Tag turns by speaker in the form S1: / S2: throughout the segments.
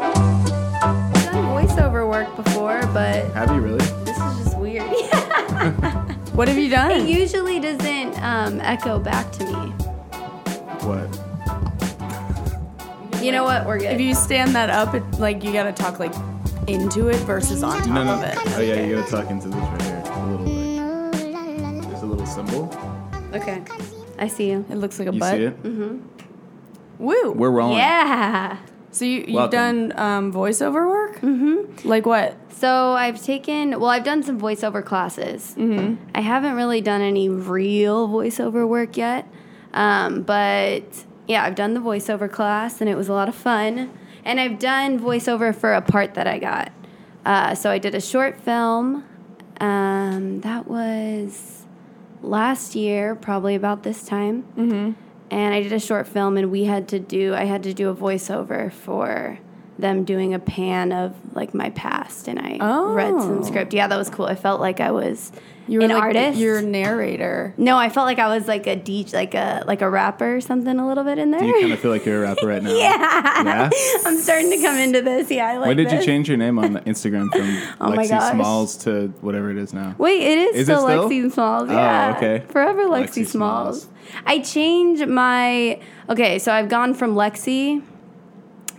S1: I've done voiceover work before, but
S2: Have you really?
S1: this is just weird.
S3: What have you
S1: it
S3: done?
S1: usually doesn't um, echo back to me.
S2: What?
S1: You know what? We're good.
S3: if you stand that up, it, like you gotta talk like into it versus on top
S2: No, no.
S3: of it.
S2: Oh yeah, you gotta talk into this right here. A little like, there's a little symbol.
S1: okay. I see you.
S3: It looks like a
S2: You
S3: butt.
S2: see it?
S3: Woo.
S2: We're rolling.
S1: Yeah.
S3: so you, you've
S2: Welcome.
S3: done um, voiceover work? Mm-hmm. Like what?
S1: So I've taken, well, I've done some voiceover classes. Mm-hmm. I haven't really done any real voiceover work yet. Um, but yeah, I've done the voiceover class and it was a lot of fun. And I've done voiceover for a part that I got. Uh, so I did a short film. Um, that was last year, probably about this time. Mm-hmm. And I did a short film, and we had to do, I had to do a voiceover for them doing a pan of like my past. And I read
S3: Oh.
S1: some script. Yeah, that was cool. I felt like I was
S3: You were
S1: an
S3: like
S1: artist.
S3: Your narrator.
S1: no, I felt like I was like a DJ, like a like a rapper or something a little bit in there.
S2: Do you kind of feel like you're a rapper right now?
S1: yeah.
S2: Yeah?
S1: I'm starting to come into this. Yeah, I like
S2: When did you
S1: this.
S2: change your name on Instagram from
S1: Oh my
S2: Lexi
S1: gosh.
S2: Smalls to whatever it is now?
S1: Wait, it is,
S2: Is it
S1: still,
S2: still?
S1: Lexi Smalls.
S2: Oh,
S1: Yeah.
S2: okay.
S1: Forever
S2: Lexi
S1: Lexi,
S2: Smalls.
S1: Smalls. I change my okay, so I've gone from Lexi,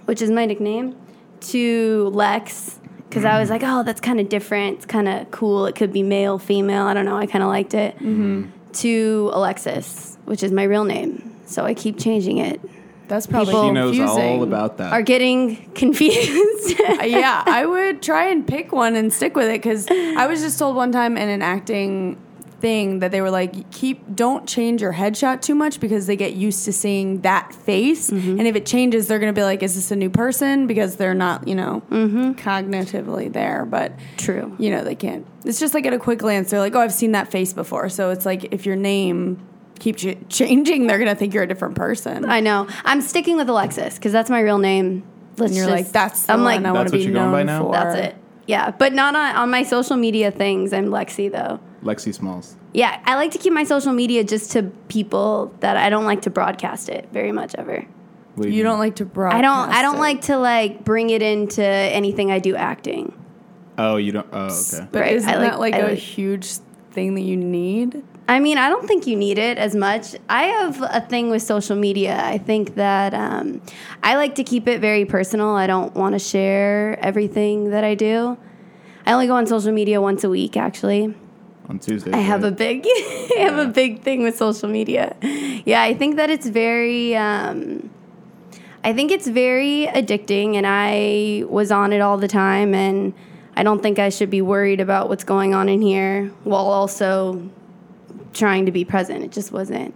S1: which is my nickname, to Lex. Because I was like, oh, that's kind of different. It's kind of cool. It could be male, female. I don't know. I kind of liked it.
S2: Mm-hmm.
S1: To Alexis, which is my real name. So I keep changing it.
S3: That's probably
S1: People-
S2: She knows
S3: confusing.
S2: all about that.
S1: Are getting confused.
S3: Uh, yeah, I would try and pick one and stick with it because I was just told one time in an acting thing that they were like, keep, don't change your headshot too much because they get used to seeing that face.
S1: Mm-hmm.
S3: And if it changes, they're going to be like, is this a new person? Because they're not, you know,
S1: Mm-hmm.
S3: cognitively there. But
S1: True.
S3: you know, they can't. It's just like at a quick glance, they're like, oh, I've seen that face before. So it's like, if your name keeps ch- changing, they're going to think you're a different person.
S1: I know. I'm sticking with Alexis because that's my real name. Let's
S3: and you're
S1: just-
S3: like, that's the
S1: I'm
S3: one
S1: like,
S3: I want
S2: That's
S3: to
S2: what
S3: be
S2: you're going by
S3: known
S2: now?
S3: for.
S1: That's it. Yeah, but not on, on my social media things. I'm Lexi though.
S2: Lexi Smalls.
S1: Yeah, I like to keep my social media just to people that I don't like to broadcast it very much ever.
S2: What do
S3: You don't
S2: mean?
S3: like to broadcast.
S1: I don't I don't
S3: it.
S1: like to like bring it into anything I do acting.
S2: Oh, you don't. Oh, okay.
S3: But
S1: Right,
S3: isn't
S1: I like-
S3: that like
S1: I
S3: a
S1: like-
S3: huge thing that you need?
S1: I mean, I don't think you need it as much. I have a thing with social media. I think that um, I like to keep it very personal. I don't want to share everything that I do. I only go on social media once a week, actually.
S2: On Tuesday.
S1: I have a big, I have a big thing with social media. Yeah, I think that it's very, um, I think it's very addicting, and I was on it all the time, and I don't think I should be worried about what's going on in here while also trying to be present. It just wasn't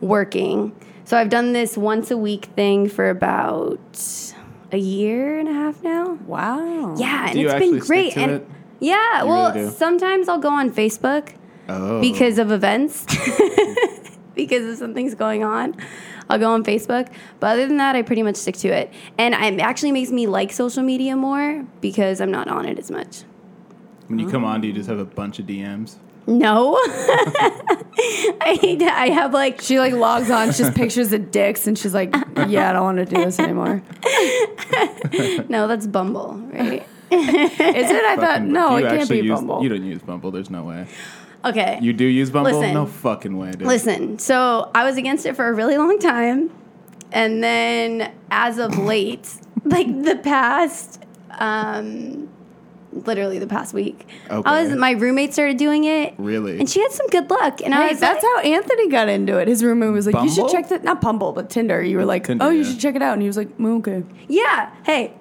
S1: working. So I've done this once a week thing for about a year and a half now.
S3: Wow.
S1: Yeah, and
S2: you
S1: it's
S2: actually
S1: been
S2: stick
S1: great.
S2: to
S1: and
S2: it?
S1: yeah,
S2: You
S1: well,
S2: really do?
S1: sometimes I'll go on Facebook
S2: Oh.
S1: because of events because if something's going on i'll go on facebook but other than that i pretty much stick to it and it actually makes me like social media more because i'm not on it as much
S2: when you come on, do you just have a bunch of DMs?
S1: no I, I have like
S3: She like logs on, she just pictures of dicks, and she's like, "Yeah, I don't want to do this anymore."
S1: no that's bumble right
S3: Is it? I thought
S2: Fucking-
S3: no,
S2: do
S3: it
S2: you
S3: can't
S2: actually
S3: be
S2: use,
S3: Bumble.
S2: You don't use Bumble. There's no way.
S1: okay
S2: You do use Bumble?
S1: Listen.
S2: No fucking way, dude.
S1: Listen, so I was against it for a really long time. And then as of late, like the past, um, literally the past week, I was
S2: Okay.
S1: my roommate started doing it.
S2: Really?
S1: And she had some good luck. And I
S3: Hey,
S1: was
S3: that's
S1: like,
S3: how Anthony got into it. His roommate was like, "You should
S2: Bumble?
S3: check that." Not Bumble, but Tinder. You were like,
S2: Tinder,
S3: "Oh, you
S2: yeah.
S3: should check it out," and he was like, "Mm, "Okay."
S1: yeah, hey,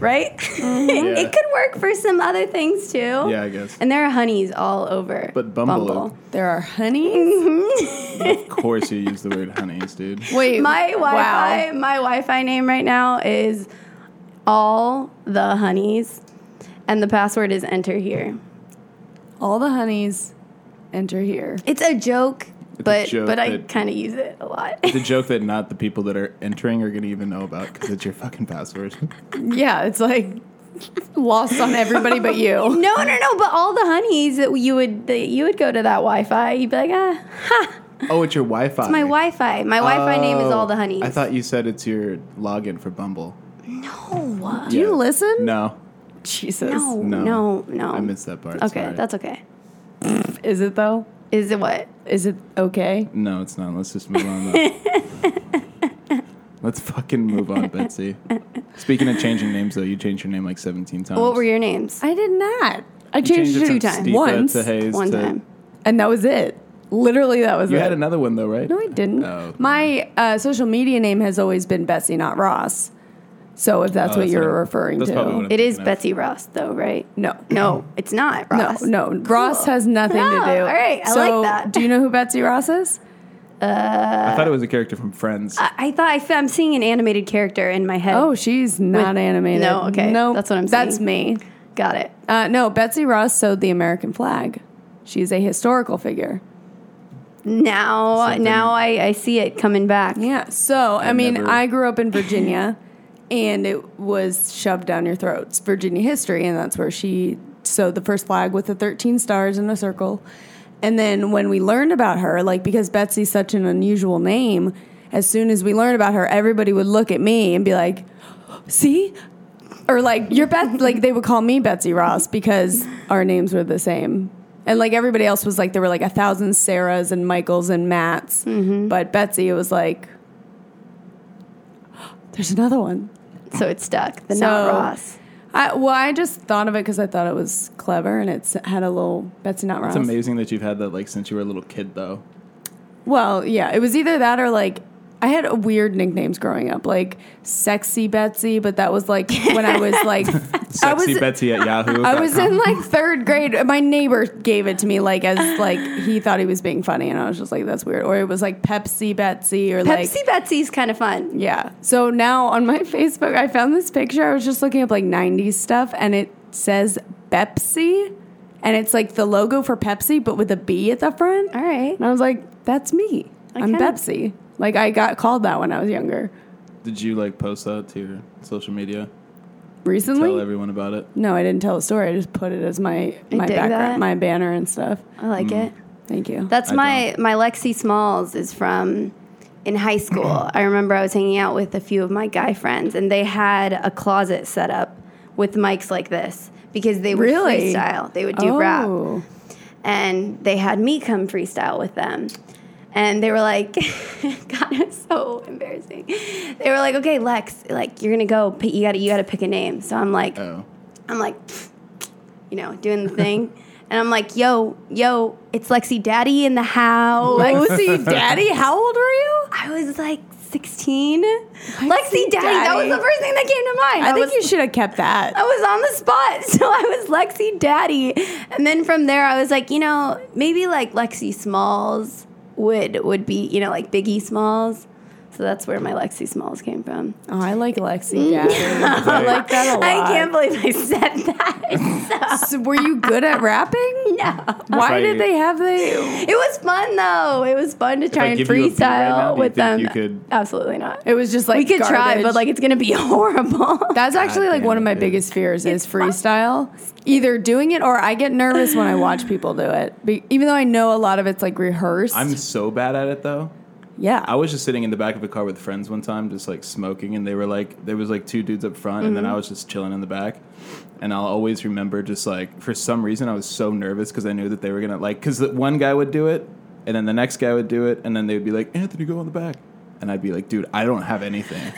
S1: right?
S2: Mm-hmm. Yeah.
S1: it could work for some other things too.
S2: Yeah, I guess.
S1: And there are honeys all over.
S2: But Bumble-
S3: There are honeys.
S1: Mm-hmm.
S2: Of course, you use the word honeys, dude.
S3: Wait,
S1: My Wi-Fi,
S3: Wow.
S1: my Wi-Fi name right now is all the honeys, and the password is enter here.
S3: All the honeys enter here.
S1: It's a joke,
S2: a
S1: but
S2: joke
S1: but I
S2: that-
S1: kind of use it a lot.
S2: It's a joke that not the people that are entering are going to even know about because it's your fucking password.
S3: Yeah, it's like lost on everybody but you.
S1: no, no, no. But all the honeys that you would that you would go to that Wi-Fi, you'd be like, ah, ha,
S2: Oh, it's your Wi-Fi.
S1: my Wi-Fi. My Wi-Fi name is
S2: Oh,
S1: all the honeys.
S2: I thought you said it's your login for Bumble.
S1: No.
S3: Do you listen?
S2: No,
S3: Jesus.
S1: No.
S2: No.
S1: No. No.
S2: I missed that part.
S1: Okay,
S2: sorry.
S1: that's okay.
S3: Is it though?
S1: Is it what?
S3: Is it okay?
S2: no, it's not. Let's just move on. though. Let's fucking move on, Betsy. Speaking of changing names, though, you changed your name like 17 times.
S1: What were your names?
S3: I did not. I
S2: You
S3: changed, it
S1: two
S2: from
S1: times.
S2: Stifa
S3: Once.
S2: to Hayes
S1: One
S2: to-
S1: time.
S3: and that was it. Literally, that was
S2: You
S3: it.
S2: had another one though, right?
S3: no, I didn't.
S2: Oh.
S3: My uh, social media name has always been Bessie, not Ross. So if that's
S2: Oh,
S3: what
S2: that's
S3: you're
S2: what I-
S3: referring
S2: that's
S3: to,
S2: probably what I'm
S1: It is
S2: thinking of.
S1: Betsy Ross, though, right?
S3: no.
S1: No, it's not
S3: No,
S1: Ross.
S3: no. Ross has nothing
S1: Oh,
S3: to do.
S1: all right. I
S3: so,
S1: like that.
S3: Do you know who Betsy Ross is?
S2: I thought it was a character from Friends.
S1: I, I thought I fe- I'm seeing an animated character in my head.
S3: Oh, she's not animated.
S1: No, okay.
S3: No,
S1: That's what I'm
S3: That's
S1: saying.
S3: me.
S1: got it.
S3: Uh, no, Betsy Ross sewed the American flag. She's a historical figure.
S1: Now,
S2: Something-
S1: now I, I see it coming back.
S3: Yeah. So, I, mean,
S2: never-
S3: I grew up in Virginia and it was shoved down your throats. Virginia history. And that's where she sewed the first flag with the 13 stars in a circle. And then when we learned about her, like because Betsy's such an unusual name, as soon as we learned about her, everybody would look at me and be like, see? Or like, you're Beth, like they would call me Betsy Ross because our names were the same. And like everybody else was like, there were like a thousand Sarahs and Michaels and Matts. But Betsy, it was like, there's another one.
S1: So it stuck. The not
S3: So-
S1: Ross.
S3: I, well, I just thought of it because I thought it was clever and it's had a little Betsy Not Ross.
S2: It's amazing that you've had that like since you were a little kid though.
S3: Well, yeah, it was either that or like I had weird nicknames growing up, like Sexy Betsy, but that was like when I was like I
S2: Sexy
S3: was
S2: Betsy at Yahoo.
S3: I was in like third grade. My neighbor gave it to me like as like he thought he was being funny, and I was just like that's weird. Or it was like Pepsi Betsy or like
S1: Pepsi Betsy's kind of fun.
S3: yeah. So now on my Facebook, I found this picture. I was just looking up like 90s stuff and it says Pepsi. And it's like the logo for Pepsi, but with a B at the front.
S1: All right.
S3: And I was like, that's me.
S1: I
S3: I'm
S1: kinda-
S3: Pepsi. Like, I got called that when I was younger.
S2: Did you like post that to your social media?
S3: Recently?
S2: Tell everyone about it.
S3: no, I didn't tell a story. I just put it as my,
S1: I
S3: my
S1: dig
S3: background,
S1: that.
S3: my banner and stuff.
S1: I like it.
S3: Thank you.
S1: That's
S2: I
S1: my my Lexi Smalls is from in high school. I remember I was hanging out with a few of my guy friends, and they had a closet set up with mics like this because they would
S3: Really?
S1: freestyle. They would do rap.
S3: Oh.
S1: and they had me come freestyle with them. And they were like, God, it's so embarrassing. They were like, okay, Lex, like you're gonna go, pick, you gotta, you gotta pick a name. So I'm like,
S2: Oh.
S1: I'm like, you know, doing the thing, and I'm like, yo, yo, it's Lexi Daddy in the house.
S3: Lucy Daddy, how old were you?
S1: I was like 16. Lexi, Daddy, that was
S3: Daddy.
S1: the first thing that came to mind.
S3: I, think
S1: was, Oh,
S3: you should have kept that.
S1: I was on the spot, so I was Lexi Daddy, and then from there I was like, you know, maybe like Lexi Smalls would would be, you know, like Biggie Smalls. So that's where my Lexi Smalls came from.
S3: Oh, I like Lexi Daddy. I like that a lot.
S1: I can't believe I said that.
S3: So were you good at rapping?
S1: no.
S3: Why
S2: Right.
S3: did they have the?
S1: It was fun though. It was fun to try
S2: I
S1: and
S2: give you a beat
S1: freestyle
S2: right now, do you
S1: with
S2: think
S1: them.
S2: you could-
S1: Absolutely not.
S3: It was just like
S1: we could try,
S3: garbage.
S1: but like it's gonna be horrible.
S3: that's actually like
S2: damn
S3: one of
S2: it,
S3: my
S2: dude.
S3: biggest fears is
S1: It's fun.
S3: freestyle. Either doing it or I get nervous when I watch people do it. Be- even though I know a lot of it's like rehearsed.
S2: I'm so bad at it though.
S3: yeah.
S2: I was just sitting in the back of a car with friends one time, just like smoking, and they were like, there was like two dudes up front, and then
S3: Mm-hmm.
S2: I was just chilling in the back. And I'll always remember just like, for some reason, I was so nervous because I knew that they were gonna like, because one guy would do it, and then the next guy would do it, and then they would be like, Anthony, go on the back. And I'd be like, dude, I don't have anything.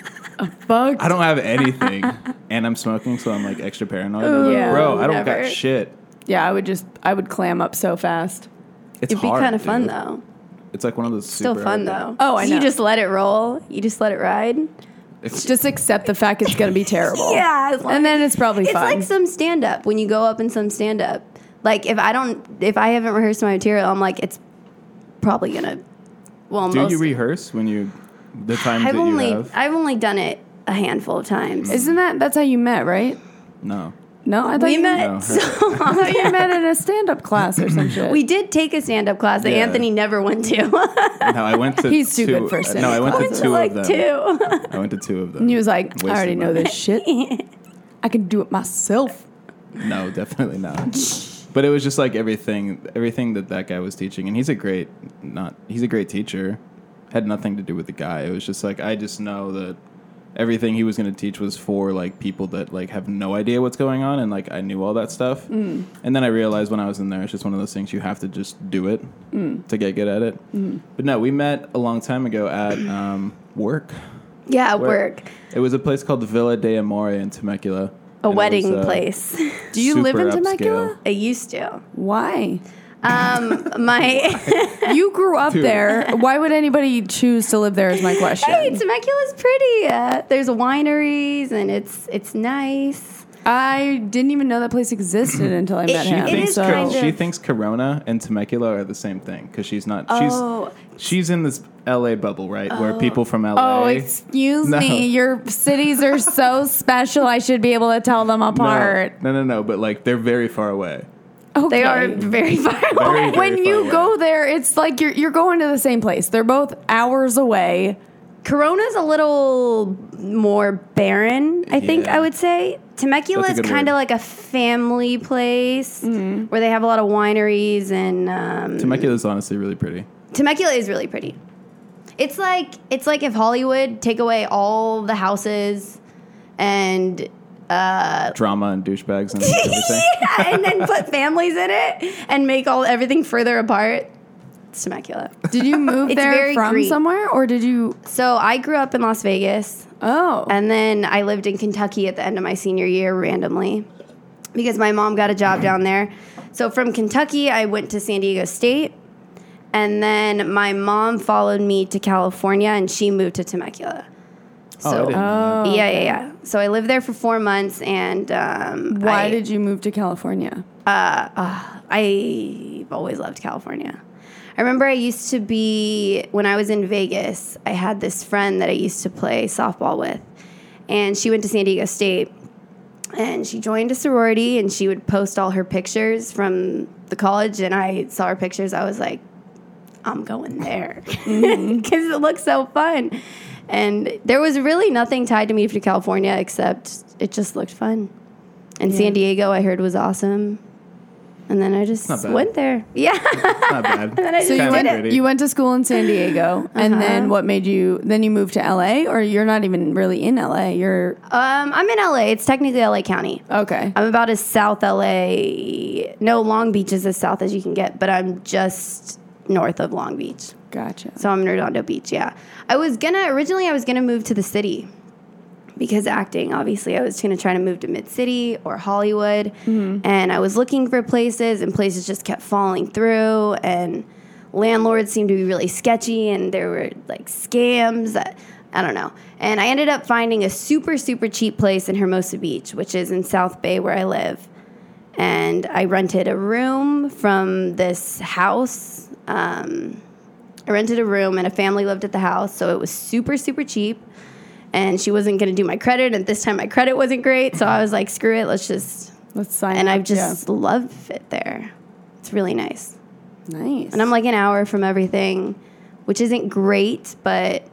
S3: Fuck.
S2: I don't have anything. and I'm smoking, so I'm like extra paranoid. I'm like,
S3: Yeah.
S2: Bro, I don't
S1: Never.
S2: got shit.
S3: yeah, I would just I would clam up so fast.
S2: It's
S1: It'd be
S2: hard,
S1: kind of fun
S2: dude.
S1: though.
S2: It's like one of those
S1: Still
S2: super
S1: fun
S2: hard-
S1: though.
S3: Oh, I
S1: You
S3: know.
S1: just let it roll. You just let it ride.
S2: It's
S3: Just accept the fact it's gonna be terrible.
S1: Yeah, as long-
S3: Oh. and then it's probably
S1: It's
S3: fun.
S1: like some stand up when you go up in some stand up. Like if I don't, if I haven't rehearsed my material, I'm like it's probably gonna. Well,
S2: Do
S1: most.
S2: you rehearse when you the times
S1: I've
S2: that
S1: only
S2: you have?
S1: I've only done it a handful of times.
S3: Isn't that that's how you met, right?
S2: no.
S3: No, I thought
S1: we
S3: you
S1: met
S2: No.
S1: so
S3: I thought you met in a stand-up class or some shit.
S1: We did take a stand up class that
S2: Yeah.
S1: Anthony never went to.
S2: No, I went to
S3: He's too
S2: two,
S3: good for a
S2: No, I went
S1: went
S2: to
S1: to
S2: two
S1: like
S2: of them.
S1: two.
S2: I went to two of them.
S3: And he was like,
S2: Wasted
S3: I already know
S2: money.
S3: this shit. I can do it myself.
S2: No, definitely not. but it was just like everything everything that that guy was teaching and he's a great not he's a great teacher had nothing to do with the guy it was just like i just know that everything he was going to teach was for like people that like have no idea what's going on and like i knew all that stuff
S1: Mm.
S2: and then i realized when i was in there it's just one of those things you have to just do it
S1: Mm.
S2: to get good at it but no we met a long time ago at um, work
S1: Yeah,
S2: Where-
S1: work.
S2: it was a place called villa de amore in temecula
S1: A
S2: And it
S1: wedding
S2: was, uh,
S1: place.
S3: Do you live
S2: super
S3: in Temecula?
S1: I
S2: upscale.
S1: used to.
S3: Why?
S1: Um, my
S3: You grew up
S2: Dude.
S3: there. Why would anybody choose to live there? Is my question.
S1: hey, Temecula's pretty. Uh, there's wineries and it's it's nice.
S3: I didn't even know that place existed until I met
S1: She
S3: him.
S1: It
S2: thinks
S1: is kind
S2: she
S1: of-
S2: thinks Corona and Temecula are the same thing because she's not.
S1: Oh.
S2: She's she's in this L.A. bubble, right? Where people from L.A.
S3: Oh, excuse
S2: No.
S3: me. Your cities are so special. I should be able to tell them
S2: no,
S3: apart.
S2: no, no, no, but like they're very far away.
S1: They
S3: Okay.
S1: are very far away.
S2: Very, very
S3: When
S2: far
S3: you
S2: away.
S3: go there, it's like you're you're going to the same place. They're both hours away.
S1: Corona's a little more barren, I think
S2: Yeah.
S1: I would say.
S2: That's
S1: Temecula's
S2: a good
S1: kind of
S2: word. Mm-hmm.
S1: like a family place where they have a lot of wineries and um,
S2: Temecula's honestly really pretty.
S1: Temecula is really pretty. It's like it's like if Hollywood take away all the houses and
S2: Drama and douchebags and everything.
S1: yeah, and then put families in it and make all everything further apart. It's Temecula.
S3: Did you move
S1: It's
S3: there
S1: very
S3: from
S1: green.
S3: somewhere, or did you?
S1: So I grew up in Las Vegas
S3: Oh,
S1: and then I lived in Kentucky at the end of my senior year randomly because my mom got a job down there. So from Kentucky, I went to San Diego State. And then my mom followed me to California and she moved to Temecula. So,
S2: Oh, I
S1: uh,
S2: didn't know
S3: oh.
S1: yeah, yeah, yeah. So I lived there for four months and um,
S3: Why
S1: I-
S3: did you move to California?
S1: I've always loved California. I remember I used to be, when I was in Vegas, I had this friend that I used to play softball with, and she went to San Diego State. And she joined a sorority and she would post all her pictures from the college. And I saw her pictures. I was like, I'm going there because
S2: Mm-hmm.
S1: it looks so fun. And there was really nothing tied to me to California except it just looked fun. And San Diego, I heard, was awesome. And then I just
S2: Not bad.
S1: went there. Yeah.
S2: It's not bad.
S1: I
S3: So
S1: just
S3: you
S1: did it.
S2: Kinda pretty.
S3: went, you went to school in San Diego,
S1: Uh-huh.
S3: and then what made you? Then you moved to LA, or you're not even really in LA. You're
S1: Um, I'm in LA. It's technically LA County.
S3: okay.
S1: I'm about as South LA. No, Long Beach is as south as you can get, but I'm just north of Long Beach.
S3: Gotcha.
S1: So I'm in Redondo Beach. Yeah. I was gonna originally I was gonna move to the city because acting. Obviously, I was gonna try to move to Mid City or Hollywood, and I was looking for places, and places just kept falling through, and landlords seemed to be really sketchy, and there were like scams. That, I don't know. And I ended up finding a super, super cheap place in Hermosa Beach, which is in South Bay where I live and I rented a room from this house. Um, I rented a room, and a family lived at the house, so it was super, super cheap. And she wasn't going to do my credit, and this time my credit wasn't great, so I was like, "Screw it, let's just."
S3: Let's sign.
S1: And
S3: up.
S1: I've just love it there. It's really nice,
S3: yeah. nice.
S1: and I'm like an hour from everything, which isn't great, but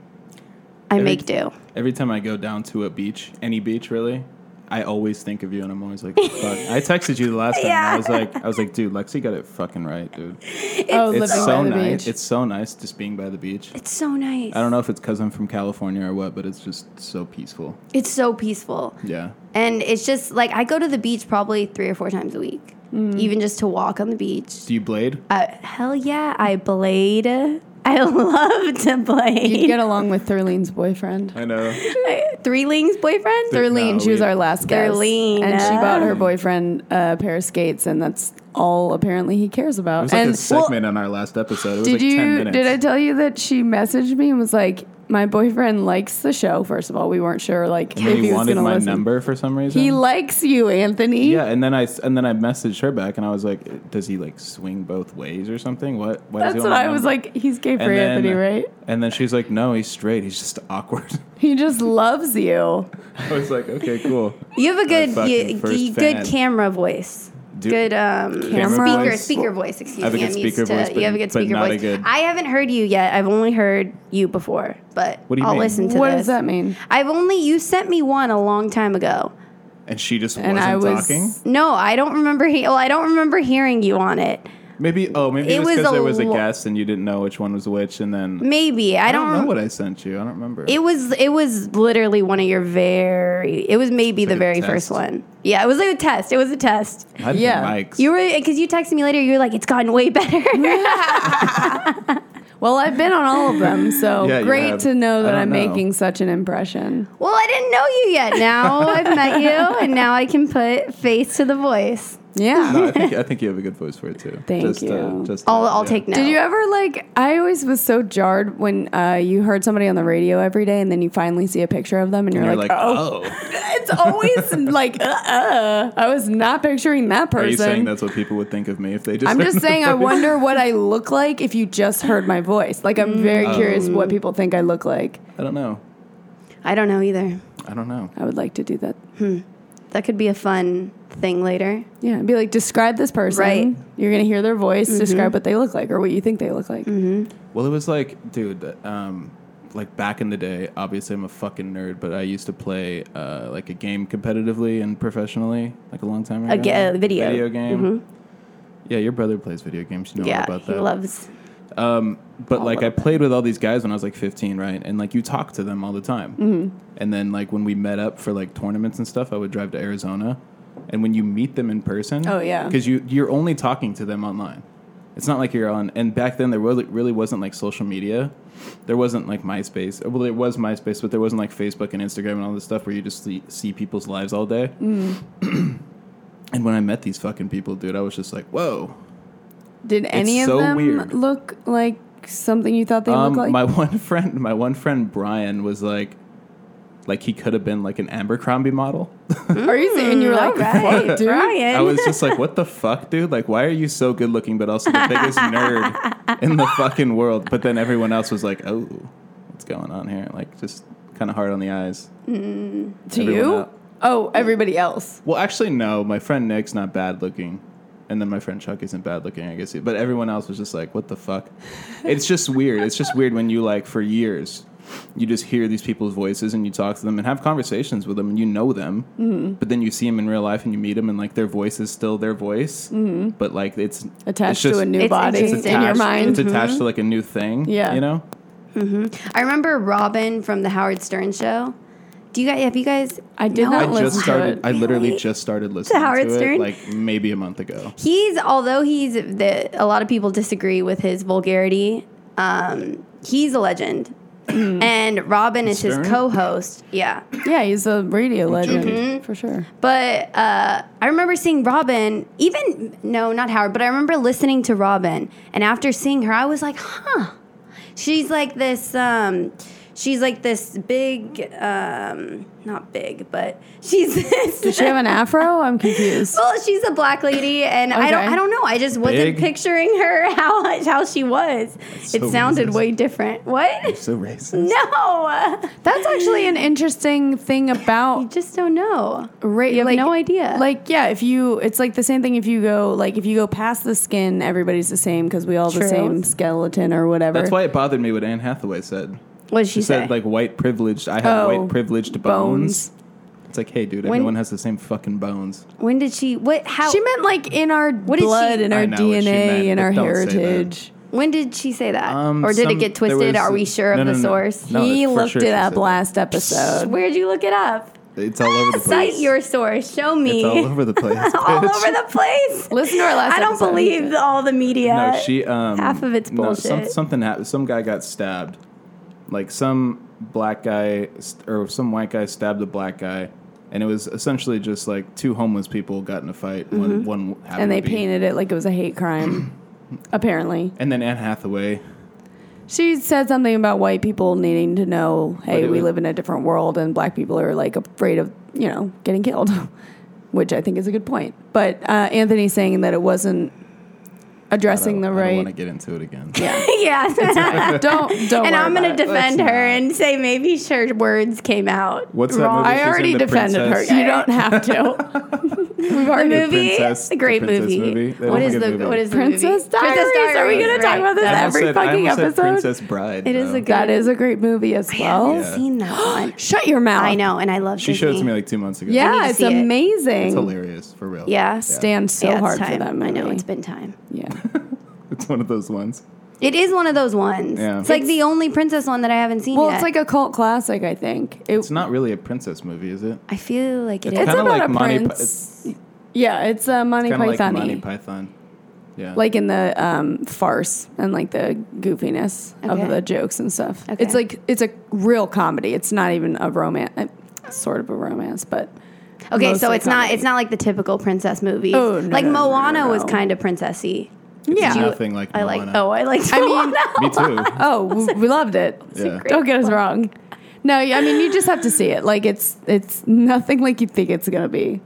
S1: I
S2: Every-
S1: make do.
S2: Every time I go down to a beach, any beach really, I always think of you, and I'm always like, "Fuck." I texted you the last time, and I
S1: Yeah.
S2: was like, "I was like, dude, Lexi got it fucking right, dude.
S3: oh,
S2: It's
S3: living
S2: so
S3: by the
S2: nice.
S3: beach.
S2: It's so nice just being by the beach.
S1: It's so nice.
S2: I don't know if it's because I'm from California or what, but it's just so peaceful.
S1: It's so peaceful.
S2: Yeah.
S1: And it's just like I go to the beach probably three or four times a week, even just to walk on the beach.
S2: Do you blade?
S1: Uh, hell yeah, I blade. I love to
S3: You'd
S1: blade.
S3: get along with Thurlene's boyfriend.
S2: I know.
S1: Thurling's boyfriend?
S2: Thur-
S3: Thurlene,
S2: No,
S3: she was
S2: we-
S3: our last guest.
S1: Thurlene.
S3: And she bought her
S2: Thurlene.
S3: boyfriend a pair of skates, and that's all apparently he cares about.
S2: It was like
S3: and
S2: a segment on our last episode. It was
S3: did
S2: like
S3: you
S2: 10 minutes.
S3: did I tell you that she messaged me and was like, "My boyfriend likes the show." First of all, we weren't sure like
S2: And he
S3: if he was
S2: wanted
S3: going to
S2: my
S3: listen.
S2: number for some reason.
S3: He likes you, Anthony.
S2: yeah, and then I s- and then I messaged her back, and I was like, "Does he like swing both ways or something? What? Why does he
S3: That's
S2: want
S3: what
S2: my
S3: I was
S2: number?"
S3: like. He's gay for
S2: And then-
S3: Anthony, right?
S2: And then she's like, "No, he's straight. He's just awkward."
S3: He just loves you.
S2: I was like, "Okay, cool."
S1: You have a good
S2: fucking
S1: you,
S2: first
S1: you- good
S2: fan.
S1: camera voice.
S2: Do-
S1: good um,
S2: Camera
S1: speaker
S2: voice?
S1: speaker voice. Excuse
S2: I have a
S1: me.
S2: good
S1: I'm used
S2: speaker
S1: to
S2: voice, but-
S1: you have a good
S2: but
S1: speaker
S2: not a
S1: voice.
S2: good-
S1: I haven't heard you yet. I've only heard you before, but
S2: What do you
S1: I'll
S2: mean?
S1: listen to
S3: What
S1: this.
S3: does that mean?
S1: I've only you sent me one a long time ago.
S2: and she just
S3: And
S2: wasn't
S3: I was-
S2: talking.
S1: No, I don't remember. He- well, I don't remember hearing you on it.
S2: Maybe oh maybe
S1: It
S2: it was
S1: was a
S2: because there was a
S1: lo-
S2: guest and you didn't know which one was which, and then
S1: Maybe I,
S2: I don't know
S1: rem-
S2: what I sent you. I don't remember.
S1: It was it was literally one of your very. It was maybe
S2: It's
S1: the
S2: like a
S1: very
S2: test.
S1: first one. Yeah, it was like a test. It was a test.
S2: I'd be
S3: Yeah.
S2: Mike's.
S1: You were because you texted me later. You were like, "It's gotten way better."
S3: Well, I've been on all of them, so
S2: Yeah, you
S3: great
S2: have.
S3: to know
S2: I
S3: that
S2: don't
S3: I'm
S2: know.
S3: making such an impression.
S1: well, I didn't know you yet. Now I've met you, and now I can put face to the voice.
S3: Yeah.
S2: no, I think I think you have a good voice for it too.
S3: Thank
S2: just,
S3: you.
S2: Uh, just
S1: I'll
S2: uh,
S1: I'll
S2: yeah.
S1: take note.
S3: Did you ever like? I always was so jarred when uh, you heard somebody on the radio every day, and then you finally see a picture of them, and you're,
S2: And you're
S3: like,
S2: like,
S3: "Oh,
S2: oh.
S3: it's always like, uh, uh. I was not picturing that person."
S2: Are you saying that's what people would think of me if they just?
S3: I'm
S2: heard
S3: just
S2: my
S3: saying, I
S2: voice?
S3: wonder what I look like if you just heard my voice. Like, I'm very
S2: Mm.
S3: curious
S2: Oh.
S3: what people think I look like.
S2: I don't know.
S1: I don't know either.
S2: I don't know.
S3: I would like to do that.
S1: That could be a fun thing later.
S3: Yeah, be like, describe this person.
S1: Right.
S3: You're gonna hear their voice. Describe what they look like or what you think they look like.
S2: Well, it was like, dude, um, like back in the day. Obviously, I'm a fucking nerd, but I used to play uh, like a game competitively and professionally, like a long time ago.
S1: A ga- uh, video. Mm-hmm.
S2: video game. Yeah, your brother plays video games. You know all
S1: yeah,
S2: about
S1: he
S2: that.
S1: loves.
S2: but like I played with all these guys when I was like 15, right? And like you talk to them all the time.
S3: Mm-hmm.
S2: And then like when we met up for like tournaments and stuff, I would drive to Arizona. And when you meet them in person,
S3: Oh, yeah.
S2: because you you're only talking to them online. It's not like you're on. And back then there really really wasn't like social media. There wasn't like MySpace. Well, there was MySpace, but there wasn't like Facebook and Instagram and all this stuff where you just see, see people's lives all day.
S3: Mm.
S2: and when I met these fucking people, dude, I was just like, whoa.
S3: Did any of
S2: so
S3: them
S2: weird.
S3: look like something you thought they
S2: Um,
S3: looked like?
S2: my one friend, my one friend Brian was like, like he could have been like an Abercrombie model.
S3: Are you saying? And you were like,
S1: right,
S3: "Fuck, dude."
S1: Brian.
S2: I was just like, what the fuck, dude? Like, why are you so good looking, but also the biggest nerd in the fucking world? But then everyone else was like, oh, what's going on here? Like, just kind of hard on the eyes.
S3: To
S2: Everyone
S3: you?
S2: out.
S3: Oh, everybody else.
S2: Well, actually, no. My friend Nick's not bad looking, and then my friend Chuck isn't bad looking, I guess. But everyone else was just like, "What the fuck?" it's just weird. It's just weird when you like for years, you just hear these people's voices and you talk to them and have conversations with them and you know them,
S3: Mm-hmm.
S2: but then you see them in real life and you meet them and like their voice is still their voice, but like it's
S3: Mm-hmm. Attached
S2: it's just-
S3: to a new
S1: It's-
S3: body
S1: it's
S3: in your
S2: attached-
S3: mind. Mm-hmm.
S2: It's attached to like a new thing.
S3: Yeah.
S2: you know.
S1: I remember Robin from the Howard Stern show. Do you guys have you guys?
S3: I did
S1: No,
S3: not
S2: I
S3: Don't listen
S2: just
S3: to
S2: started.
S3: it.
S2: I literally
S1: Really?
S2: just started listening
S1: Howard
S2: to it
S1: Stern?
S2: like maybe a month ago.
S1: He's although he's the, a lot of people disagree with his vulgarity. Um, he's a legend, and Robin is his
S2: Stern?
S1: co-host. Yeah,
S3: yeah, he's a radio legend
S2: joking.
S3: for sure.
S1: but uh, I remember seeing Robin. Even no, not Howard, but I remember listening to Robin, and after seeing her, I was like, huh, she's like this. Um, she's like this big, um, not big, but she's this.
S3: Does she have an afro? I'm confused.
S1: Well, she's a black lady, and I don't.
S3: Okay.
S1: I don't know. I just wasn't
S2: Big.
S1: picturing her how how she was. it
S2: so
S1: sounded
S2: racist.
S1: way different. What?
S2: So racist.
S1: No,
S3: That's actually an interesting thing
S1: you
S3: about
S1: just don't know.
S3: right.
S1: You have no idea.
S3: Like, yeah, if you, it's like the same thing. If you go, like, if you go past the skin, everybody's the same because we all have the
S1: True.
S3: same skeleton or whatever.
S2: That's why it bothered me what Anne Hathaway said.
S1: What did she,
S2: She
S1: say?
S2: said like white privileged. I have
S3: Oh,
S2: white privileged bones. It's like, hey, dude,
S1: When-
S2: everyone has the same fucking bones.
S1: when did she? What? How?
S3: She meant like in our
S1: did she-
S3: blood, in
S2: I
S3: our
S2: know what she
S3: DNA,
S2: meant,
S3: in
S2: but
S3: our
S2: don't say that.
S3: heritage.
S1: when did she say that?
S2: Um,
S1: or did it
S2: some-
S1: get
S2: there
S1: twisted?
S2: was-
S1: Are we sure
S2: no,
S1: of
S2: no,
S1: the
S2: no.
S1: source?
S2: No,
S3: he
S2: for
S3: looked
S2: sure
S3: it
S2: she
S3: up
S2: said
S3: last episode.
S1: Where'd you look it up?
S2: It's all over the place.
S1: Cite your source. Show me.
S2: it's all over the place.
S1: All
S2: bitch.
S1: over the place.
S3: Listen to our last.
S1: I don't
S3: episode.
S1: believe all the media.
S2: No, she. Um,
S1: Half of it's
S2: some-
S1: bullshit.
S2: something happened. Some guy got stabbed. Like some black guy st- or some white guy stabbed a black guy, and it was essentially just like two homeless people got in a fight.
S1: Mm-hmm.
S2: One, one happened
S3: And they
S2: to be-
S3: painted it like it was a hate crime. apparently,
S2: And then Anne Hathaway.
S3: she said something about white people needing to know, hey,
S2: it
S3: we
S2: was-
S3: live in a different world, and black people are like afraid of you know getting killed, which I think is a good point. But uh, Anthony's saying that it wasn't addressing
S2: I
S3: the
S2: don't want to
S3: right.
S2: get into it again.
S1: yeah.
S3: Don't don't.
S1: and
S3: worry
S1: I'm gonna
S3: about it.
S1: defend
S2: Let's
S1: her and say maybe her words came out
S2: What's that
S1: wrong.
S2: movie?
S3: I
S2: She's in
S3: already
S2: The
S3: defended
S2: Princess.
S3: her. You don't have to. We've already
S1: movie,
S2: princess-
S1: a great
S2: the princess
S1: movie.
S2: movie. That
S1: What is
S2: was a
S1: the
S2: good movie.
S1: what is the
S3: Princess
S1: movie?
S3: Diaries. Are we gonna talk about this
S1: That-
S2: I almost
S3: every
S2: said- I
S3: fucking
S2: almost said
S3: episode?
S2: Princess Bride.
S1: It is
S2: though.
S1: a good.
S3: That is a great movie as
S1: I
S3: well.
S1: haven't
S2: Yeah.
S1: seen that one.
S3: Shut your mouth.
S1: I know, and I love.
S2: She showed it to me like two months ago.
S1: need
S3: Yeah,
S1: to
S3: it's
S1: see it.
S3: amazing.
S2: It's hilarious for real.
S1: yeah,
S3: Stand so
S1: Yeah, it's
S3: hard
S1: time.
S3: for that movie.
S1: I know it's been time.
S3: yeah.
S2: It's one of those ones.
S1: It is one of those ones.
S2: Yeah.
S1: It's like the only princess one that I haven't seen.
S3: Well,
S1: yet.
S3: it's like a cult classic. I think it,
S2: It's not really a princess movie, is it?
S1: I feel like it
S2: It's
S1: is.
S3: It's
S2: kinda
S3: about
S2: like
S3: a
S2: Monty Pyth-
S3: prince. yeah, it's a Monty
S2: Kind of like
S3: Python. Like,
S2: Monty Python. Yeah.
S3: in the um, farce and like the goofiness
S1: Okay.
S3: of the jokes and stuff.
S1: Okay.
S3: It's like it's a real comedy. It's not even a romance, sort of a romance, but
S1: okay, so
S3: mostly
S1: it's not
S3: comedy.
S1: it's not like the typical princess movies.
S3: Oh, no,
S1: like
S3: no, no, no,
S1: Moana was
S3: no.
S1: kind of princessy.
S2: It's
S3: yeah.
S2: nothing like
S1: I like.
S2: Moana.
S1: Oh, I like.
S3: I
S1: I
S3: mean,
S2: Me too.
S3: oh, we, we loved it.
S2: yeah.
S1: great.
S3: Don't get us wrong. No, I mean you just have to see it. Like it's it's nothing like you think it's gonna be.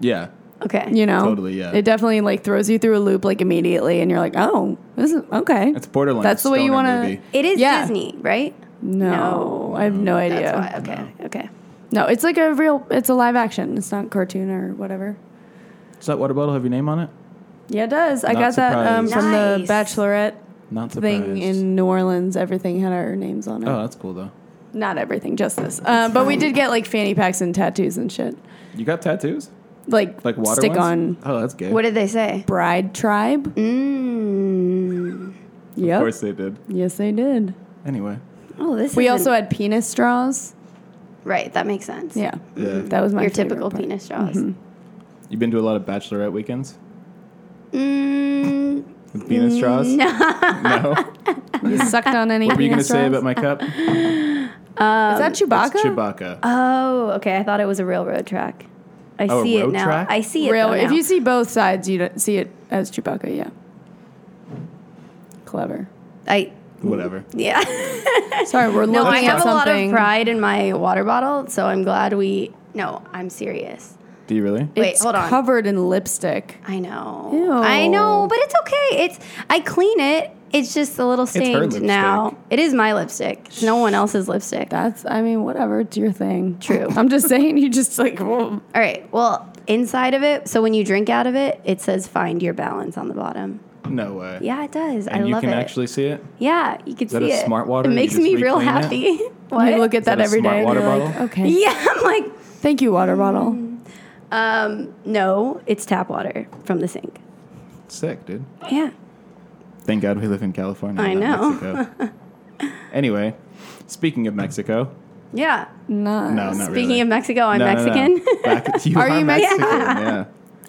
S2: Yeah.
S1: okay.
S3: You know,
S2: Totally, yeah.
S3: It definitely like throws you through a loop like immediately, and you're like, oh, this is okay.
S2: It's borderline.
S3: That's the way you
S2: stoner
S3: wanna-
S2: movie.
S1: It is
S3: Yeah.
S1: Disney, right?
S3: no, I have no idea.
S1: That's why. Okay. Okay.
S3: No, it's like a real. It's a live action. It's not cartoon or whatever.
S2: Does that water bottle have your name on it?
S3: Yeah, it does. I
S2: Not
S3: got that um,
S2: surprised.
S3: from the
S1: Nice.
S3: Bachelorette
S2: Not surprised.
S3: thing in New Orleans. Everything had our names on it.
S2: oh, that's cool though.
S3: Not everything, just this. Um, but we did get like fanny packs and tattoos and shit.
S2: You got tattoos?
S3: Like
S2: Like water
S3: stick
S2: ones?
S3: on
S2: Oh, that's gay.
S1: What did they say?
S3: bride tribe.
S1: Mm.
S3: Yep.
S2: Of course they did.
S3: Yes, they did.
S2: Anyway.
S1: Oh, this.
S3: We
S1: isn't-
S3: also had penis straws.
S1: right. That makes sense.
S3: Yeah,
S2: Yeah.
S3: that was my
S1: Your
S3: favorite
S1: typical
S3: part.
S1: penis straws.
S2: You've been to a lot of bachelorette weekends?
S1: Mm,
S2: With penis straws? No. no?
S3: You sucked on any?
S2: What were you going to
S3: penis
S2: say
S3: straws?
S2: about my cup? It's
S3: Is that Chewbacca?
S2: Chewbacca.
S1: oh, okay. I thought it was a railroad track. I
S2: Oh, a
S1: see it
S2: road
S1: now.
S2: track?
S1: I see it.
S3: Real.
S1: though
S3: If
S1: now.
S3: you see both sides, you don't see it as Chewbacca. Yeah. Clever.
S1: I
S2: Whatever.
S1: yeah.
S3: Sorry, we're
S1: no,
S3: looking
S1: I
S3: at
S1: have a lot
S3: something.
S1: of pride in my water bottle, so I'm glad we. No, I'm serious.
S2: Do you really?
S1: Wait,
S3: It's
S1: hold on.
S3: Covered in lipstick.
S1: I know.
S3: Ew.
S1: I know, but it's okay. It's I clean it. It's just a little
S2: her
S1: stained
S2: lipstick.
S1: now. It is my lipstick. It's no one else's lipstick.
S3: That's. I mean, whatever. It's your thing.
S1: True.
S3: I'm just saying. You just like. Well,
S1: All right. Well, inside of it, so when you drink out of it, it says find your balance on the bottom.
S2: No way.
S1: Yeah, it does.
S2: And
S1: I
S2: you
S1: love
S2: can
S1: it.
S2: actually see it?
S1: yeah, you can
S2: that
S1: see
S2: a
S1: it.
S2: smart water?
S1: It
S2: You
S1: makes
S2: just
S1: me real
S2: reclean it?
S1: happy. what?
S3: you look at
S2: that
S3: that,
S2: a
S3: every
S2: smart
S3: day. and
S2: water
S3: you're like,
S2: bottle?
S3: okay.
S1: yeah, I'm like,
S3: Thank you, water bottle.
S1: um, no, it's tap water from the sink.
S2: Sick, dude.
S1: Yeah.
S2: Thank God we live in California.
S1: I
S2: not
S1: know.
S2: Mexico. anyway, speaking of Mexico.
S1: Yeah.
S3: Nice.
S2: No, not
S1: Speaking
S2: really.
S1: of Mexico, I'm
S2: No, no, no.
S1: Mexican.
S2: Back- you
S3: Are
S2: are,
S3: you Mexican?
S2: Mexican? yeah.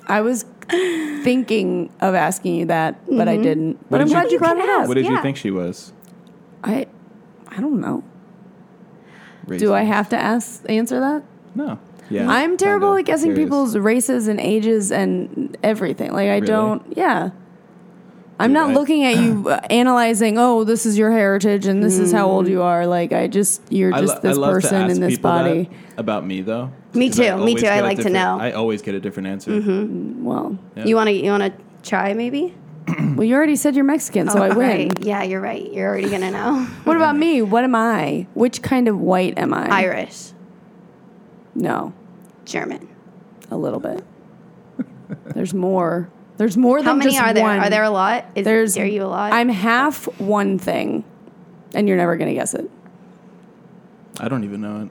S3: I was thinking of asking you that, but
S1: Mm-hmm.
S3: I didn't. But I'm
S2: did you-
S3: glad you brought it
S1: can
S3: up.
S1: ask.
S2: What did
S1: Yeah.
S2: you think she was?
S3: I, I don't know. Do
S2: Racist?
S3: I have to ask answer that?
S2: No. Yeah.
S3: I'm terrible
S2: kinda
S3: at guessing
S2: curious.
S3: people's races and ages and everything. Like I
S2: Really?
S3: don't. Yeah. I'm
S2: Dude,
S3: not
S2: I-
S3: looking at you uh, analyzing. Oh, this is your heritage, and this is how old you are. Like I just, you're
S2: Mm. I
S3: just
S2: lo- I
S3: this
S2: love to
S3: person
S2: ask
S3: in this
S2: people that
S3: body.
S2: about me though.
S1: Me
S2: 'Cause I
S1: too, me
S2: always
S1: too,
S2: get
S1: I
S2: a
S1: like to
S2: different-
S1: know.
S2: I always get a different answer.
S3: Well,
S1: You wanna you wanna try maybe?
S3: well, you already said you're Mexican, so I win.
S1: Oh, Right. Yeah, you're right. You're already gonna know.
S3: What about me? What am I? Which kind of white am I?
S1: Irish,
S3: No,
S1: German.
S3: a little bit. There's more. There's more
S1: How
S3: than
S1: many
S3: just
S1: are there?
S3: one.
S1: Are there a lot? Is,
S3: There's
S1: are you a lot?
S3: I'm half one thing, and you're never gonna guess it.
S2: I don't even know it.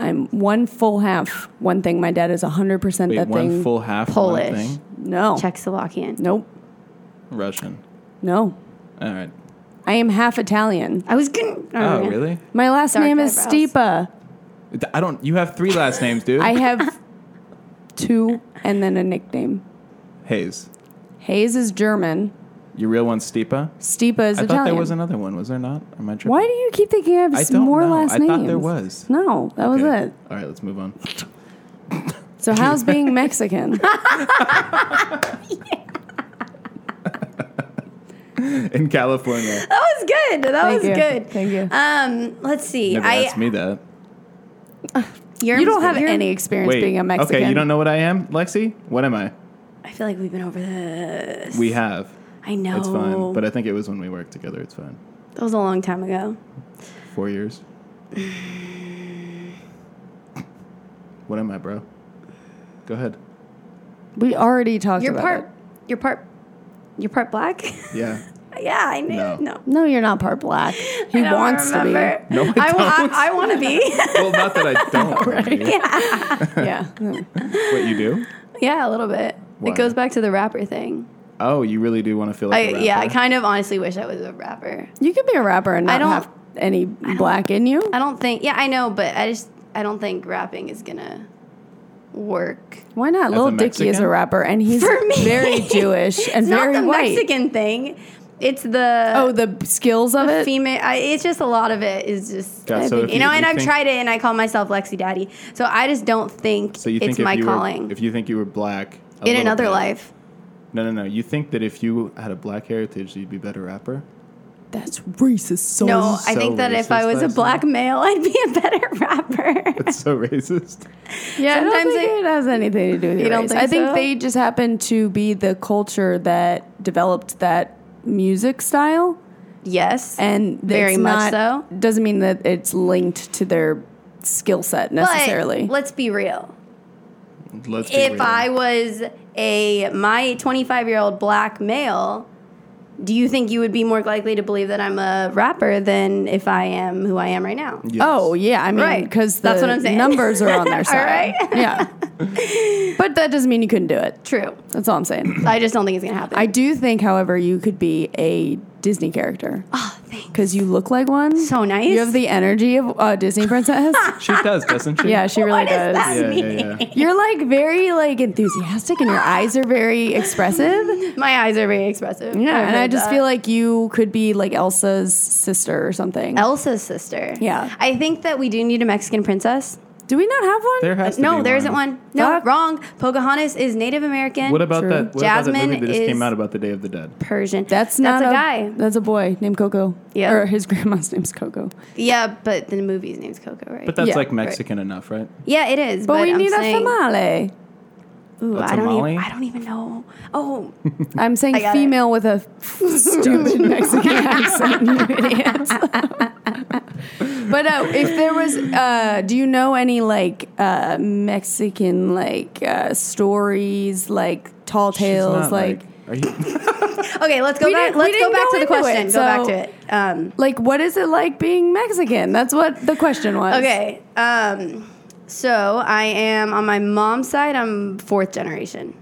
S3: I'm one full half one thing. My dad is hundred percent
S2: Wait,
S3: that
S2: one
S3: thing.
S2: full half
S1: Polish.
S2: one thing.
S3: no,
S1: Czechoslovakian.
S3: nope,
S2: Russian.
S3: no.
S2: All right.
S3: I am half Italian.
S1: I was gonna.
S2: Oh,
S1: yeah.
S2: really?
S3: My last
S1: Dark
S3: name is
S1: eyebrows.
S3: Stipa.
S2: Th- I don't. You have three last names, dude.
S3: I have two and then a nickname.
S2: Hayes.
S3: Hayes is German.
S2: Your real one's Stipa.
S3: Stipa is
S2: I
S3: Italian.
S2: thought there was another one. Was there not? Or Am I tripping?
S3: Why do you keep thinking I have
S2: I
S3: s-
S2: don't
S3: more
S2: know.
S3: last
S2: I
S3: names?
S2: thought there was.
S3: No, that was
S2: Okay.
S3: it.
S2: All right, let's move on.
S3: So how's being Mexican?
S2: In California,
S1: That was good. That
S3: Thank
S1: was
S3: you.
S1: good.
S3: Thank you.
S1: Um, let's see.
S2: never
S1: I
S2: asked me that.
S1: you're-
S3: you don't have
S1: you're-
S3: any experience
S2: Wait,
S3: being a Mexican.
S2: okay, you don't know what I am, Lexi? What am I?
S1: I feel like we've been over this.
S2: We have.
S1: I know.
S2: It's fine, but I think it was when we worked together. It's fine.
S1: that was a long time ago.
S2: Four years. What am I, bro? Go ahead.
S3: We already talked
S1: You're
S3: about
S1: part.
S3: it.
S1: You're part. You're part black.
S2: Yeah.
S1: yeah, I knew.
S2: No.
S1: No. no.
S3: No, you're not part black. He
S1: I don't
S3: wants to
S1: remember.
S2: No, I
S1: I,
S2: don't.
S1: want to be.
S2: well, not that I don't. yeah.
S3: be. Yeah.
S2: What you do?
S1: yeah, a little bit.
S2: Why?
S1: It goes back to the rapper thing.
S2: Oh, you really do want to feel like a
S1: I yeah, I
S2: rapper?
S1: kind of honestly wish I was a rapper.
S3: You could be a rapper and not
S1: I don't-
S3: have any black in you.
S1: I don't think. Yeah, I know, but I just I don't think rapping is gonna work.
S3: Why not?
S2: a
S3: Lil Dicky is
S2: Mexican?
S3: a rapper and he's
S1: For me.
S3: very Jewish and
S1: It's
S3: very
S1: not the
S3: white.
S1: Mexican thing. It's the
S3: Oh, the skills of it.
S1: female. I, it's just a lot of it is just
S2: God,
S1: I
S2: so
S1: think-
S2: if
S1: you know.
S2: you-
S1: and
S2: you
S1: I've
S2: think-
S1: tried it, and I call myself Lexi Daddy. So I just don't think
S2: So you think
S1: it's
S2: if
S1: my
S2: you
S1: calling
S2: Were, if you think you were black a
S1: in
S2: little
S1: another
S2: bit-
S1: life.
S2: No, no, no. You think that if you had a black heritage, you'd be a better rapper?
S3: That's racist. So
S1: No, I
S2: so
S1: think that if I
S2: racist,
S1: was a
S2: Lexi.
S1: black male, I'd be a better rapper.
S2: That's so racist.
S3: yeah, I don't
S1: sometimes
S3: think
S1: I-
S3: it, has anything to do with
S1: You
S3: your
S1: don't
S3: race.
S1: think
S3: I think
S1: so?
S3: they just happen to be the culture that developed that music style,
S1: yes,
S3: and
S1: Very
S3: it's
S1: much
S3: not- Doesn't mean that it's linked to their skill set necessarily.
S1: But let's be real.
S2: Let's be
S1: if
S2: real.
S1: I was a my 25 year old black male, do you think you would be more likely to believe that I'm a rapper than if I am who I am right now?
S2: Yes.
S3: Oh yeah, I mean,
S1: Right.
S3: because
S1: That's what I'm saying.
S3: Numbers are on their side.
S1: right.
S3: Yeah, but that doesn't mean you couldn't do it.
S1: True.
S3: That's all I'm saying.
S1: I just don't think it's gonna happen.
S3: I do think, however, you could be a Disney character. Oh, thanks. Because you look like one.
S1: Ah, So nice.
S3: You have the energy of a Disney princess.
S2: She does, doesn't she?
S3: yeah, she really
S1: What
S3: does.
S1: does that
S2: Yeah,
S1: mean?
S2: yeah, yeah.
S3: You're like very like enthusiastic, and your eyes are very expressive.
S1: My eyes are very expressive. uh,
S3: Yeah,
S1: I've
S3: and I
S1: heard
S3: just
S1: that.
S3: feel like you could be like Elsa's sister or something.
S1: Elsa's sister.
S3: Yeah.
S1: I think that we do need a Mexican princess.
S3: do we not have one?
S2: There has to
S1: no,
S2: be
S1: there
S2: one.
S1: not one. No,
S3: Fuck.
S1: wrong. Pocahontas is Native American.
S2: What about
S3: True.
S2: that? What about that
S1: Jasmine
S2: movie that just
S1: is-
S2: came out about the Day of the Dead?
S1: Persian?
S3: That's not
S1: a, guy.
S3: That's a boy named Coco.
S1: Yeah.
S3: Or his grandma's name's Coco.
S1: Yeah, but the movie's name's Coco, right?
S2: But that's
S3: Yeah.
S2: like Mexican enough, right?
S1: yeah, it is.
S3: But, we
S1: I'm
S3: need
S1: saying,
S3: a tamale.
S1: Ooh,
S2: A
S1: I don't
S2: tamale?
S1: even. I don't even know. Oh,
S3: I'm
S1: I
S3: saying
S1: got it.
S3: female with a stupid Mexican accent. you idiots. but uh, if there was, uh, do you know any like uh, Mexican like uh, stories, like tall
S2: She's
S3: tales,
S2: not,
S3: like,
S2: Are you?
S1: okay. Let's go
S3: We
S1: back.
S3: didn't-
S1: Let's go
S3: we didn't
S1: back to
S3: go
S1: the
S3: into
S1: question.
S3: it,
S1: go back
S3: so-
S1: to it. Um,
S3: like what is it like being Mexican? That's what the question was.
S1: okay. Um, so I am on my mom's side. I'm fourth generation.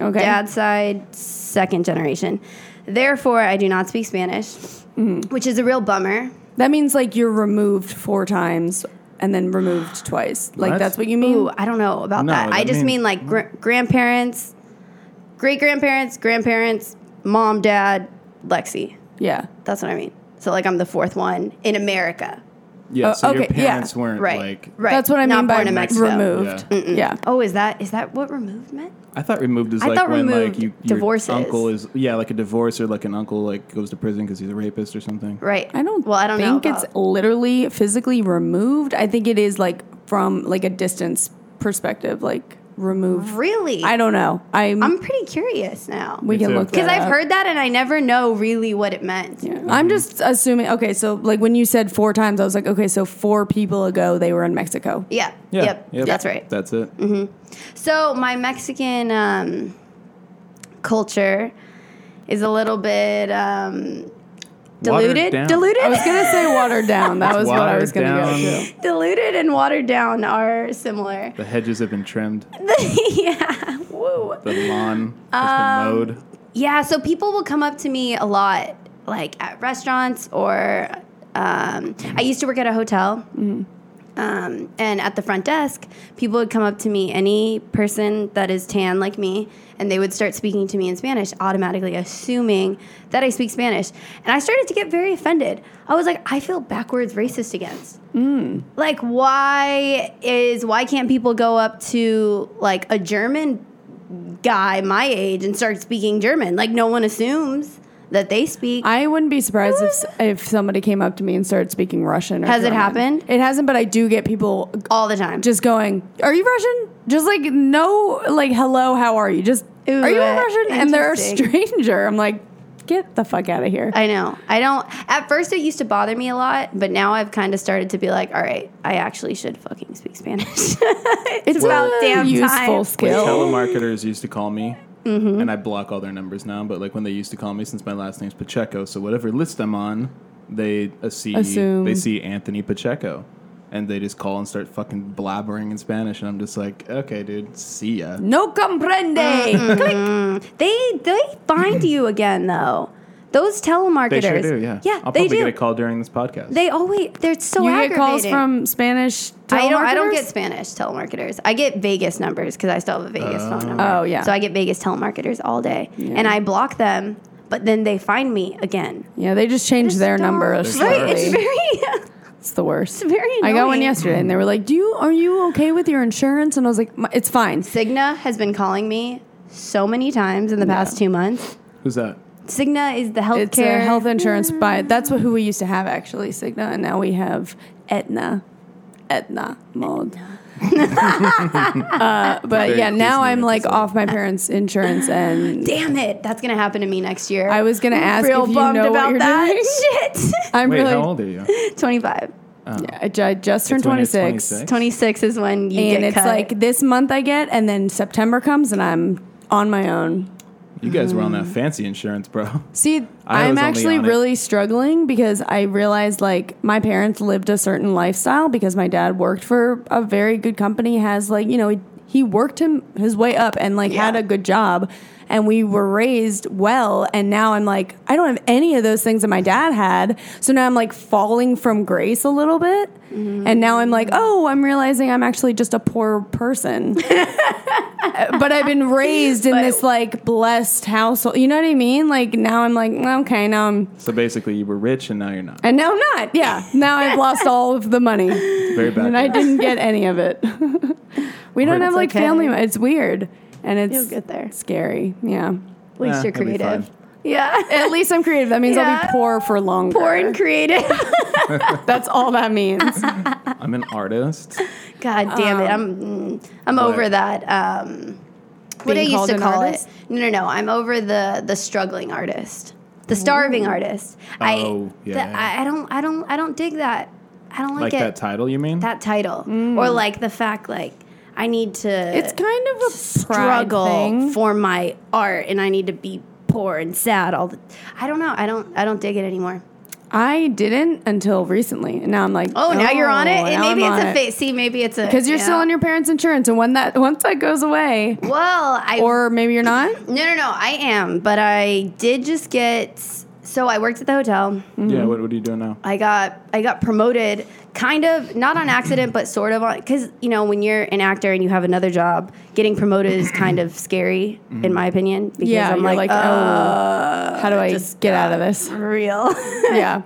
S3: Okay.
S1: dad's side, second generation. Therefore, I do not speak Spanish,
S3: Mm-hmm.
S1: which is a real bummer.
S3: That means like you're removed four times and then removed twice. Like
S2: What?
S3: that's what you mean.
S1: Ooh, I don't know about
S2: No,
S1: that. I
S2: that
S1: just mean
S2: means-
S1: like gr- grandparents, great grandparents, grandparents, mom, dad, Lexi.
S3: Yeah.
S1: That's what I mean. So like I'm the fourth one in America,
S2: Yeah.
S3: Uh,
S2: so your
S3: okay, yeah.
S2: parents weren't
S1: right?
S2: like.
S1: right.
S3: That's what I
S1: Not
S3: mean by
S1: born in Mexico.
S3: removed.
S2: Yeah.
S3: yeah.
S1: Oh, is that is that what removed meant?
S2: I thought removed is
S1: I
S2: like
S1: thought
S2: when
S1: removed
S2: like you your
S1: divorces.
S2: uncle is yeah like a divorce or like an uncle like goes to prison because he's a rapist or something.
S1: Right.
S3: I don't.
S1: Well, I don't
S3: think
S1: know
S3: it's
S1: about-
S3: literally physically removed. I think it is like from like a distance perspective, like removed.
S1: really.
S3: I don't know. I'm.
S1: I'm pretty curious now
S3: we
S2: Me
S3: can
S2: too.
S3: look
S1: because
S3: that
S1: I've
S3: up.
S1: heard that and I never know really what it meant.
S3: Yeah.
S2: Mm-hmm.
S3: I'm just assuming. Okay, so like when you said four times, I was like, okay, so four people ago they were in Mexico.
S1: Yeah.
S2: Yeah.
S1: Yep. That's right. Mm-hmm.
S2: That's it.
S1: So my Mexican um, culture is a little bit um,
S2: Watered
S1: diluted,
S2: down.
S3: I
S1: diluted,
S3: was gonna say watered down. That was what I was
S2: Watered
S3: gonna go
S2: down.
S3: to.
S1: diluted, and watered down are similar.
S2: The hedges have been trimmed.
S1: yeah. Whoa.
S2: The lawn has
S1: Um,
S2: been mowed.
S1: Yeah. So people will come up to me a lot, like at restaurants or. Um, I used to work at a hotel. Um, and at the front desk, people would come up to me, any person that is tan like me, and they would start speaking to me in Spanish, automatically assuming that I speak Spanish. And I started to get very offended. I was like, I feel backwards racist against. Like, why is why can't people go up to like a German guy my age and start speaking German? Like, no one assumes that they speak.
S3: I wouldn't be surprised if if somebody came up to me and started speaking Russian. Or
S1: Has it
S3: German.
S1: happened?
S3: It hasn't, but I do get people
S1: all the time.
S3: just going, "Are you Russian?" Just like no, like hello, how are you? Just
S1: Ooh,
S3: are you
S1: uh,
S3: Russian? And they're a
S1: interesting.
S3: stranger. I'm like, get the fuck out of here.
S1: I know. I don't. At first, it used to bother me a lot, but now I've kind of started to be like, all right, I actually should fucking speak Spanish. it's, about
S3: a
S1: damn
S3: useful
S1: time.
S2: When
S3: skill.
S2: telemarketers used to call me,
S1: Mm-hmm.
S2: and I block all their numbers now. But like when they used to call me, since my last name's Pacheco, so whatever list I'm on, they uh, see
S3: Assume.
S2: they see Anthony Pacheco, and they just call and start fucking blabbering in Spanish, and I'm just like, okay, dude, see ya.
S3: No comprende.
S1: They they find you again though. Those telemarketers.
S2: They sure do, yeah.
S1: Yeah,
S2: I'll
S1: they
S2: probably
S1: do.
S2: get a call during this podcast.
S1: They always. They're so
S3: you
S1: aggravating.
S3: get calls from Spanish telemarketers?
S1: I don't. I don't get Spanish telemarketers. I get Vegas numbers because I still have a Vegas phone number.
S3: Oh, yeah.
S1: So I get Vegas telemarketers all day, and I block them. But then they find me again.
S3: Yeah, they just changed their number.
S1: Right?
S2: slowly.
S1: It's
S3: slightly.
S1: very.
S3: It's the worst.
S1: It's very
S3: I got one
S1: annoying.
S3: yesterday, and they were like, "Do you are you okay with your insurance?" And I was like, "M- "It's fine."
S1: Cigna has been calling me so many times in the past two months.
S2: Who's that?
S1: Cigna is the healthcare. Mm.
S3: It's a health insurance by that's what who we used to have actually Cigna, and now we have Aetna, Aetna mode. uh, but
S2: Very
S3: yeah, now
S2: Disney
S3: I'm like
S2: episode.
S3: off my parents' insurance, and
S1: Damn it, that's gonna happen to me next year.
S3: I was gonna ask
S1: real
S3: if you
S1: bummed
S3: know
S1: about
S3: what you're
S1: that
S3: doing.
S1: shit.
S3: I'm
S2: Wait,
S3: really.
S2: how old are you?
S1: Twenty five.
S3: Yeah, I ju- I just turned
S2: when you're
S3: 26,
S2: 26.
S1: Twenty six is when you
S3: and
S1: get
S3: it's
S1: cut.
S3: like this month I get, and then September comes, and I'm on my own.
S2: You guys were on
S1: Mm.
S2: that fancy insurance, bro.
S3: See,
S2: I was
S3: I'm
S2: only
S3: actually
S2: on it-
S3: really struggling because I realized like my parents lived a certain lifestyle because my dad worked for a very good company, has like, you know, he, he worked him his way up and like had
S1: Yeah.
S3: a good job and we were raised well and now I'm like I don't have any of those things that my dad had. So now I'm like falling from grace a little bit.
S1: Mm-hmm.
S3: And now I'm like, "Oh, I'm realizing I'm actually just a poor person." but I've been raised in
S1: But-
S3: this like blessed household. You know what I mean? Like now I'm like okay, now I'm
S2: So basically, you were rich and now you're not.
S3: and now I'm not. Yeah, now I've lost all of the money and
S2: Very bad.
S3: I
S2: guy.
S3: didn't get any of it. we don't
S2: It's
S3: have like
S1: okay.
S3: family. mo- It's weird and it's
S1: You'll get there.
S3: scary. Yeah.
S1: at least
S2: Eh,
S1: you're
S2: it'll be
S1: creative.
S2: fine.
S1: Yeah,
S3: At least I'm creative. That means I'll be
S1: Yeah.
S3: poor for longer.
S1: poor and creative.
S3: That's all that means.
S2: I'm an artist.
S1: God damn it,
S3: Um,
S1: I'm mm, I'm over that. Um, what I
S3: Being
S1: used
S3: called
S1: to
S3: an
S1: call
S3: artist?
S1: it? No, no, no. I'm over the the struggling artist, the starving artist.
S2: Oh,
S1: I,
S2: yeah.
S1: the- I I don't I don't I don't dig that. I don't like,
S2: Like
S1: it.
S2: that title, you mean?
S1: that title or like the fact like I need to
S3: Mm. It's kind of a
S1: struggle
S3: struggle. Thing.
S1: for my art and I need to be poor and sad all the I don't know. I don't I don't dig it anymore.
S3: I didn't until recently, and now I'm like,
S1: Oh, now you're on it.
S3: now
S1: And maybe
S3: I'm
S1: it's
S3: on
S1: a
S3: it.
S1: face. See, maybe it's a
S3: because you're still
S1: yeah.
S3: on your parents' insurance, and when that once that goes away,
S1: Well, I
S3: or maybe you're not.
S1: No, no, no. I am, but I did just get. So I worked at the hotel.
S2: Yeah. What, what are you doing now?
S1: I got I got promoted, kind of not on accident, but sort of on because you know when you're an actor and you have another job, getting promoted is kind of scary in my opinion. Because
S3: Yeah,
S1: I'm
S3: you're
S1: like, uh,
S3: like, oh, how do I get out of this?
S1: oh, real.
S3: Yeah,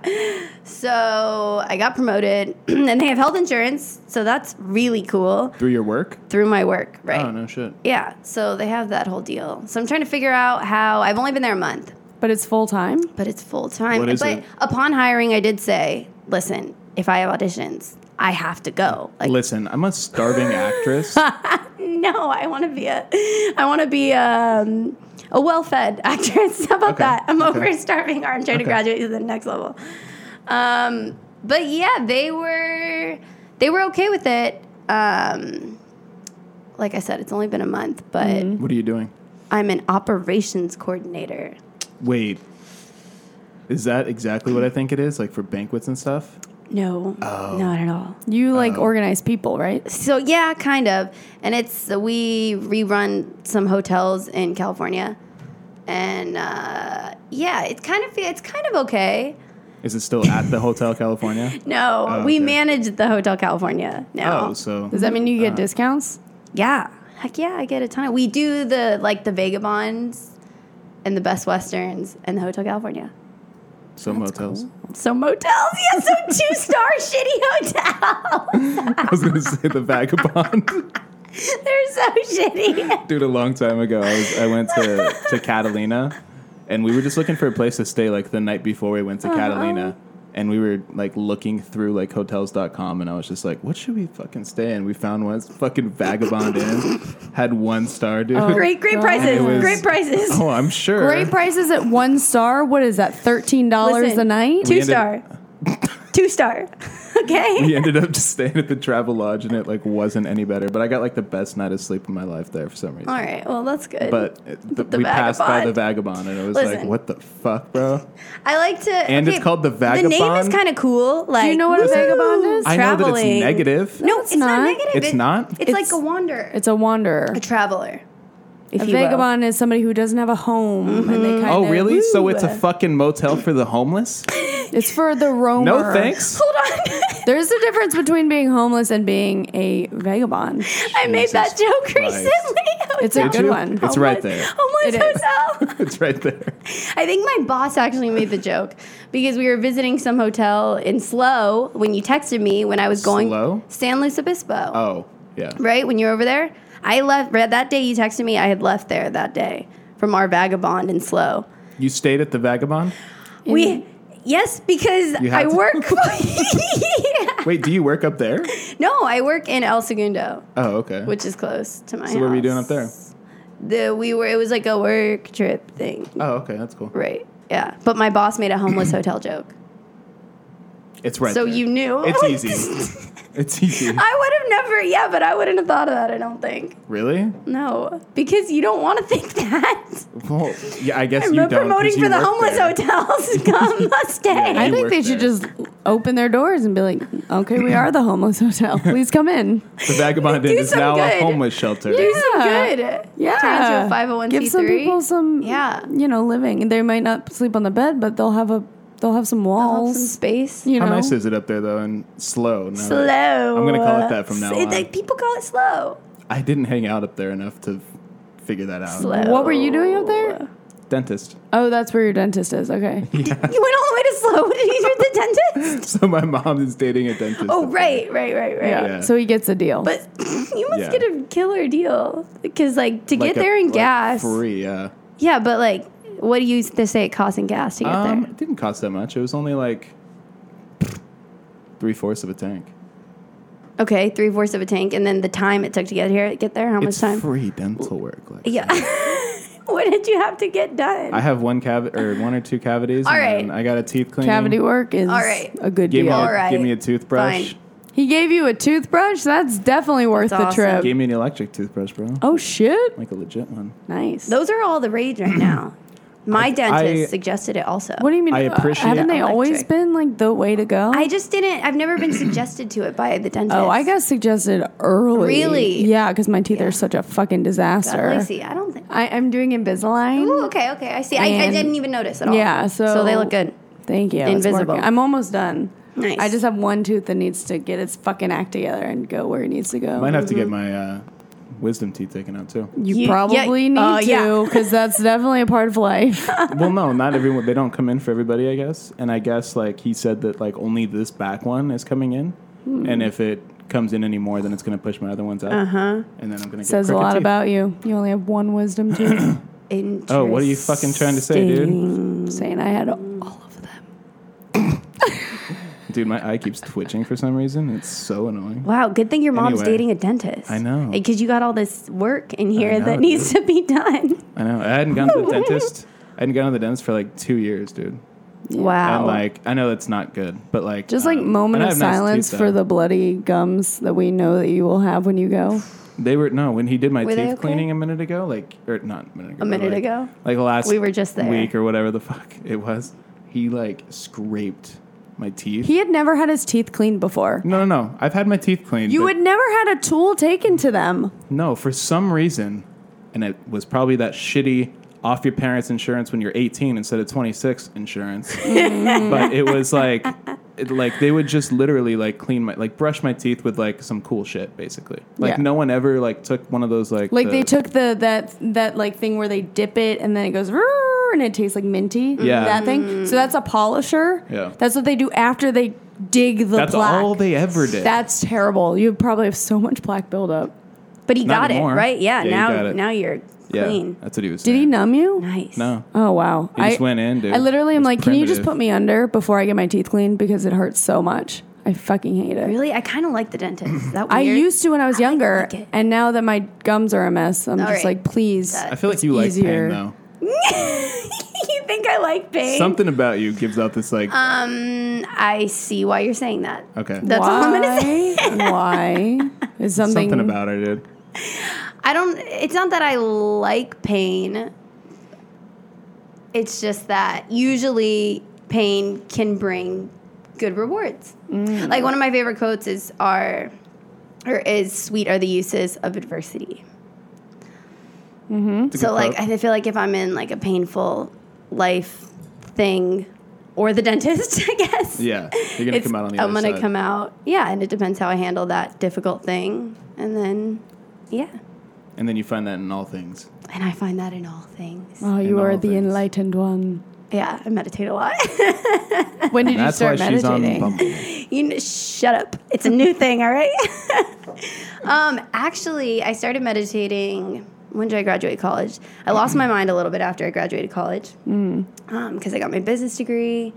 S1: so I got promoted, and they have health insurance, so that's really cool
S2: Through your work?
S1: through my work, right?
S2: Oh no shit.
S1: Yeah, so they have that whole deal. So I'm trying to figure out how. I've only been there a month.
S3: but it's full time.
S1: But it's full time.
S2: What is
S1: but
S2: it?
S1: upon hiring, I did say, listen, if I have auditions, I have to go. Like,
S2: Listen, I'm a starving actress.
S1: no, I want to be a, I want to be um, a well-fed actress. How about
S2: Okay,
S1: that? I'm
S2: okay.
S1: over starving art. I'm trying to
S2: Okay.
S1: graduate to the next level. Um, but yeah, they were, they were okay with it. Um, like I said, it's only been a month, but
S2: what are you doing?
S1: I'm an operations coordinator.
S2: Wait. Is that exactly what I think it is? Like for banquets and stuff?
S1: No,
S2: Oh.
S1: not at all.
S3: You like organize people, right?
S1: So yeah, kind of. And it's uh, we rerun some hotels in California, and uh, yeah, it's kind of it's kind of okay.
S2: Is it still at the Hotel California?
S1: No,
S2: Oh,
S1: we
S2: okay.
S1: manage the Hotel California now.
S2: Oh, so
S3: Does that mean you get discounts?
S1: yeah, heck yeah, I get a ton of. We do the like the Vagabonds and the Best Westerns and the Hotel California.
S2: so motels.
S1: So motels, yeah, so two star shitty hotels.
S2: I was gonna say the vagabond.
S1: They're so shitty.
S2: Dude, a long time ago, I, was, I went to,
S1: Uh-huh.
S2: to Catalina, and we were just looking for a place to stay like the night before we went to Catalina. and we were like looking through like hotels.com and I was just like, what should we fucking stay in? We found one, it's fucking Vagabond Inn, had one star, dude.
S3: Oh.
S2: Oh,
S1: Great, great
S3: God.
S1: prices.
S2: It was-
S1: great prices.
S2: I'm sure.
S3: Great prices at one star. What is that? Thirteen dollars
S1: Listen,
S3: a night.
S1: Two
S2: ended-
S1: star. two star. Okay.
S2: we ended up just staying at the Travel Lodge and it like wasn't any better, but I got like the best night of sleep of my life there for some reason.
S1: All right. Well, that's good.
S2: But it- th-
S1: the
S2: we passed by
S1: Vagabond.
S2: the Vagabond and it was like,
S1: Listen.
S2: what the fuck, bro?
S1: I like to.
S2: And it's called the
S1: The name is
S2: Vagabond?
S1: kind of cool. Like,
S3: you know what a
S1: woo,
S3: vagabond is?
S2: I know that it's
S1: traveling.
S2: negative.
S1: No,
S3: it's
S1: it's, not.
S3: not.
S1: negative.
S2: It's not?
S1: It's,
S3: It's-
S1: like a wanderer.
S3: It's a wanderer.
S1: a traveler. If
S3: A
S1: you will.
S3: vagabond is somebody who doesn't have a home. And they kinda,
S2: Oh, really? So
S3: Woo.
S2: it's a fucking motel for the homeless?
S3: it's for the roamer.
S2: No thanks.
S1: Hold on.
S3: There's a difference between being homeless and being a vagabond.
S1: I made that
S2: Jesus
S1: joke
S2: Christ.
S1: recently.
S3: It's a
S1: Hotel.
S3: good
S2: you?
S3: one.
S1: "Oh,
S2: It's right there.
S1: Homeless
S3: It is.
S1: hotel.
S2: It's right there.
S1: I think my boss actually made the joke because we were visiting some hotel in Slow when you texted me when I was going
S2: Slow?
S1: San Luis Obispo.
S2: Oh, yeah.
S1: Right when you were over there, I left. right, That day you texted me, I had left there that day from our vagabond in Slow.
S2: You stayed at the Vagabond?
S1: We yes, because
S2: You had
S1: I
S2: to.
S1: work.
S2: Wait, do you work up there?
S1: No, I work in El Segundo,
S2: Oh, okay.
S1: which is close to my house.
S2: so what were you doing up there?
S1: The we were. It was like a work trip thing.
S2: Oh, okay, that's cool.
S1: Right. Yeah. But my boss made a homeless hotel joke.
S2: It's right
S1: so
S2: there.
S1: you knew.
S2: It's easy. It's easy.
S1: I would have never, yeah, but I wouldn't have thought of that, I don't think.
S2: really?
S1: No, because you don't want to think that.
S2: Well, yeah, I guess you
S1: Remote
S2: don't. 'cause
S1: promoting
S2: you
S1: for the
S2: work
S1: homeless
S2: there.
S1: hotels. Come, must stay.
S2: Yeah,
S3: I
S2: You
S3: think
S2: work
S3: they should
S2: there.
S3: just open their doors and be like, okay, we are the homeless hotel. Please come in.
S2: The Vagabond
S1: Do
S2: Inn is
S1: some
S2: now
S1: good.
S2: a homeless shelter.
S1: Do some
S3: Yeah.
S1: good.
S3: Yeah.
S1: Turn into a 501c3.
S3: Give some people some,
S1: Yeah.
S3: you know, living. And They might not sleep on the bed, but they'll have a, they'll have some
S1: Have
S3: walls.
S1: some space.
S3: You
S2: How
S3: know,
S2: nice is it up there though? And slow. now
S1: Slow.
S2: that- I'm gonna call it that from now
S1: It-
S2: on.
S1: like, people call it slow.
S2: I didn't hang out up there enough to f- figure that out.
S1: Slow.
S3: What were you doing up there?
S2: Dentist.
S3: Oh, that's where your dentist is. Okay.
S1: You went all the way to slow. Did you do the dentist?
S2: So my mom is dating a dentist.
S1: Oh,
S2: up there.
S1: right, right, right, right.
S3: Yeah.
S2: Yeah.
S3: So he gets a deal.
S1: But you must
S2: Yeah.
S1: get a killer deal because, like, to
S2: Like
S1: get
S2: a-
S1: there in
S2: like
S1: gas.
S2: Free, yeah.
S1: Yeah, but like, what do you s- they say it costs in gas to get
S2: Um,
S1: there?
S2: it didn't cost that much. It was only like three fourths of a tank.
S1: Okay, three fourths of a tank, and then the time it took to get here, get there, how much
S2: it's
S1: time?
S2: free dental work. Like
S1: yeah. what did you have to get done?
S2: I have one cav or one or two cavities.
S1: All
S2: and
S1: right.
S2: then I got a teeth cleaning.
S3: Cavity work is
S1: All right.
S3: a good
S2: Gave me,
S3: deal.
S1: All
S2: a,
S1: right.
S2: gave me a toothbrush.
S1: Fine.
S3: He gave you a toothbrush. That's definitely worth
S1: That's
S3: the
S1: awesome.
S3: trip.
S2: Gave me an electric toothbrush, bro.
S3: oh shit!
S2: Like a legit one.
S3: Nice.
S1: Those are all the rage right now. My dentist
S2: I-
S1: suggested it also.
S3: what do you mean?
S2: I
S3: uh,
S2: appreciate-
S3: Haven't they always
S1: Electric.
S3: been like the way to go?
S1: I just didn't. I've never been suggested to it by the dentist.
S3: oh, I got suggested early.
S1: Really?
S3: Yeah, because my teeth
S1: Yeah.
S3: are such a fucking
S1: God,
S3: disaster.
S1: Uh, Lacey, I don't think.
S3: I, I'm doing Invisalign.
S1: Ooh, okay, okay. I see. I, I
S3: And-
S1: didn't even notice at all.
S3: Yeah, so-
S1: so they look good.
S3: Thank you. it's
S1: Invisible.
S3: working. I'm almost done.
S1: Nice.
S3: I just have one tooth that needs to get its fucking act together and go where it needs to go.
S2: Might have to get
S1: Mm-hmm.
S2: my uh, wisdom teeth taken out too.
S3: you,
S1: You- yeah,
S3: probably need
S1: uh,
S3: to
S1: yeah.
S3: because that's definitely a part of life.
S2: well, no, not everyone. They don't come in for everybody, I guess. And I guess like he said that like only this back one is coming in,
S3: Hmm.
S2: and if it comes in any more, then it's gonna push my other ones out. Uh huh. And then I'm gonna
S3: Uh-huh. Says
S2: get
S3: a
S2: crooked
S3: lot
S2: teeth.
S3: about you. You only have one wisdom tooth.
S1: Interesting.
S2: Oh, what are you fucking trying to say, dude?
S3: saying I had all of them.
S2: Dude, my eye keeps twitching for some reason. It's so annoying.
S1: Wow, good thing your mom's
S2: Anyway.
S1: dating a dentist.
S2: I know.
S1: Because you got all this work in here
S2: know,
S1: that needs to be done.
S2: I know. I hadn't gone to the dentist. I hadn't gone to the dentist for like two years, dude.
S1: Wow.
S2: And like, I know that's not good, but like,
S3: Just like
S2: um,
S3: moment
S2: and I
S3: of
S2: have nice
S3: silence
S2: teeth,
S3: for
S2: though.
S3: the bloody gums that we know that you will have when you go.
S2: They were no when he did my
S1: Were
S2: teeth
S1: they okay?
S2: cleaning a minute ago, like or not a minute ago,
S1: A
S2: but,
S1: minute
S2: like-
S1: ago?
S2: like last
S1: We were just there.
S2: week or whatever the fuck it was. He like scraped my teeth.
S3: He had never had his teeth cleaned before.
S2: no, no, no. I've had my teeth cleaned.
S3: You
S2: but
S3: had never had a tool taken to them.
S2: no for some reason, and it was probably that shitty off your parents' insurance when you're 18 instead of 26 insurance. but it was like, it, like they would just literally like clean my like brush my teeth with like some cool shit basically. Like
S3: Yeah.
S2: no one ever like took one of those like
S3: Like they
S2: the-
S3: took the that that like thing where they dip it and then it goes "Rrrr," and it tastes like minty.
S2: Yeah.
S3: That thing.
S1: Mm.
S3: So that's a polisher.
S2: Yeah.
S3: That's what they do after they dig the
S2: That's
S3: plaque.
S2: all they ever did.
S3: That's terrible. You probably have so much plaque buildup.
S1: but he
S2: Not
S1: got
S2: anymore.
S1: it, right? Yeah,
S2: Yeah, you got
S1: now
S2: it.
S1: now you're Clean.
S2: Yeah, that's what he was.
S3: Did he
S2: saying.
S3: numb you?
S1: Nice.
S2: No,
S3: Oh wow!
S2: He just went in, dude.
S3: I literally am
S2: It's
S3: like, can you just
S2: primitive.
S3: put me under before I get my teeth cleaned because it hurts so much. I fucking hate it.
S1: Really, I kind of like the dentist. Is that weird?
S3: I used to when I was younger,
S1: like it.
S3: and now that my gums are a mess, I'm
S1: All
S3: just
S1: right.
S3: like, please.
S1: That-
S2: I feel like
S3: It's
S2: you
S3: easier.
S2: like pain
S1: you think I like
S2: though.
S1: pain?
S2: Something about you gives out this like.
S1: Um, I see why you're saying that.
S2: okay.
S1: That's all I'm gonna say.
S3: Why? Is something,
S2: Something about her, dude.
S1: I don't. It's not that I like pain. It's just that usually pain can bring good rewards. Like one of my favorite quotes is "Are or is sweet are the uses of adversity."
S2: It's a
S1: So
S2: good
S1: like
S2: quote.
S1: I feel like if I'm in like a painful life thing or the dentist, I guess.
S2: yeah, you're gonna
S1: it's-
S2: come out on the
S1: I'm
S2: other
S1: gonna
S2: side.
S1: come out. Yeah, and it depends how I handle that difficult thing. And then yeah.
S2: and then you find that in all things.
S1: And I find that in all things.
S3: Oh, you
S2: In
S3: are
S2: all
S3: the
S2: things.
S3: enlightened one.
S1: Yeah, I meditate a lot.
S3: When did
S2: That's
S3: you
S2: why
S3: start
S2: she's on
S3: meditating?
S2: Bumble.
S1: you kn- shut up. It's a new thing, all right? um, actually, I started meditating when did I graduate college? I lost my mind a little bit after I graduated college because
S2: Mm.
S1: I got my business degree.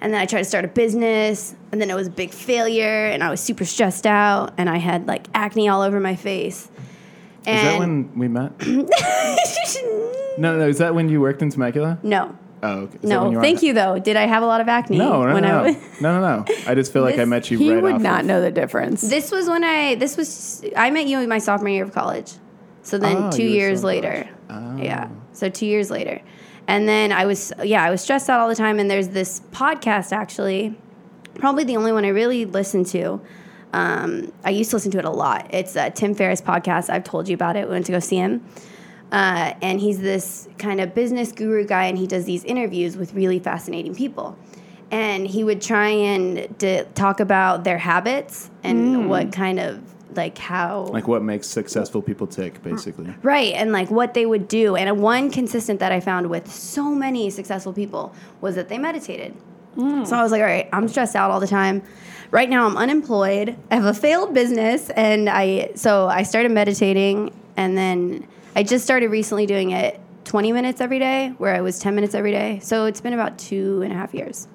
S1: And then I tried to start a business, and then it was a big failure, and I was super stressed out, and I had like acne all over my face.
S2: Is that
S1: And
S2: when we met? No, no. Is that when you worked in Temecula?
S1: no,
S2: Oh, okay. Is that when
S1: no.
S2: were
S1: Thank
S2: on-
S1: you though. Did I have a lot of acne?
S2: No, no,
S1: when
S2: no,
S1: I was-
S2: no, no, no, no. I just feel like I
S1: This-
S2: met you
S3: He
S2: right
S3: would
S2: off
S3: not
S2: of-
S3: know the difference.
S1: This was when I this was I met you in my sophomore year of college. So then
S2: Oh,
S1: two
S2: you were Oh.
S1: years
S2: still in
S1: later.
S2: college.
S1: Yeah. So two years later. And then I was yeah, I was stressed out all the time and there's this podcast actually, probably the only one I really listened to. Um, I used to listen to it a lot. It's uh, Tim Ferriss podcast. I've told you about it. We went to go see him. Uh, and he's this kind of business guru guy, and he does these interviews with really fascinating people. And he would try and d- talk about their habits and what kind of like how
S2: Like what makes successful people tick, basically.
S1: Right, and like what they would do. And uh, one consistent that I found with so many successful people was that they meditated. So I was like, all right, I'm stressed out all the time. Right now I'm unemployed. I have a failed business and I so I started meditating and then I just started recently doing it 20 minutes every day, where I was 10 minutes every day. So it's been about two and a half years.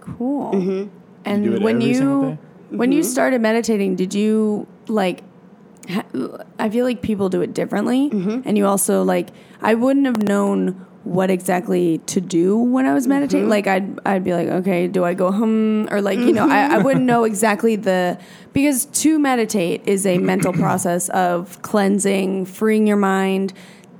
S3: Cool.
S2: You do
S3: And
S2: it
S3: when
S2: every single
S3: you
S2: day?
S3: when you started meditating, did you like? ha- I feel like people do it differently, and you also like. I wouldn't have known what exactly to do when I was meditating. Like I'd I'd be like, okay, do I go hum or like you know I, I wouldn't know exactly the because to meditate is a mental process of cleansing, freeing your mind.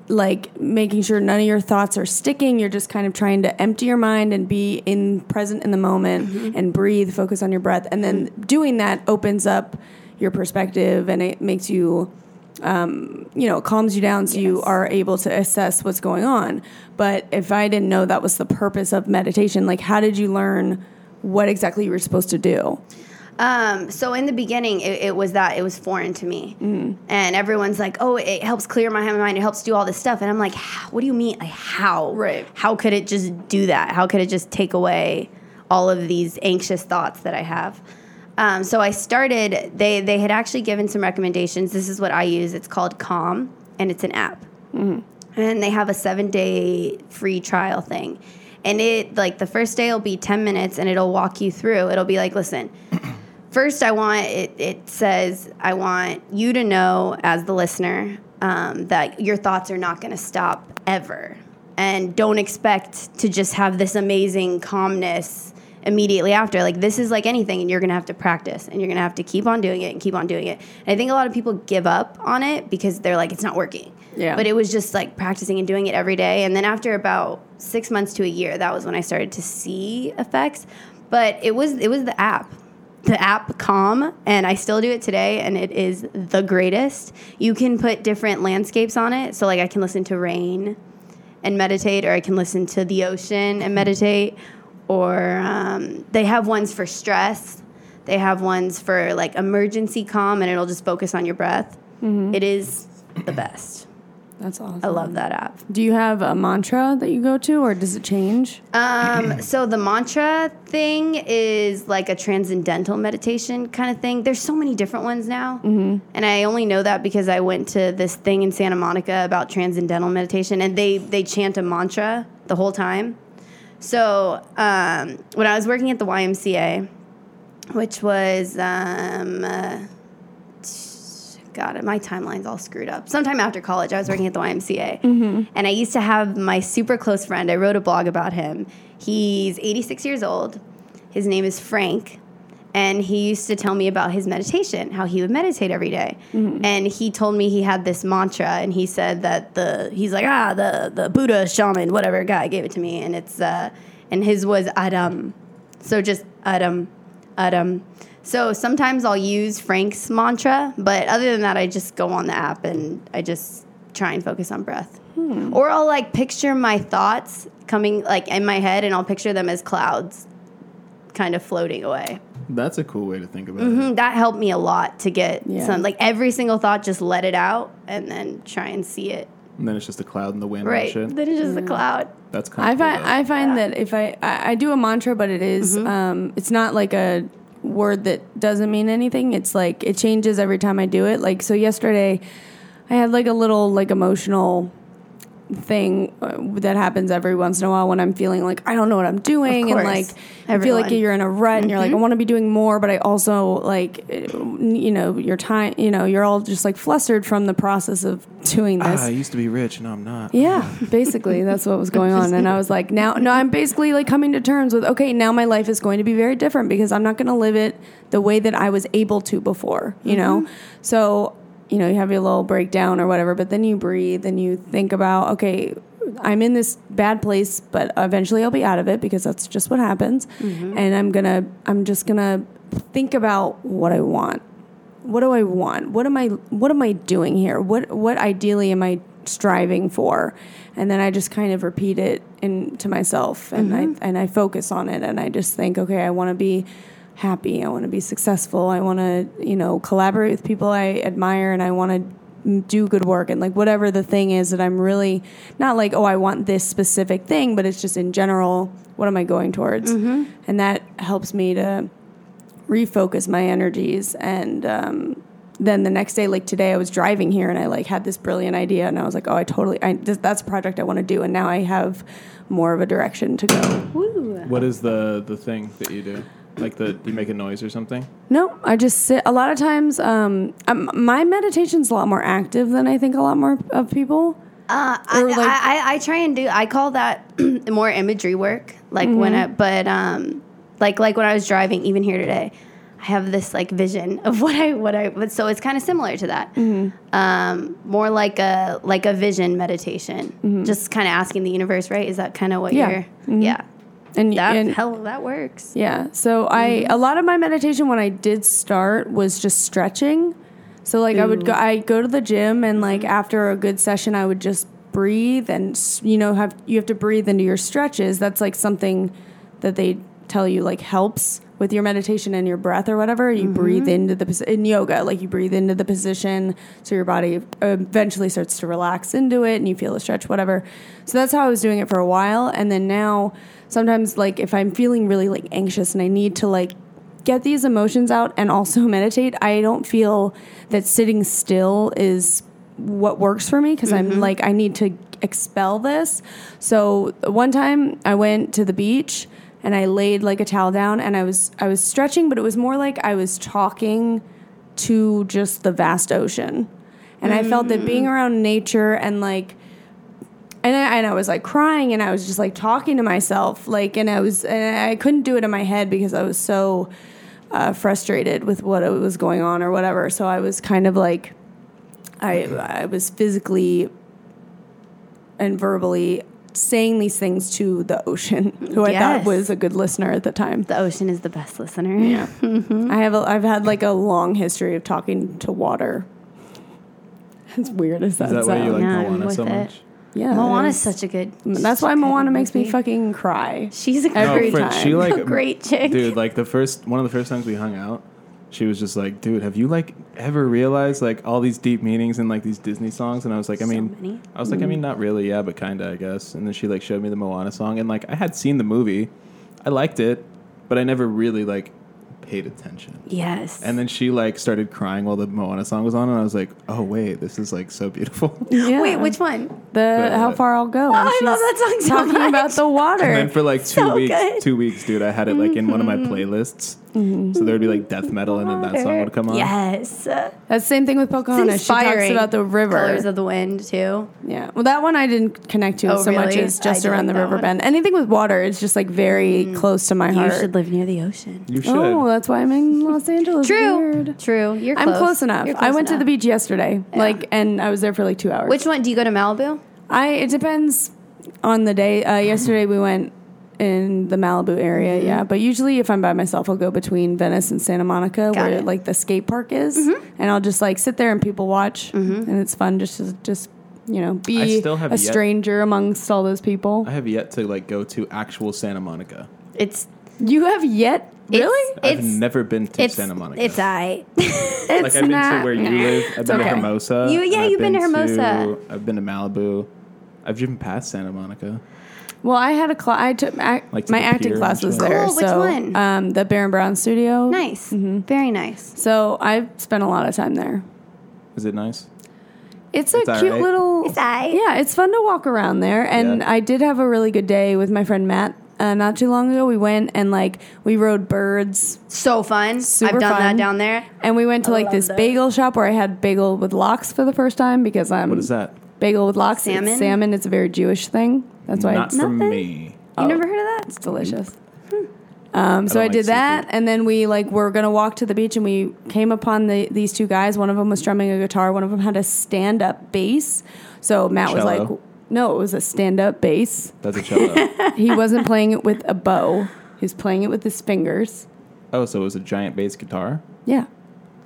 S3: Like making sure none of your thoughts are sticking. You're just kind of trying to empty your mind and be in present in the moment and breathe, focus on your breath. And then doing that opens up your perspective and it makes you um, you know, it calms you down so you are able to assess what's going on. But if I didn't know that was the purpose of meditation, like how did you learn what exactly you were supposed to do?
S1: Um, so in the beginning, it, it was that it was foreign to me, and everyone's like, "Oh, it helps clear my mind. It helps do all this stuff." And I'm like, "How- "What do you mean? Like how?
S3: Right.
S1: How could it just do that? How could it just take away all of these anxious thoughts that I have?" Um, so I started. They they had actually given some recommendations. This is what I use. It's called Calm, and it's an app and they have a seven day free trial thing and it like the first day will be 10 minutes and it'll walk you through it'll be like listen first i want it, it says i want you to know as the listener um, that your thoughts are not going to stop ever and don't expect to just have this amazing calmness immediately after like this is like anything and you're going to have to practice and you're going to have to keep on doing it and keep on doing it and i think a lot of people give up on it because they're like it's not working
S3: Yeah.
S1: but it was just like practicing and doing it every day. And then after about six months to a year, that was when I started to see effects. But it was it was the app. The app Calm, and I still do it today, and it is the greatest. You can put different landscapes on it. So, like, I can listen to rain and meditate, or I can listen to the ocean and meditate, or um, they have ones for stress. They have ones for like emergency calm, and it'll just focus on your breath. It is the best.
S3: That's awesome.
S1: I love that app.
S3: Do you have a mantra that you go to, or does it change?
S1: Um, so the mantra thing is like a transcendental meditation kind of thing. There's so many different ones now, mm-hmm. and I only know that because I went to this thing in Santa Monica about transcendental meditation, and they they chant a mantra the whole time. So um, when I was working at the YMCA, which was um, uh, God, my timeline's all screwed up. Sometime after college, I was working at the YMCA, and I used to have my super close friend. I wrote a blog about him. He's 86 years old. His name is Frank, and he used to tell me about his meditation, how he would meditate every day. And he told me he had this mantra, and he said that the he's like ah the the Buddha shaman whatever guy gave it to me, and it's uh and his was Adam, so just Adam, Adam. um, So sometimes I'll use Frank's mantra, but other than that, I just go on the app and I just try and focus on breath. Or I'll like picture my thoughts coming like in my head and I'll picture them as clouds kind of floating away.
S2: That's a cool way to think about it.
S1: Mm, That helped me a lot to get
S3: Yeah.
S1: some like every single thought, just let it out and then try and see it.
S2: And then it's just a cloud in the wind
S1: Right.
S2: and shit.
S1: Then it's just a cloud.
S2: That's kind
S3: I
S2: of cool,
S3: find
S2: though.
S3: I find that if I, I I do a mantra, but it is,
S1: Mm-hmm.
S3: um, it's not like a word that doesn't mean anything. It's like it changes every time I do it. Like so yesterday, I had like a little like emotional thing uh, that happens every once in a while when I'm feeling like I don't know what I'm doing and
S1: course.
S3: like I feel
S1: Everyone.
S3: like
S1: Mm-hmm.
S3: you're in a rut and you're like I want to be doing more but I also like it- you know your time you know you're all just like flustered from the process of doing this
S2: Ah, I used to be rich, and I'm not.
S3: yeah, basically that's what was going on, and I was like, now, no, I'm basically like coming to terms with okay, now my life is going to be very different because I'm not going to live it the way that I was able to before, you know. So, you know, you have your little breakdown or whatever, but then you breathe and you think about okay, I'm in this bad place, but eventually I'll be out of it because that's just what happens, and I'm gonna, I'm just gonna think about what I want what do I want? What am I what am I doing here? What what ideally am I striving for? And then I just kind of repeat it in to myself and I and I focus on it and I just think, okay, I want to be happy. I want to be successful. I want to, you know, collaborate with people I admire and I want to do good work and like whatever the thing is that I'm really not like, oh, I want this specific thing, but it's just in general, what am I going towards? And that helps me to refocus my energies and um, then the next day like today i was driving here and i like had this brilliant idea and i was like oh i totally I, this, that's a project i want to do and now i have more of a direction to go
S1: Woo.
S2: What is the the thing that you do? Like the do you make a noise or something?
S3: no i just sit a lot of times um, um, my meditation's a lot more active than i think a lot more of people
S1: Uh, I,
S3: Or, like-
S1: I, I, I try and do. I call that more imagery work. Like when
S3: Mm-hmm.
S1: I, but um, like like when I was driving, even here today, I have this like vision of what I what I. But so it's kind of similar to that.
S3: Mm-hmm.
S1: Um, more like a like a vision meditation. Just kind of asking the universe, right? Is that kind of what
S3: Mm-hmm.
S1: you're?
S3: Yeah.
S1: Yeah.
S3: and,
S1: That
S3: and
S1: hell that works.
S3: Yeah. So I a lot of my meditation when I did start was just stretching. So like I would go I go to the gym and like after a good session I would just breathe and s- you know have you have to breathe into your stretches. That's like something that they tell you like helps with your meditation and your breath or whatever. You breathe into the posi- in yoga like you breathe into the position so your body eventually starts to relax into it and you feel a stretch whatever. So that's how I was doing it for a while and then now sometimes like if I'm feeling really like anxious and I need to like get these emotions out and also meditate, I don't feel that sitting still is what works for me because I'm like I need to expel this. So one time I went to the beach and I laid like a towel down and I was I was stretching, but it was more like I was talking to just the vast ocean. And I felt that being around nature and like and I, and I was like crying and I was just like talking to myself like and I was and I couldn't do it in my head because I was so uh, frustrated with what was going on or whatever so I was kind of like I I was physically and verbally saying these things to the ocean who I
S1: Yes.
S3: thought was a good listener at the time
S1: The ocean is the best listener.
S3: yeah
S1: Mm-hmm.
S3: I have a, I've had like a long history of talking to water as weird as that,
S2: Is that why
S3: sounds
S2: you like
S1: No, I'm
S2: Moana so
S1: with it.
S2: much?
S3: yeah
S1: Moana's
S3: it is.
S1: such a good.
S3: That's why
S1: she's a good
S3: Moana makes me
S1: movie.
S3: fucking cry.
S1: She's a
S3: No,
S1: great.
S3: for-
S2: Fritz, Oh, she
S3: time.
S2: like
S1: a great chick.
S2: dude. Like the first one of the first times we hung out, she was just like, "Dude, have you like ever realized like all these deep meanings in like these Disney songs?" And I was like, "I
S1: So
S2: mean,
S1: many.
S2: I was like, I mean, not really, yeah, but kinda, I guess." And then she like showed me the Moana song, and like I had seen the movie, I liked it, but I never really like paid attention.
S1: Yes.
S2: And then she like started crying while the Moana song was on, and I was like, "Oh wait, this is like so beautiful."
S3: Yeah.
S1: Wait, which one?
S3: the
S2: But-
S3: how far I'll go?
S1: I love that song so
S3: Talking
S1: much.
S3: about the water.
S2: And then for like two
S1: So
S2: weeks,
S1: good. Mm-hmm.
S2: two weeks, dude, I had it like in one of my playlists. So there would be like death metal, and then that song would come on.
S1: Yes.
S3: That's the same thing with Pocahontas. Oh, She talks
S1: inspiring.
S3: about the river.
S1: Colors of the Wind too.
S3: yeah. Well, that one I didn't connect to
S1: Oh,
S3: so much
S1: really?
S3: as just
S1: I did
S3: around the
S1: like that
S3: river
S1: one.
S3: bend. Anything with water is just like very close to my heart.
S1: You should live near the ocean.
S2: You should.
S3: oh, that's why I'm in Los Angeles.
S1: True.
S3: Weird.
S1: True. You're close.
S3: I'm close enough.
S1: You're
S3: I
S1: close
S3: went to the
S1: enough.
S3: beach yesterday, like, and I was there for like two hours.
S1: Which one? Do you go to Malibu?
S3: I it depends on the day. Uh, yesterday we went in the Malibu area,
S1: Mm-hmm.
S3: yeah. But usually, if I'm by myself, I'll go between Venice and Santa Monica,
S1: Got
S3: where
S1: it. Mm-hmm.
S3: like the skate park is, and I'll just like sit there and people watch, and it's fun just to just you know
S2: I
S3: be
S2: still have
S3: a
S2: yet-
S3: stranger amongst all those people.
S2: I have yet to like go to actual Santa Monica.
S1: It's
S3: You have yet really.
S1: It's,
S2: I've
S1: it's,
S2: never been to
S1: it's
S2: Santa Monica.
S1: It's I.
S2: like I've been
S3: not-
S2: to where you live. I've been
S3: okay.
S2: to Hermosa.
S1: You-
S2: and
S1: yeah,
S2: I've
S1: you've been to Hermosa.
S2: to- I've been to Malibu. I've driven past Santa Monica.
S3: Well, I had a class. I took ac-
S2: Like to
S3: my
S2: the
S3: acting
S2: pier
S3: class
S2: and
S3: was
S2: stuff.
S3: there.
S1: Cool, Oh, which
S3: so,
S1: one?
S3: Um, the Baron Brown Studio.
S1: nice. Mm-hmm. Very nice.
S3: So I've spent a lot of time there.
S2: Is it nice?
S3: It's,
S2: It's
S3: a
S2: all
S3: cute
S2: right.
S3: little.
S1: It's all right.
S3: Yeah, it's fun to walk around there, and
S2: Yeah.
S3: I did have a really good day with my friend Matt. Uh, not too long ago, we went and like we rode birds,
S1: So fun.
S3: Super
S1: I've done
S3: fun.
S1: that down there.
S3: and we went to like
S1: love
S3: this
S1: that.
S3: bagel shop where I had bagel with lox for the first time because I'm
S2: What is that?
S3: bagel with lox? It's
S1: Salmon?
S3: salmon. It's a very Jewish thing. That's why
S2: Not Oh.
S3: it's,
S2: for
S1: Nothing.
S2: me.
S1: You never heard of that?
S3: it's delicious. Um, so I,
S2: don't like
S3: did that,
S2: seafood.
S3: and then we like were gonna walk to the beach, and we came upon the, these two guys. One of them was strumming a guitar. One of them had a stand up bass. So Matt was
S2: Cello.
S3: like, "No, it was a stand up bass."
S2: That's a cello.
S3: he wasn't playing it with a bow. He was playing it with his fingers.
S2: oh, so it was a giant bass guitar.
S3: Yeah.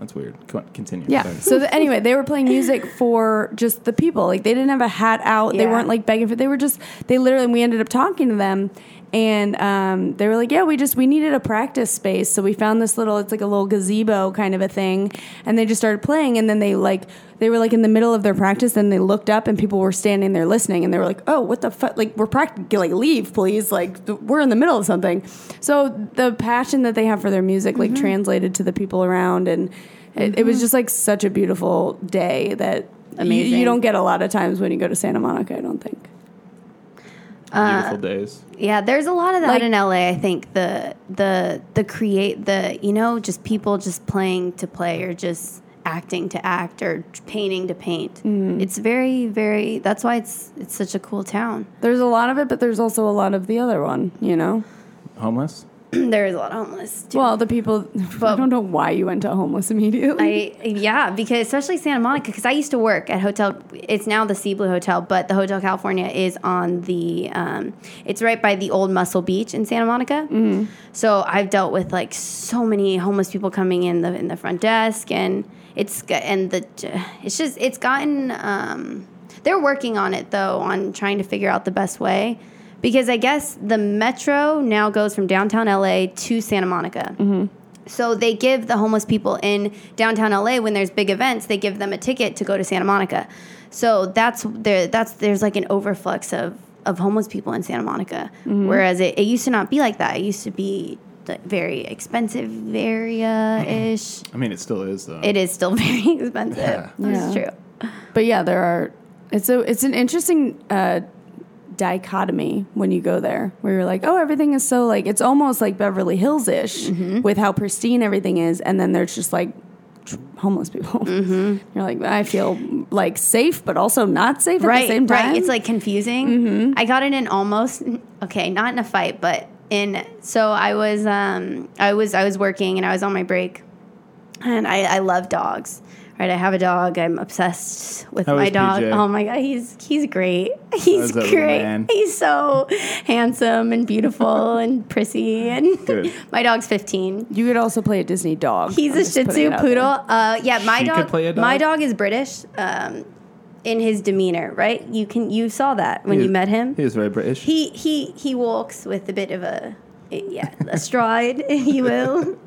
S2: That's weird. Come on, continue.
S3: Yeah.
S2: Sorry.
S3: So the, anyway, they were playing music for just the people. Like they didn't have a hat out. They
S1: Yeah.
S3: weren't like begging for. They were just. They literally. We ended up talking to them, and um, they were like, "Yeah, we just we needed a practice space, so we found this little. It's like a little gazebo kind of a thing, and they just started playing. And then they like they were like in the middle of their practice, and they looked up, and people were standing there listening, and they were like, "Oh, what the fuck? Like we're practicing. Like leave, please. Like th- we're in the middle of something." So the passion that they have for their music like translated to the people around and. It, it was just like such a beautiful day that you- You,
S1: Amazing.
S3: don't get a lot of times when you go to Santa Monica, I don't think.
S1: uh,
S2: Beautiful days.
S1: Yeah, there's a lot of that
S3: Like-
S1: in LA. I think the the the create the you know just people just playing to play or just acting to act or painting to paint. It's very very. That's why it's it's such a cool town.
S3: There's a lot of it, but there's also a lot of the other one, you know?
S2: Homeless.
S1: there is a lot of homeless. Too.
S3: Well, the people, I don't know why you went to homeless immediately.
S1: I yeah, because especially Santa Monica, because I used to work at hotel. It's now the Sea Blue Hotel, but the Hotel California is on the. Um, it's right by the old Muscle Beach in Santa Monica. So I've dealt with like so many homeless people coming in the in the front desk, and it's g- and the it's just it's gotten. Um, they're working on it though, on trying to figure out the best way. Because I guess the metro now goes from downtown LA to Santa Monica. So they give the homeless people in downtown LA when there's big events, they give them a ticket to go to Santa Monica. So that's there. That's there's like an overflux of of homeless people in Santa Monica,
S3: Mm-hmm.
S1: whereas it, it used to not be like that. It used to be the very expensive area ish.
S2: I mean, it still is though.
S1: It is still very expensive. That's
S3: Mm-hmm. Yeah.
S1: true.
S3: But yeah, there are, it's, a, it's an interesting uh, dichotomy when you go there where you're like, oh, everything is so like, it's almost like Beverly Hills ish with how pristine everything is. And then there's just like, tr- homeless people you're like i feel like safe but also not safe at the same time Mm-hmm.
S1: Right. It's like confusing. I got in an almost okay, not in a fight, but in so I was um I was I was working and I was on my break and I, I love dogs. Right, I have a dog. I'm obsessed with
S2: How
S1: my
S2: is
S1: dog.
S2: PJ?
S1: Oh my god, he's he's great. He's
S2: How's that
S1: great.
S2: little man?
S1: He's so handsome and beautiful and prissy. And
S2: Good.
S1: my dog's 15.
S3: You could also play a Disney dog.
S1: He's
S3: I'm
S1: a
S3: just
S1: Shih
S3: putting
S1: Tzu
S3: it out
S1: poodle. Uh, yeah, my
S2: She could
S1: dog,
S2: play a dog?
S1: My dog is British. Um, in his demeanor, right? You can you saw that when
S2: He
S1: you
S2: is-
S1: met him.
S2: He is very British.
S1: He he he walks with a bit of a yeah a stride, if you will.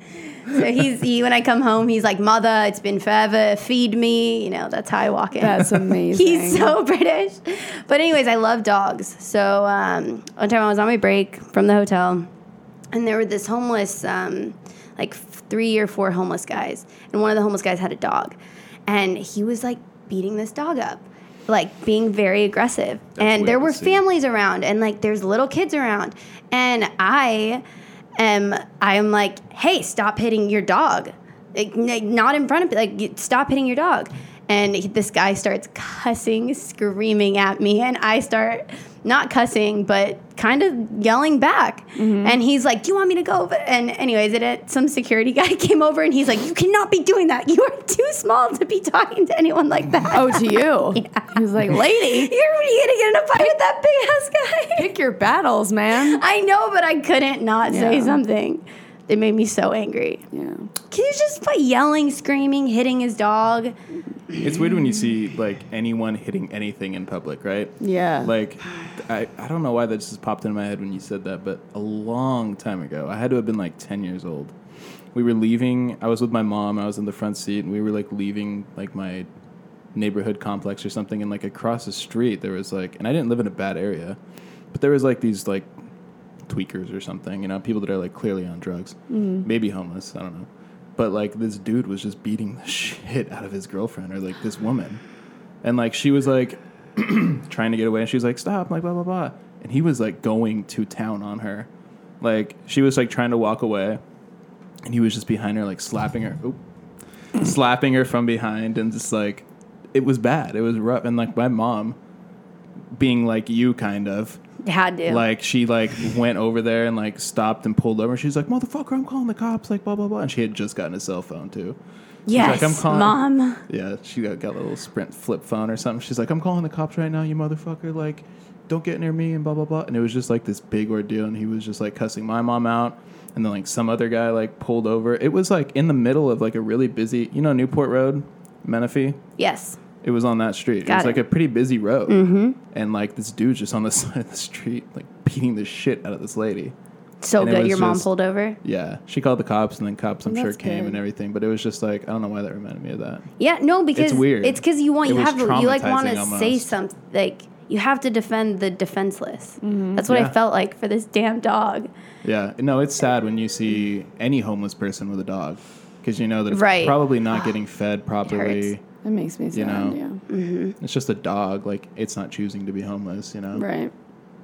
S1: So he's he, when I come home, he's like, "Mother, it's been forever. Feed me." You know, that's how I walk in.
S3: That's amazing.
S1: He's so British. But anyways, I love dogs. So um, one time I was on my break from the hotel, and there were this homeless, um, like f- three or four homeless guys, and one of the homeless guys had a dog, and he was like beating this dog up, like being very aggressive,
S2: That's
S1: and there
S2: weird to
S1: were
S2: see.
S1: families around, and like there's little kids around, and I am um, I'm like, hey, stop hitting your dog, like n- not in front of like y- stop hitting your dog, and he- this guy starts cussing, screaming at me, and I start not cussing, but kind of yelling back.
S3: Mm-hmm.
S1: And he's like, "Do you want me to go?" over?" And anyways, it, it some security guy came over, and he's like, "You cannot be doing that. You are too small to be talking to anyone like that."
S3: Oh, to you. He was like, lady,
S1: You're really gonna get in a fight with that big ass guy.
S3: pick your battles, man.
S1: I know, but I couldn't not say
S3: Yeah.
S1: something. It made me so angry.
S3: Yeah.
S1: Can you just play yelling, screaming, hitting his dog?
S2: It's weird when you see like anyone hitting anything in public, right?
S3: Yeah.
S2: Like, I, I don't know why that just popped into my head when you said that, but a long time ago, I had to have been like 10 years old. We were leaving, I was with my mom, I was in the front seat, and we were like leaving like my neighborhood complex or something, and like across the street, there was like, and I didn't live in a bad area, but there was like these like tweakers or something, you know, people that are like clearly on drugs, maybe homeless, I don't know. But like this dude was just beating the shit out of his girlfriend or like this woman. And like she was like trying to get away and she was like, Stop, like blah blah blah. And he was like going to town on her. Like she was like trying to walk away and he was just behind her, like slapping her oop, slapping her from behind and just like it was bad. It was rough. And like my mom being like you kind of
S1: Had to.
S2: like she like went over there and like stopped and pulled over. She's like, "Motherfucker, I'm calling the cops!" Like blah blah blah. And she had just gotten a cell phone too.
S1: yes,
S2: I'm calling-
S1: mom.
S2: Yeah, she got, got a little Sprint flip phone or something. She's like, "I'm calling the cops right now, you motherfucker!" Like, don't get near me and blah blah blah. And it was just like this big ordeal, and he was just like cussing my mom out. And then like some other guy like pulled over. It was like in the middle of like a really busy, you know, Newport Road, Menifee.
S1: Yes.
S2: It was on that street.
S1: Got
S2: it was
S1: it.
S2: like a pretty busy road, mm-hmm. and like this dude's just on the side of the street, like beating the shit out of this lady.
S1: So
S2: And it
S1: good.
S2: was
S1: Your mom
S2: just-
S1: pulled over.
S2: Yeah, she called the cops, and then cops, I'm sure,
S3: That's
S2: came
S3: good.
S2: and everything. But it was just like I don't know why that reminded me of that.
S1: Yeah. No, because
S2: weird.
S1: It's because you want
S2: It
S1: you
S2: was
S1: have you like
S2: traumatizing
S1: want to say
S2: almost.
S1: something like. You have to defend the defenseless. That's what I
S2: Mm-hmm. Yeah.
S1: felt like for this damn dog.
S2: Yeah, no, it's sad when you see any homeless person with a dog because you know that it's
S1: Right. Ah,
S2: probably not getting fed properly.
S1: hurts.
S3: That makes me sad.
S2: know.
S3: Yeah.
S2: It's just a dog; like it's not choosing to be homeless, you know.
S3: Right.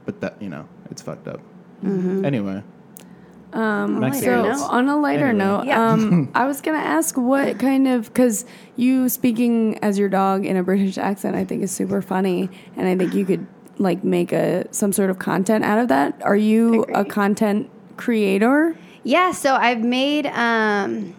S2: But that you know, it's fucked up.
S1: Mm-hmm.
S2: Anyway, um,
S1: Fair
S3: So
S1: enough.
S3: on a lighter
S2: Anyway.
S3: note,
S1: Yeah.
S3: um, I was gonna ask what kind of because you speaking as your dog in a British accent, I think is super funny, and I think you could like make a some sort of content out of that. Are you a
S1: Agree.
S3: content creator?
S1: Yeah, so I've made um,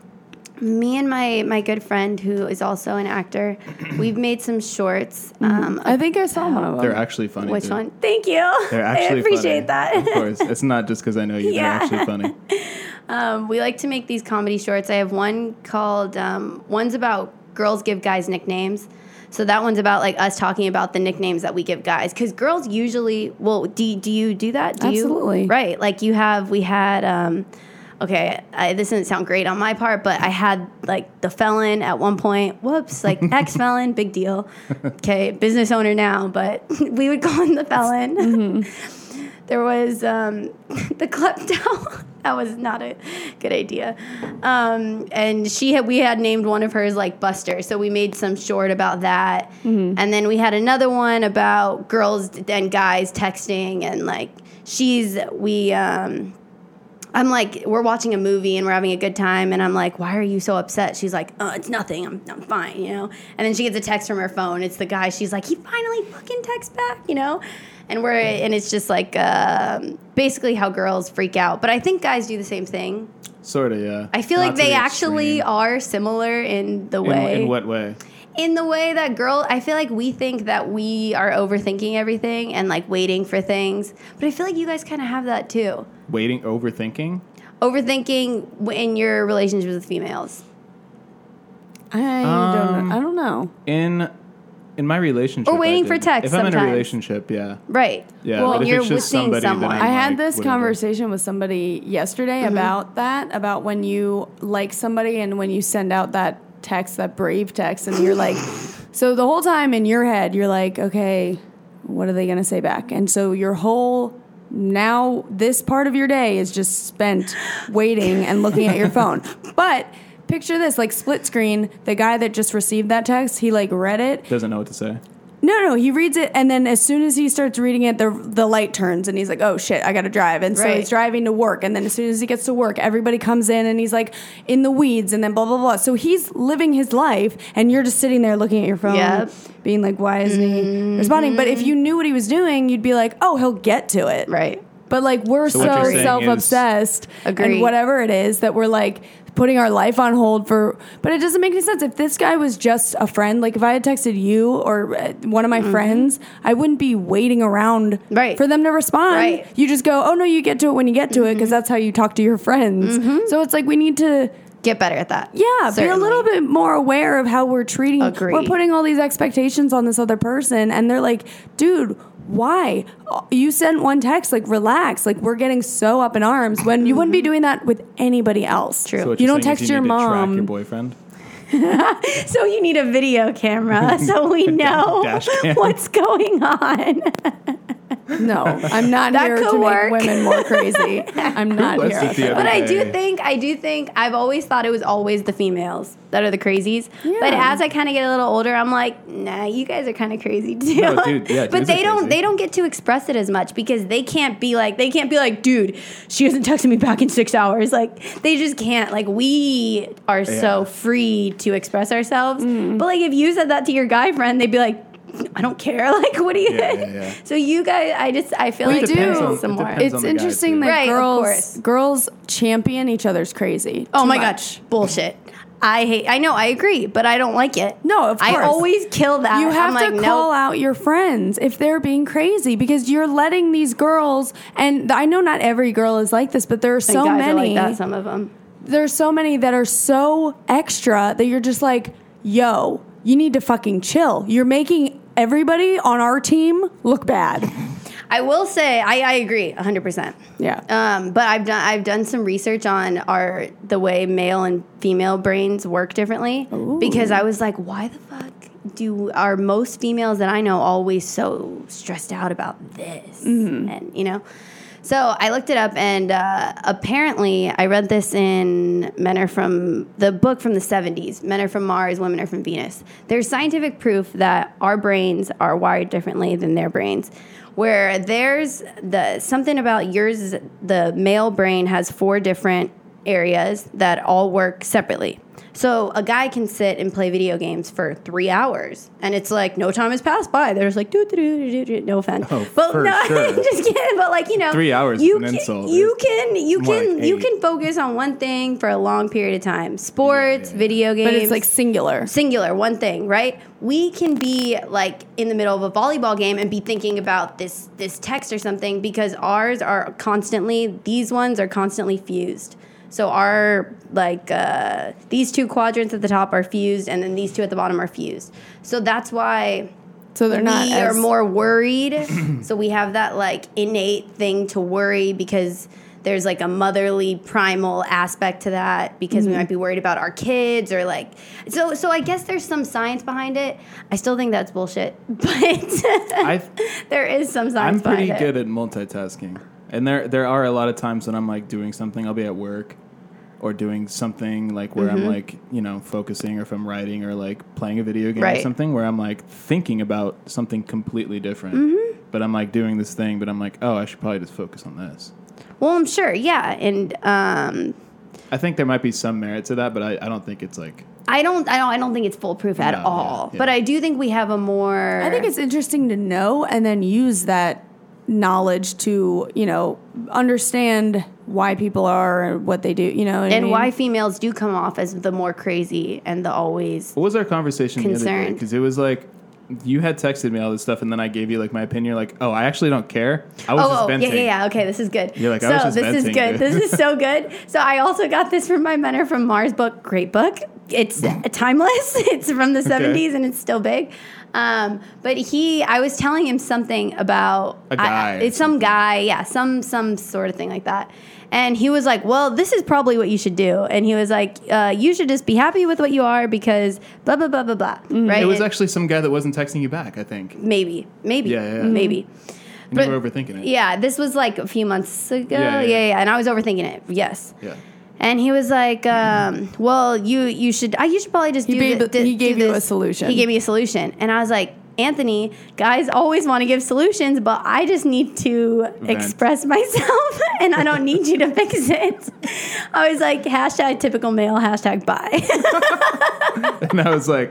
S1: me and my my good friend who is also an actor. We've made some shorts.
S2: Mm-hmm.
S1: Um,
S3: I think I saw one of them.
S2: they're actually funny.
S1: which
S2: too.
S1: one? Thank you.
S2: They're actually
S1: I appreciate
S2: funny.
S1: that.
S2: Of course, it's not just because I know you.
S1: Yeah.
S2: They're actually funny.
S1: Um, we like to make these comedy shorts. I have one called um, one's about girls give guys nicknames. So that one's about like us talking about the nicknames that we give guys because girls usually well do, do you do that do
S3: Absolutely.
S1: you right like you have we had um, okay I, this doesn't sound great on my part but I had like the felon at one point whoops like ex felon big deal okay business owner now but we would call him the felon there was um, the klepto. that was not a good idea. Um, and she had we had named one of hers like Buster, so we made some short about that. And then we had another one about girls and guys texting and like she's we. Um, I'm like, we're watching a movie and we're having a good time. And I'm like, why are you so upset? She's like, oh, it's nothing. I'm, I'm fine, you know? And then she gets a text from her phone. It's the guy. She's like, he finally fucking texts back, you know? And we're, and it's just like um, basically how girls freak out. But I think guys do the same thing.
S2: Sort of, yeah.
S1: I feel
S2: Not
S1: like
S2: to the
S1: they actually
S2: extreme.
S1: are similar in the
S2: In,
S1: way.
S2: in what way?
S1: In the way that girl, I feel like we think that we are overthinking everything and like waiting for things. But I feel like you guys kind of have that too.
S2: Waiting, overthinking.
S1: Overthinking w- in your relationships with females.
S3: I don't.
S2: Um,
S3: Know. I don't know.
S2: in in my relationship
S1: Or waiting
S2: I
S1: for
S2: did.
S1: text
S2: If I'm in a
S1: sometimes.
S2: relationship, yeah,
S1: Right.
S2: yeah.
S1: Well,
S2: but
S1: when
S2: if
S1: you're
S2: it's
S1: with
S2: just somebody, then
S1: someone.
S2: I'm
S1: I
S3: I had
S2: like,
S3: this
S2: whatever. Mm-hmm.
S3: conversation with somebody yesterday about that, about when you like somebody and when you send out that text, that brave text, and you're like, so the whole time in your head, you're like, okay, what are they going to say back? And so your whole now this part of your day is just spent waiting and looking at your phone. But picture this like split screen, the guy that just received that text, he like read it
S2: Doesn't know what to say.
S3: no, no, he reads it, and then as soon as he starts reading it, the the light turns, and he's like, "Oh shit, I gotta drive." And so
S1: Right.
S3: he's driving to work, and then as soon as he gets to work, everybody comes in, and he's like, "In the weeds," and then blah blah blah. So he's living his life, and you're just sitting there looking at your phone,
S1: Yep. Mm-hmm.
S3: being like, "Why isn't he responding?" But if you knew what he was doing, you'd be like, "Oh, he'll get to it."
S1: Right.
S3: But like we're
S2: So
S3: so,
S2: what you're saying is-
S3: self obsessed
S1: Agreed.
S3: and whatever it is that we're like putting our life on hold for. But it doesn't make any sense. If this guy was just a friend, like if I had texted you or uh, one of my friends, I wouldn't be waiting around
S1: Mm-hmm. Right.
S3: for them to respond.
S1: Right. Mm-hmm.
S3: You just go, oh no, you get to it when you get to it because that's how you talk to your friends. So it's like we need to.
S1: Get better at that.
S3: Yeah, be a
S1: Certainly.
S3: little bit more aware of how we're treating.
S1: Agree.
S3: We're putting all these expectations on this other person, and they're like, "Dude, why? You sent one text. Like, relax. Like, we're getting so up in arms when you wouldn't be doing that with anybody else.
S1: True.
S2: So what
S3: you
S2: you're
S3: don't
S2: saying is
S3: text your
S2: need to track your
S3: mom.
S2: boyfriend.
S1: So you need a video camera so we know
S2: Dash cam.
S1: what's going on.
S3: no, I'm not
S1: That
S3: here
S1: could
S3: to
S1: work.
S3: make women more crazy. I'm not
S2: That's the
S3: here.
S2: theory.
S1: But I
S2: Okay.
S1: do think I do think I've always thought it was always the females that are the crazies. But
S3: Yeah.
S1: as I kind of get a little older, I'm like, nah, you guys are kind of crazy too.
S2: No, dude, yeah,
S1: but
S2: dudes are
S1: they don't
S2: crazy.
S1: they don't get to express it as much because they can't be like they can't be like, dude, she hasn't texted me back in six hours. Like they just can't. Like we are
S2: Yeah.
S1: so free to express ourselves. But like if you said that to your guy friend, they'd be like. I don't care. Like, what do you?
S2: Yeah, yeah, yeah.
S1: So you guys, I just, I feel like
S3: depends
S1: there's
S3: on- it
S1: some more.
S2: depends
S3: It's
S2: on the guy, too.
S3: interesting that
S1: Right, of course.
S3: girls girls champion each other's crazy.
S1: Oh
S3: too
S1: my
S3: much.
S1: gosh, bullshit. I hate. I know. I agree, but I don't like it.
S3: No, of
S1: I
S3: course.
S1: always kill that.
S3: You have
S1: I'm like,
S3: to
S1: nope.
S3: call out your friends if they're being crazy because you're letting these girls and th- I know not every girl is like this, but there are
S1: And
S3: so
S1: guys are like
S3: many.
S1: that. Some of them.
S3: There's so many that are so extra that you're just like, yo, you need to fucking chill. You're making everybody on our team look bad.
S1: I will say, I, I agree, hundred percent.
S3: Yeah.
S1: Um, but I've done I've done some research on our the way male and female brains work differently because I was like, why the fuck do are most females that I know always so stressed out about this? And you know, so I looked it up, and uh, apparently I read this in Men Are From the book from the '70s, Men Are From Mars, Women Are From Venus. There's scientific proof that our brains are wired differently than their brains where there's the something about yours is the male brain has four different areas that all work separately. So a guy can sit and play video games for three hours, and it's like no time has passed by. They're just like doo doo doo doo doo. No offense,
S2: Oh,
S1: but
S2: for
S1: no,
S2: sure.
S1: just kidding. But like you know,
S2: Three hours is
S1: You
S2: an
S1: can,
S2: insult.
S1: you can you
S2: More
S1: can
S2: like
S1: you
S2: eight.
S1: can focus on one thing for a long period of time. Sports, video games,
S3: but it's like singular.
S1: singular one thing right we can be like in the middle of a volleyball game and be thinking about this this text or something because ours are constantly these ones are constantly fused so our like uh, these two quadrants at the top are fused and then these two at the bottom are fused so that's why
S3: So they're not
S1: we
S3: as,
S1: are more worried so we have that like innate thing to worry because there's like a motherly primal aspect to that because
S3: Mm-hmm.
S1: we might be worried about our kids or like so so i guess there's some science behind it i still think that's bullshit but
S2: I
S1: there is some science
S2: I'm pretty
S1: behind
S2: good
S1: it
S2: at multitasking, and there there are a lot of times when I'm like doing something. I'll be at work or doing something like where
S1: Mm-hmm.
S2: I'm like you know focusing, or if I'm writing or like playing a video game or
S1: Right.
S2: something, where I'm like thinking about something completely different.
S1: Mm-hmm.
S2: But I'm like doing this thing, but I'm like, oh, I should probably just focus on this.
S1: well i'm sure yeah and um
S2: I think there might be some merit to that, but I, I don't think it's like
S1: i don't i don't i don't think it's foolproof at
S2: No, yeah,
S1: all
S2: yeah.
S1: but i do think we have a more
S3: I think it's interesting to know and then use that knowledge to, you know, understand why people are or what they do, you know, what I
S1: and
S3: mean?
S1: why females do come off as the more crazy and the always
S2: What was our conversation the other day?
S1: Concerned.
S2: Because it was like you had texted me all this stuff, and then I gave you like my opinion. You're like, oh, I actually don't care. I was just
S1: Oh, oh yeah,
S2: venting.
S1: yeah, yeah. Okay, this is good.
S2: You're like,
S1: so
S2: I was just
S1: this is
S2: venting,
S1: good.
S2: dude.
S1: This is so good. So I also got this from my Men Are From Mars book. Great book. it's timeless. It's from the 70s and it's still big. Um, but he, I was telling him something about
S2: A
S1: I- I-
S2: guy or
S1: it's some guy, yeah, some some sort of thing like that. And he was like, "Well, this is probably what you should do." And he was like, uh, "You should just be happy with what you are because blah blah blah blah blah." Right?
S2: Mm. It was
S1: And
S2: actually some guy that wasn't texting you back, I think. And
S1: maybe, maybe,
S2: Yeah, yeah, yeah.
S1: maybe. But-
S2: you were overthinking it.
S1: Yeah, this was like a few months ago.
S2: Yeah, yeah, yeah.
S1: yeah, yeah. And I was overthinking it. Yes.
S2: Yeah.
S1: And he was like, um, "Well, you you should I, you should probably just do
S3: He gave-
S1: thi- di-
S3: he gave
S1: do
S3: you a
S1: this."
S3: solution.
S1: He gave me a solution, and I was like, "Anthony, guys always want to give solutions, but I just need to
S2: Vent.
S1: express myself, and I don't need you to fix it." I was like, "Hashtag typical male. Hashtag bye."
S2: And I was like,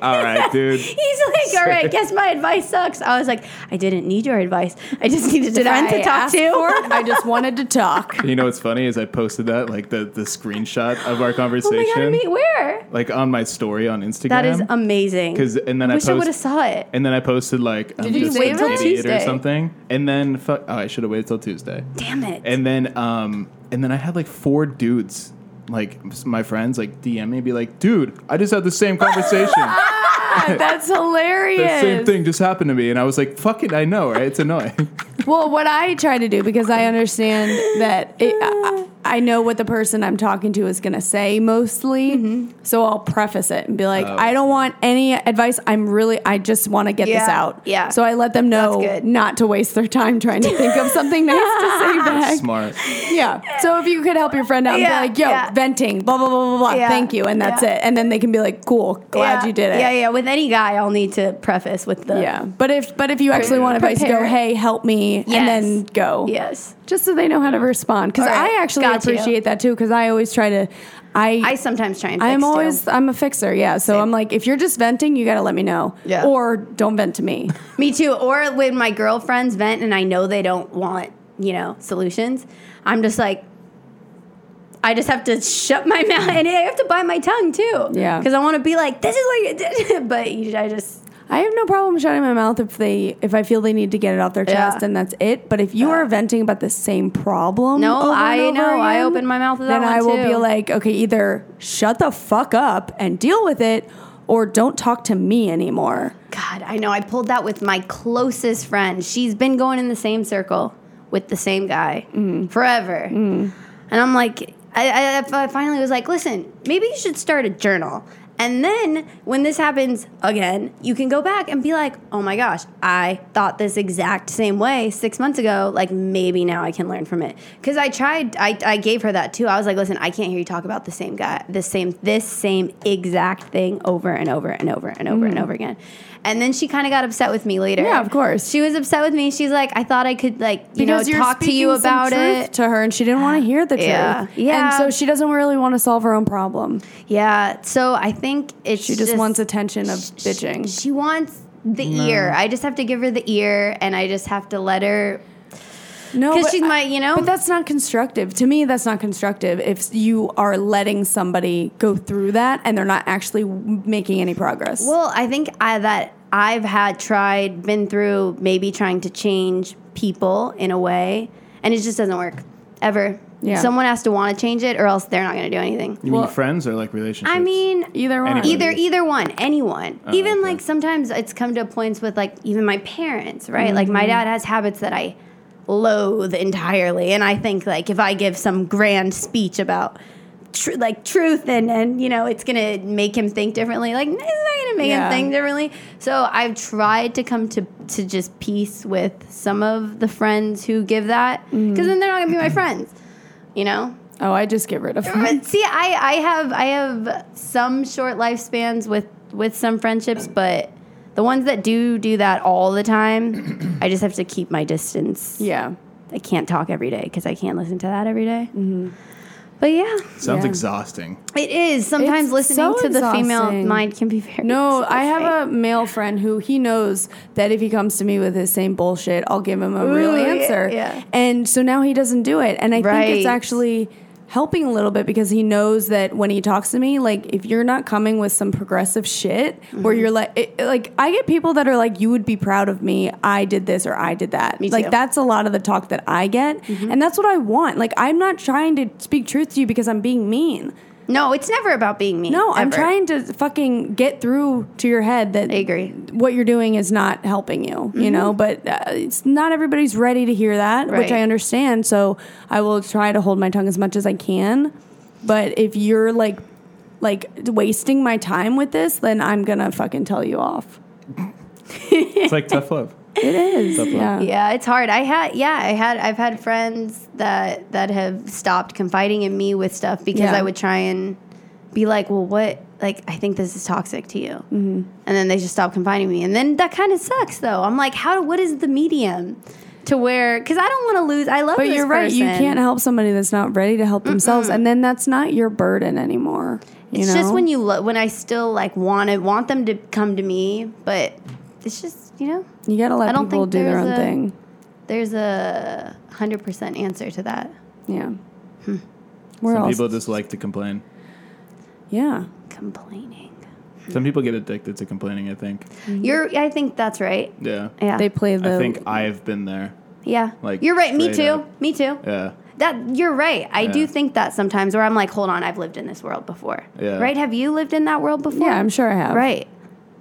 S2: all right, dude.
S1: He's like, "All right, guess my advice sucks." I was like, "I didn't need your advice. I just needed a
S3: Did
S1: friend to
S3: I
S1: talk
S3: ask
S1: to."
S3: for it? I just wanted to talk.
S2: You know what's funny is I posted that, like the, the screenshot of our
S1: oh my
S2: conversation,
S1: god, wait, where?
S2: like on my story on Instagram.
S1: That is amazing.
S2: 'Cause- and then I
S1: wish I
S2: post-
S1: would have saw it.
S2: and then I posted like I'm
S3: you
S2: just
S3: wait
S2: an
S3: till
S2: idiot
S1: Tuesday?
S2: or something. And then fuck, oh, I should have waited till Tuesday.
S1: Damn it.
S2: And then um and then I had like four dudes, like s- my friends, like DM me and be like, dude, I just had the same conversation.
S3: Ah, That's hilarious.
S2: the same thing just happened to me, and I was like, fuck it, I know, right? It's annoying.
S3: Well, what I try to do because I understand that it, I, I know what the person I'm talking to is going to say mostly,
S1: Mm-hmm.
S3: so I'll preface it and be like,
S2: Oh.
S3: "I don't want any advice. I'm really, I just want to get this
S1: Yeah,
S3: out."
S1: yeah.
S3: So I let them
S1: That's
S3: know
S1: good.
S3: not to waste their time trying to think of something nice to say back.
S2: Smart.
S3: Yeah. So if you could help your friend out
S1: Yeah,
S3: and be like, "Yo,
S1: yeah.
S3: venting, blah blah blah blah blah.
S1: Yeah,
S3: Thank you," and that's
S1: yeah.
S3: it, and then they can be like, "Cool, glad
S1: Yeah.
S3: you did it."
S1: Yeah, yeah. With any guy, I'll need to preface with the
S3: Yeah, but if but if you actually want advice, you go,
S1: Prepare.
S3: hey, help me,
S1: Yes.
S3: and then go.
S1: Yes.
S3: just so they know how to respond. Because
S1: All right.
S3: I actually
S1: Got you.
S3: appreciate that too. Because I always try to,
S1: I
S3: I,
S1: sometimes try and.
S3: I am
S1: fix, too.
S3: always I'm a fixer. Yeah, so
S1: Same.
S3: I'm like, if you're just venting, you got to let me know.
S1: Yeah.
S3: or don't vent to me.
S1: Me too. Or when my girlfriends vent and I know they don't want you know solutions, I'm just like. I just have to shut my mouth, and I have to bite my tongue too.
S3: Yeah.
S1: because I want to be like, "This is what you did," but you, I just
S3: I have no problem shutting my mouth if they if I feel they need to get it off their
S1: Yeah.
S3: chest and that's it. But if you are venting about the same problem,
S1: No,
S3: over and
S1: I
S3: over
S1: know. I
S3: again,
S1: open my mouth to that
S3: Then
S1: one,
S3: I will
S1: too.
S3: be like, okay, either shut the fuck up and deal with it, or don't talk to me anymore.
S1: God, I know. I pulled that with my closest friend. She's been going in the same circle with the same guy forever. And I'm like, I, I, I finally was like, listen, maybe you should start a journal. And then when this happens again, you can go back and be like, oh my gosh, I thought this exact same way six months ago. Like, maybe now I can learn from it. Cause I tried, I, I gave her that too. I was like, listen, I can't hear you talk about the same guy, the same, this same exact thing over and over and over and over and over again. And then she kind of got upset with me later.
S3: Mm. Yeah, of course.
S1: She was upset with me. She's like, I thought I could, like, you know,
S3: you're
S1: talk to you
S3: speaking some
S1: about
S3: truth
S1: it.
S3: to her, and she didn't want to hear the truth.
S1: Yeah.
S3: and
S1: Yeah.
S3: so she doesn't really want to solve her own problem.
S1: Yeah. So I think it's
S3: She just, wants attention of bitching.
S1: She wants the ear. I just have to give her the ear, and I just have to let her.
S3: No,
S1: 'Cause
S3: but
S1: she's
S3: I-
S1: my- you know?
S3: But that's not constructive. To me, that's not constructive. If you are letting somebody go through that and they're not actually making any progress.
S1: Well, I think I, that I've had tried, been through, maybe trying to change people in a way, and it just doesn't work ever.
S3: Yeah.
S1: Someone has to want to change it, or else they're not going to do anything.
S2: You
S3: Well-
S2: mean friends or like relationships?
S1: I mean,
S3: either one.
S2: Anybody. Oh,
S1: either either one anyone even
S2: okay.
S1: like sometimes it's come to points with like even my parents right like my dad has habits that i loathe entirely and i think like if i give some grand speech about tr- like truth and and you know it's gonna make him think differently like it's not gonna make
S3: Yeah.
S1: him think differently so i've tried to come to to just peace with some of the friends who give that because then they're not gonna be my friends you know
S3: Oh, I just get rid of her.
S1: but see, I, I have I have some short lifespans with with some friendships, but the ones that do do that all the time, I just have to keep my distance.
S3: yeah.
S1: I can't talk every day because I can't listen to that every Mm-hmm. But yeah,
S2: sounds
S3: yeah.
S2: exhausting.
S1: it is sometimes
S3: It's
S1: listening
S3: so
S1: to the female
S3: exhausting.
S1: mind can be very.
S3: No, I
S1: exhausting.
S3: have a male friend who he knows that if he comes to me with his same bullshit, I'll give him a real
S1: Ooh, yeah,
S3: answer.
S1: yeah.
S3: And so now he doesn't do it. And I think
S1: Right.
S3: it's actually helping a little bit because he knows that when he talks to me, like if you're not coming with some progressive shit where
S1: Mm-hmm.
S3: you're like it, it- like I get people that are like you would be proud of me, I did this or I did that.
S1: Me too.
S3: like
S1: Mm-hmm.
S3: that's a lot of the talk that I get. And that's what I want. Like I'm not trying to speak truth to you because I'm being mean.
S1: No, it's never about being mean.
S3: No, I'm
S1: ever.
S3: trying to fucking get through to your head that
S1: I agree. Mm-hmm.
S3: what you're doing is not helping you, you know, but uh, it's not everybody's ready to hear that, which
S1: Right.
S3: I understand. So I will try to hold my tongue as much as I can. But if you're like like wasting my time with this, then I'm going to fucking tell you off.
S2: It's like tough love.
S3: It is. Yeah.
S1: Yeah, it's hard. I had yeah, I had I've had friends that that have stopped confiding in me with stuff because
S3: Yeah.
S1: I would try and be like, "Well, what? Like, I think this is toxic to you." Mm-hmm. And then they just stop confiding in me. And then that kind of sucks though. I'm like, "How what is the medium to where cuz I don't want to lose I love
S3: But
S1: this
S3: you're right. You
S1: person.
S3: can't help somebody that's not ready to help themselves. And then that's not your burden anymore. You
S1: It's
S3: know?
S1: just when you lo- when I still like want to want them to come to me, but it's just, you know,
S3: you got to let
S1: I don't
S3: people
S1: think
S3: do their
S1: there's
S3: own
S1: a-
S3: thing.
S1: there's a 100% answer to that.
S3: Yeah.
S1: Hmm.
S3: We're
S2: Some
S3: all
S2: people just like to complain.
S3: yeah.
S1: Complaining.
S2: Some people get addicted to complaining. I think.
S1: You're I think that's right.
S2: Yeah.
S1: Yeah.
S3: They play the
S2: I think I've been there.
S1: Yeah.
S2: Like,
S1: you're right. Me
S2: straight
S1: too.
S2: up.
S1: Me too.
S2: Yeah.
S1: That you're right. I
S2: Yeah.
S1: do think that sometimes where I'm like, hold on, I've lived in this world before.
S2: Yeah.
S1: Right? Have you lived in that world before?
S3: Yeah, I'm sure I have.
S1: Right.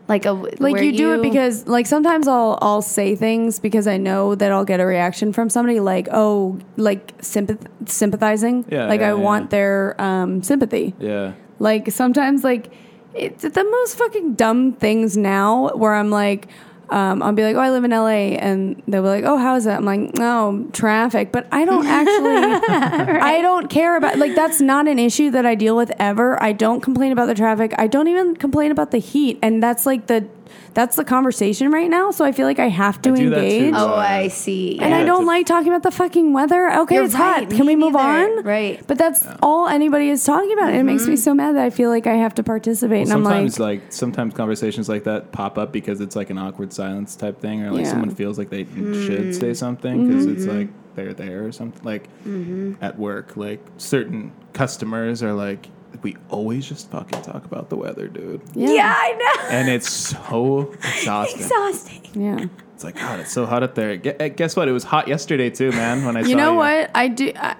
S1: Like a
S3: like you do it because like sometimes I'll I'll say things because I know that I'll get a reaction from somebody like oh like sympath- sympathizing
S2: Yeah,
S3: like
S2: yeah,
S3: I
S2: yeah.
S3: want their um, sympathy
S2: Yeah.
S3: like sometimes like it's the most fucking dumb things now where I'm like um, I'll be like oh I live in LA and they'll be like oh how is that I'm like no traffic but I don't actually I don't care about like that's not an issue that I deal with ever. I don't complain about the traffic. I don't even complain about the heat, and that's like the that's the conversation right now. So I feel like I have to
S2: I do that too.
S3: engage,
S1: Oh, I see.
S3: and
S1: Yeah.
S3: I
S2: Yeah,
S3: don't
S2: it's-
S3: like talking about the fucking weather. Okay,
S1: You're
S3: it's hot.
S1: right.
S3: Can
S1: Me
S3: we move
S1: neither.
S3: on?
S1: Right.
S3: But that's all anybody is talking about. And it makes me so mad that I feel like I have to participate, and I'm
S2: Mm-hmm. sometimes
S3: like,
S2: like, sometimes conversations like that pop up because it's like an awkward silence type thing, or like
S3: Yeah. Hmm. Mm-hmm.
S2: someone feels like they should say something because it's like they're there or something. Like at work, like certain customers are like, we always just fucking talk about the weather, dude,
S1: yeah. I know.
S2: and it's so exhausting.
S1: Exhausting.
S3: yeah.
S2: It's like God, it's so hot up there. Gu- eh, Guess what? It was hot yesterday too, man. When I saw
S3: You know what? I do. I,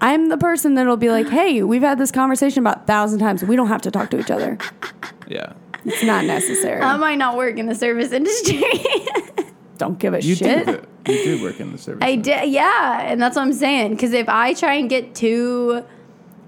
S3: I'm the person that'll be like, hey, we've had this conversation about a thousand times. We don't have to talk to each other.
S2: Yeah,
S3: It's not necessary.
S1: How might not work in the service industry?
S3: don't give a
S2: you
S3: shit.
S2: do. You do work in the service.
S1: I
S2: industry.
S1: did. Yeah, and that's what I'm saying. Because if I try and get too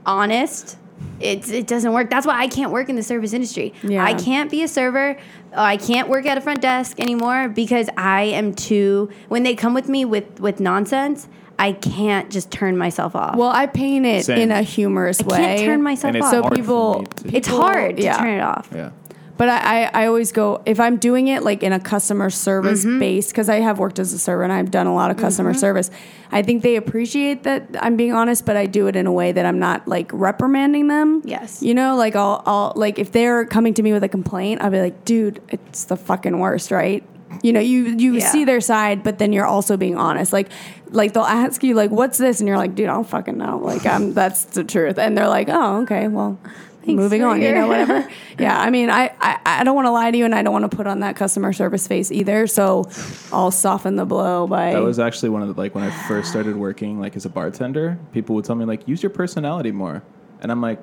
S1: honest, it it doesn't work. That's why I can't work in the service industry.
S3: Yeah.
S1: I can't be a server. I can't work at a front desk anymore because I am too. When they come with me with with nonsense, I can't just turn myself off.
S3: Well, I paint it
S2: Same.
S3: in a humorous
S1: I
S3: way.
S1: can't turn myself
S2: And it's
S1: off.
S3: So
S2: hard
S3: people-
S2: for me to-
S1: it's hard to
S3: Yeah.
S1: turn it off.
S2: yeah.
S3: But I, I, I always go if I'm doing it like in a customer service base because I have worked as a server and I've done a lot of customer service. I think they appreciate that I'm being honest, but I do it in a way that I'm not like reprimanding them.
S1: Yes.
S3: you know, like I'll, I'll like if they're coming to me with a complaint, I'll be like, dude, it's the fucking worst, right? You know, you you
S1: Yeah.
S3: see their side, but then you're also being honest. Like, like they'll ask you like, "What's this?" and you're like, "Dude, I don't fucking know." Like, um, that's the truth. And they're like, "Oh, okay, well, moving
S1: for
S3: on." You
S1: your-
S3: know, whatever yeah, I mean, I, I, I don't want to lie to you, and I don't want to put on that customer service face either. So I'll soften the blow by.
S2: That was actually one of the like when I first started working like as a bartender, people would tell me like use your personality more. And I'm like,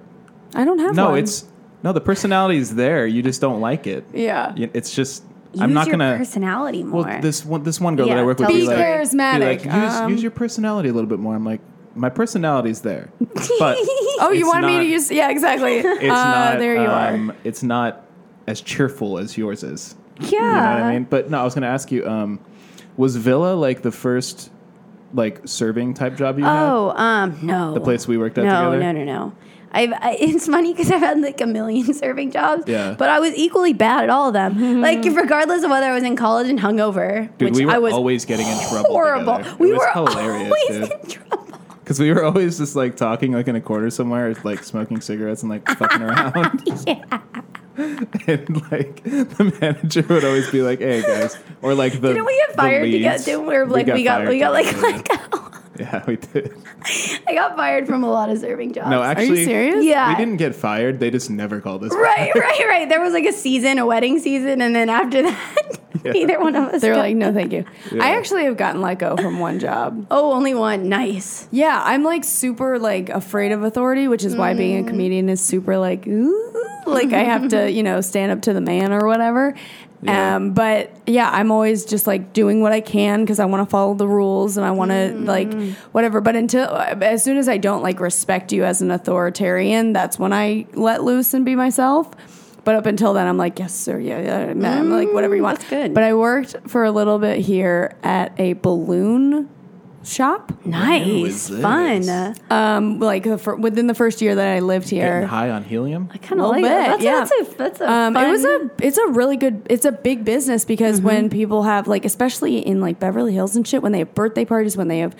S3: I don't have.
S2: no,
S3: one.
S2: it's no, the personality's there. You just don't like it.
S3: Yeah.
S2: Y- It's just
S1: Use
S2: I'm not
S1: your
S2: gonna
S1: personality more.
S2: Well, this one this one girl that
S1: Yeah,
S2: I work with
S1: tell
S2: be
S1: us
S2: like,
S1: Be
S2: be like,
S3: charismatic,
S2: use,
S3: um,
S2: use your personality a little bit more. I'm like, my personality's there. But
S3: Oh, you
S2: it's
S3: want me
S2: not-
S3: to use? Yeah, exactly. Uh,
S2: it's not
S3: there you
S2: um,
S3: are.
S2: it's not as cheerful as yours is.
S1: yeah.
S2: You know what I mean? But no, I was going to ask you, um, was Villa like the first like serving type job you had?
S1: Oh, um, no. The
S2: place we worked at
S1: no,
S2: together?
S1: No, no, no, I've, I, it's funny because I've had like a million serving jobs,
S2: Yeah.
S1: but I was equally bad at all of them. like, regardless of whether I was in college and hungover,
S2: Dude,
S1: which
S2: we were
S1: I was
S2: always getting in trouble.
S1: horrible.
S2: together. It
S1: We
S2: was
S1: were
S2: hilarious,
S1: always
S2: dude.
S1: in trouble.
S2: Because we were always just like talking like in a corner somewhere, like smoking cigarettes and like fucking around. And like the manager would always be like, "Hey guys," or like the
S1: Didn't we get
S2: the
S1: fired
S2: leads.
S1: together? Didn't we? We're like we got
S2: fired
S1: we got, like
S2: together.
S1: like
S2: yeah we did.
S1: I got fired from a lot of serving jobs.
S2: No,
S3: Are
S2: actually,
S3: you serious?
S1: yeah.
S2: We didn't get fired. They just never called us. back.
S1: Right, right, right. There was like a season, a wedding season, and then after that, Either one of us.
S3: They're
S1: got-
S3: like, no, thank you.
S2: Yeah.
S3: I actually have gotten let go from one job.
S1: oh, only one. Nice.
S3: Yeah, I'm like super like afraid of authority, which is why
S1: Mm.
S3: being a comedian is super like ooh, like I have to, you know, stand up to the man or whatever.
S2: Yeah.
S3: Um but yeah, I'm always just like doing what I can cuz I want to follow the rules and I want to
S1: Mm.
S3: like whatever, but until as soon as I don't like respect you as an authoritarian, that's when I let loose and be myself. But up until then, I'm like, yes, sir, yeah, yeah, ma'am, like whatever you want.
S1: Mm, that's good.
S3: But I worked for a little bit here at a balloon shop
S1: Nice.
S2: is this?
S1: Fun. I
S3: um, like the fir- within the first year that I lived
S2: Getting
S3: here.
S2: high on helium.
S1: kind of
S3: Little
S1: like that.
S3: bit,
S1: Oh, That's,
S3: yeah.
S1: that's a that's a
S3: Um, it was
S1: fun- Mm-hmm.
S3: a it's a really good it's a big business because when people have like especially in like Beverly Hills and shit when they have birthday parties when they have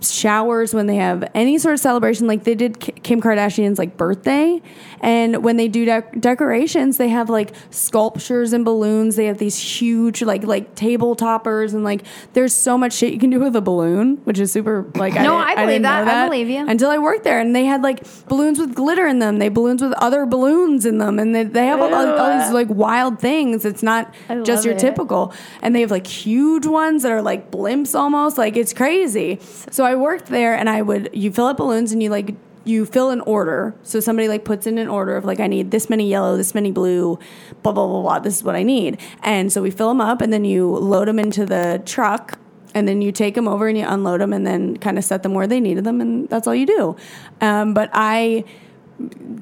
S3: showers when they have any sort of celebration like they did K- Kim Kardashian's like birthday and when they do dec- decorations they have like sculptures and balloons they have these huge like like table toppers and like there's so much shit you can do with a balloon which is super like
S1: No,
S3: didn't-
S1: I believe
S3: didn't know
S1: that. I believe you.
S3: until I worked there, and they had like balloons with glitter in them. They had balloons with other balloons in them, and they, they have all, all- all these like wild things. It's not
S1: I love
S3: just your
S1: it.
S3: typical. And they have like huge ones that are like blimps almost. Like it's crazy. So I worked there, and I would you fill up balloons, and you like you fill an order. So somebody like puts in an order of like I need this many yellow, this many blue, blah blah blah blah. This is what I need, and so we fill them up, and then you load them into the truck and then you take them over and you unload them and then kind of set them where they needed them and that's all you do um, but i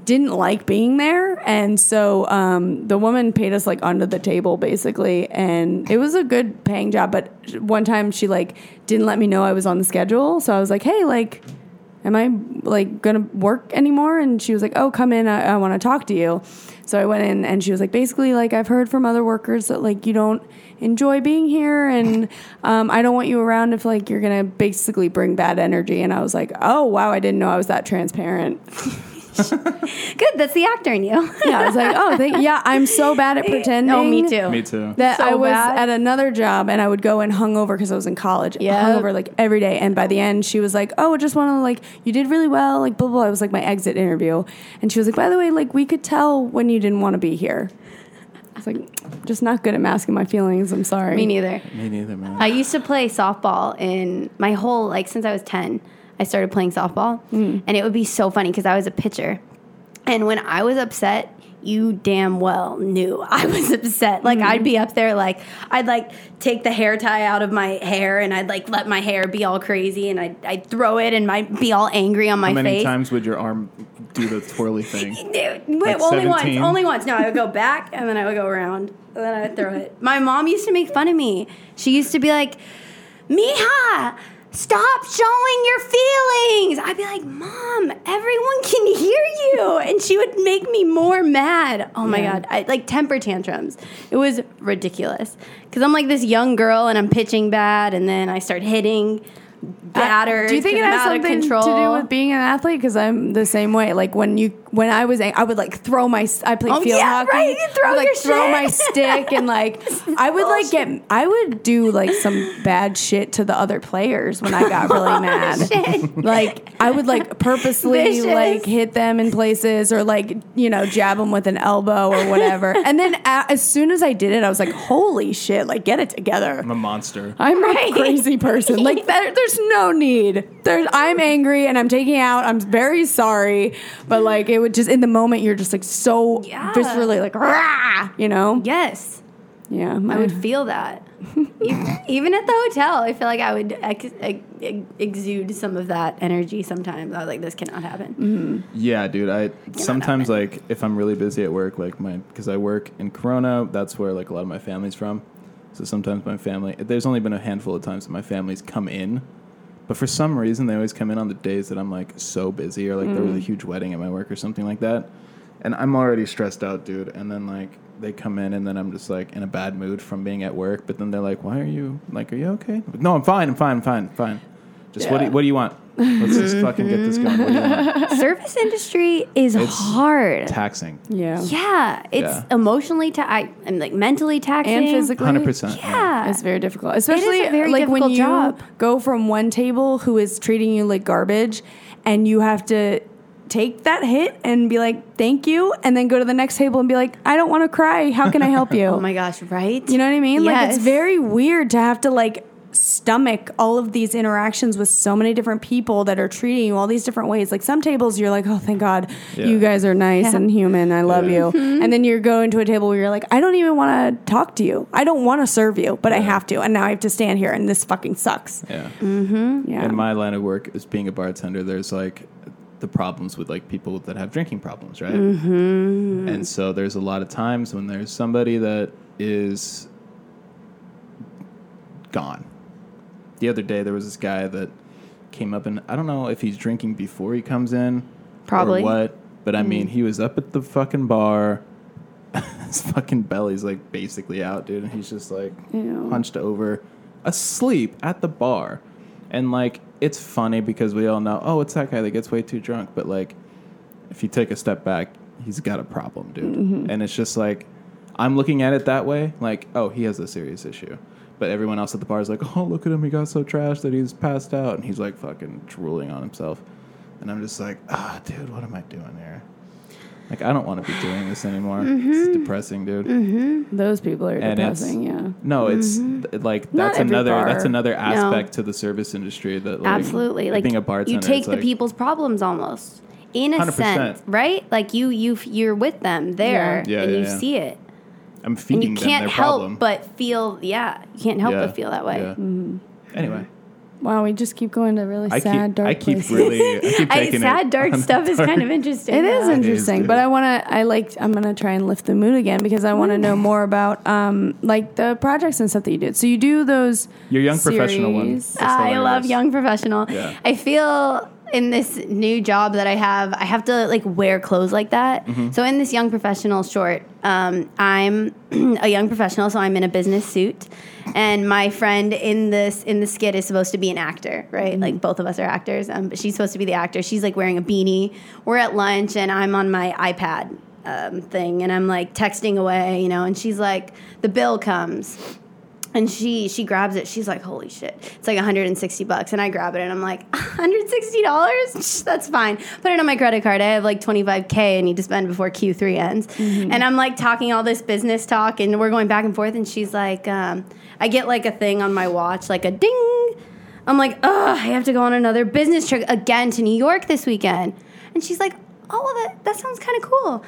S3: didn't like being there and so um, the woman paid us like under the table basically and it was a good paying job but sh- one time she like didn't let me know i was on the schedule so i was like hey like am i like gonna work anymore and she was like oh come in i, I want to talk to you so i went in and she was like basically like i've heard from other workers that like you don't enjoy being here and um, i don't want you around if like you're gonna basically bring bad energy and i was like oh wow i didn't know i was that transparent
S1: good. That's the actor in you.
S3: yeah i was like oh thank- yeah i'm so bad at pretending
S1: oh, me too.
S2: Me too.
S3: that
S1: So
S3: I was
S1: bad.
S3: at another job and I would go and hungover because I was in college.
S1: Yep.
S3: Hungover like every day. And by the end, she was like, Oh, I just want to like, you did really well. Like, blah, blah. It was like my exit interview. And she was like, By the way, like, we could tell when you didn't want to be here. I was like, Just not good at masking my feelings. I'm sorry.
S1: Me neither.
S2: Me neither, man.
S1: I used to play softball in my whole like since I was 10. I started playing softball and it would be so funny cuz I was a pitcher. And when I was upset, you damn well knew I was upset. Like I'd be up there like I'd like take the hair tie out of my hair and I'd like let my hair be all crazy and I'd, I'd throw it and I'd be all angry on my
S2: How many
S1: face.
S2: times would your arm do the twirly thing?
S1: Dude, wait,
S2: Like
S1: only once.
S2: 17?
S1: Only once. No, I would go back and then I would go around and then I would throw it. My mom used to make fun of me. She used to be like, Mija, stop showing your feelings. I'd be like, Mom, everyone can hear you. And she would make me more mad. Oh my
S3: Yeah.
S1: God. I, like temper tantrums. It was ridiculous. Because I'm like this young girl and I'm pitching bad and then I start hitting. Batter.
S3: Uh, Do you think it has something to do with being an athlete? Because I'm the same way. Like when you, when I was, ang- I would like throw my. s- I played
S1: Oh,
S3: field
S1: yeah,
S3: hockey.
S1: right, you
S3: I
S1: throw
S3: would, like
S1: your
S3: throw
S1: shit.
S3: my stick and like I would like get. I would do like some bad shit to the other players when I got really mad. Like I would like purposely
S1: Vicious.
S3: like hit them in places or like you know jab them with an elbow or whatever. and then a- as soon as I did it, I was like, "Holy shit! Like get it together."
S2: I'm a monster.
S3: I'm
S1: Right.
S3: a crazy person. Like there, there's no need. There's I'm angry and I'm taking out. I'm very sorry, but like it would just in the moment you're just like so
S1: Yeah.
S3: viscerally like rah, you know.
S1: Yes.
S3: Yeah,
S1: I would feel that. even, even at the hotel, I feel like I would ex- ex- ex- exude some of that energy sometimes. I was like, this cannot happen.
S3: Mm.
S2: Yeah, dude. I sometimes like if I'm really busy at work, like my because I work in Corona, that's where like a lot of my family's from. So sometimes my family, there's only been a handful of times that my family's come in, but for some reason they always come in on the days that I'm like so busy or like there was a huge wedding at my work or something like that, and I'm already stressed out, dude. And then like they come in and then I'm just like in a bad mood from being at work. But then they're like, "Why are you like? Are you okay?" I'm like, no, I'm fine. I'm fine. I'm fine. I'm fine. Just what do you,
S3: Yeah.
S2: what do you want? Let's just fucking get this going. What do you want?
S1: Service industry is
S2: It's
S1: hard.
S2: taxing.
S3: Yeah,
S1: yeah, it's
S2: Yeah.
S1: emotionally ta- I, and like mentally taxing
S3: and physically,
S2: Hundred percent.
S1: Yeah,
S3: It's very difficult, especially
S1: very
S3: like
S1: difficult
S3: when you
S1: job.
S3: go from one table who is treating you like garbage, and you have to take that hit and be like, thank you, and then go to the next table and be like, I don't want to cry. How can I help you?
S1: Oh my gosh, right?
S3: You know what I mean? Like
S1: Yes.
S3: it's very weird to have to like stomach all of these interactions with so many different people that are treating you all these different ways. Like some tables you're like, "Oh, thank God.
S2: Yeah.
S3: You guys are nice
S1: Yeah.
S3: and human. I love you." And then you're going to a table where you're like, "I don't even want to talk to you. I don't want to serve you, but I have to. And now I have to stand here and this fucking sucks."
S2: Yeah.
S3: Yeah.
S2: in my line of work as being a bartender there's like the problems with like people that have drinking problems right mm-hmm. and so there's a lot of times when there's somebody that is gone the other day there was this guy that came up and i don't know if he's drinking before he comes in
S1: Probably.
S2: or what but i mean he was up at the fucking bar his fucking belly's like basically out dude and he's just like
S3: Ew.
S2: hunched over, asleep at the bar. And like, it's funny because we all know, oh, it's that guy that gets way too drunk. But like, if you take a step back, he's got a problem, dude.
S1: Mm-hmm.
S2: And it's just like, I'm looking at it that way, like, oh, he has a serious issue. But everyone else at the bar is like, oh, look at him. He got so trashed that he's passed out. And he's like fucking drooling on himself. And I'm just like, ah, dude, what am I doing here? Like, I don't want to be doing this anymore. This is
S1: Mm-hmm.
S2: depressing, dude.
S3: Those people are
S2: And it's-
S3: depressing, yeah.
S2: No, it's
S1: Mm-hmm.
S2: th- like
S3: Not
S2: that's
S3: every
S2: another that's
S3: bar.
S2: another aspect to the service industry that like,
S1: Absolutely. Like
S2: being a bartender
S1: you take
S2: it's
S1: the
S2: like,
S1: people's problems almost in a
S2: 100%.
S1: sense, right? Like you you you're with them there
S2: Yeah. Yeah,
S1: and
S2: yeah,
S1: you
S2: yeah.
S1: see it.
S2: I'm
S1: And
S2: feeding
S1: you
S2: them
S1: can't
S2: their
S1: help
S2: problem.
S1: but feel yeah, you can't help
S2: Yeah,
S1: but feel that way. Mm-hmm.
S2: yeah. Anyway,
S3: Wow, we just keep going to really
S2: I
S3: sad
S2: keep
S3: dark
S2: I keep
S3: places.
S2: really I keep
S1: I,
S2: taking it
S1: sad dark
S2: on a
S1: stuff is
S2: dark-
S1: kind of interesting.
S3: It is
S1: though.
S3: interesting,
S2: good.
S3: but I want to. I like. I'm gonna try and lift the mood again because I want to know more about um like the projects and stuff that you did. So you do those
S2: Your young professional one.
S3: series.
S2: That's
S1: I love
S2: hilarious.
S1: young professional.
S2: Yeah.
S1: I feel in this new job that I have, I have to like wear clothes like that.
S2: Mm-hmm.
S1: So in this young professional short, um, I'm a young professional, so I'm in a business suit, and my friend in this in the skit is supposed to be an actor, right?
S2: Mm-hmm.
S1: Like both of us are actors, um, but she's supposed to be the actor. She's like wearing a beanie. We're at lunch, and I'm on my iPad. Um, thing and I'm like texting away, you know, and she's like, the bill comes and she she grabs it she's like holy shit it's like 160 bucks and i grab it and i'm like 160 dollars that's fine put it on my credit card i have like 25k i need to spend before q3 ends and i'm like talking all this business talk and we're going back and forth and she's like um, i get like a thing on my watch like a ding i'm like ugh i have to go on another business trip again to new york this weekend and she's like oh that, that sounds kind of cool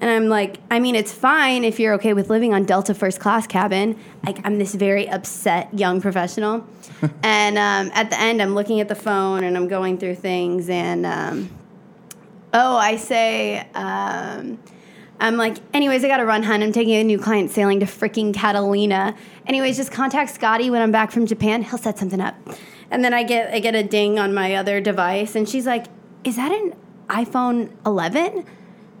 S1: and I'm like, I mean, it's fine if you're okay with living on Delta first class cabin. Like, I'm this very upset young professional. and um, at the end, I'm looking at the phone and I'm going through things. And um, oh, I say, um, I'm like, anyways, I gotta run, hun. I'm taking a new client sailing to freaking Catalina. Anyways, just contact Scotty when I'm back from Japan. He'll set something up. And then I get I get a ding on my other device, and she's like, "Is that an iPhone 11?"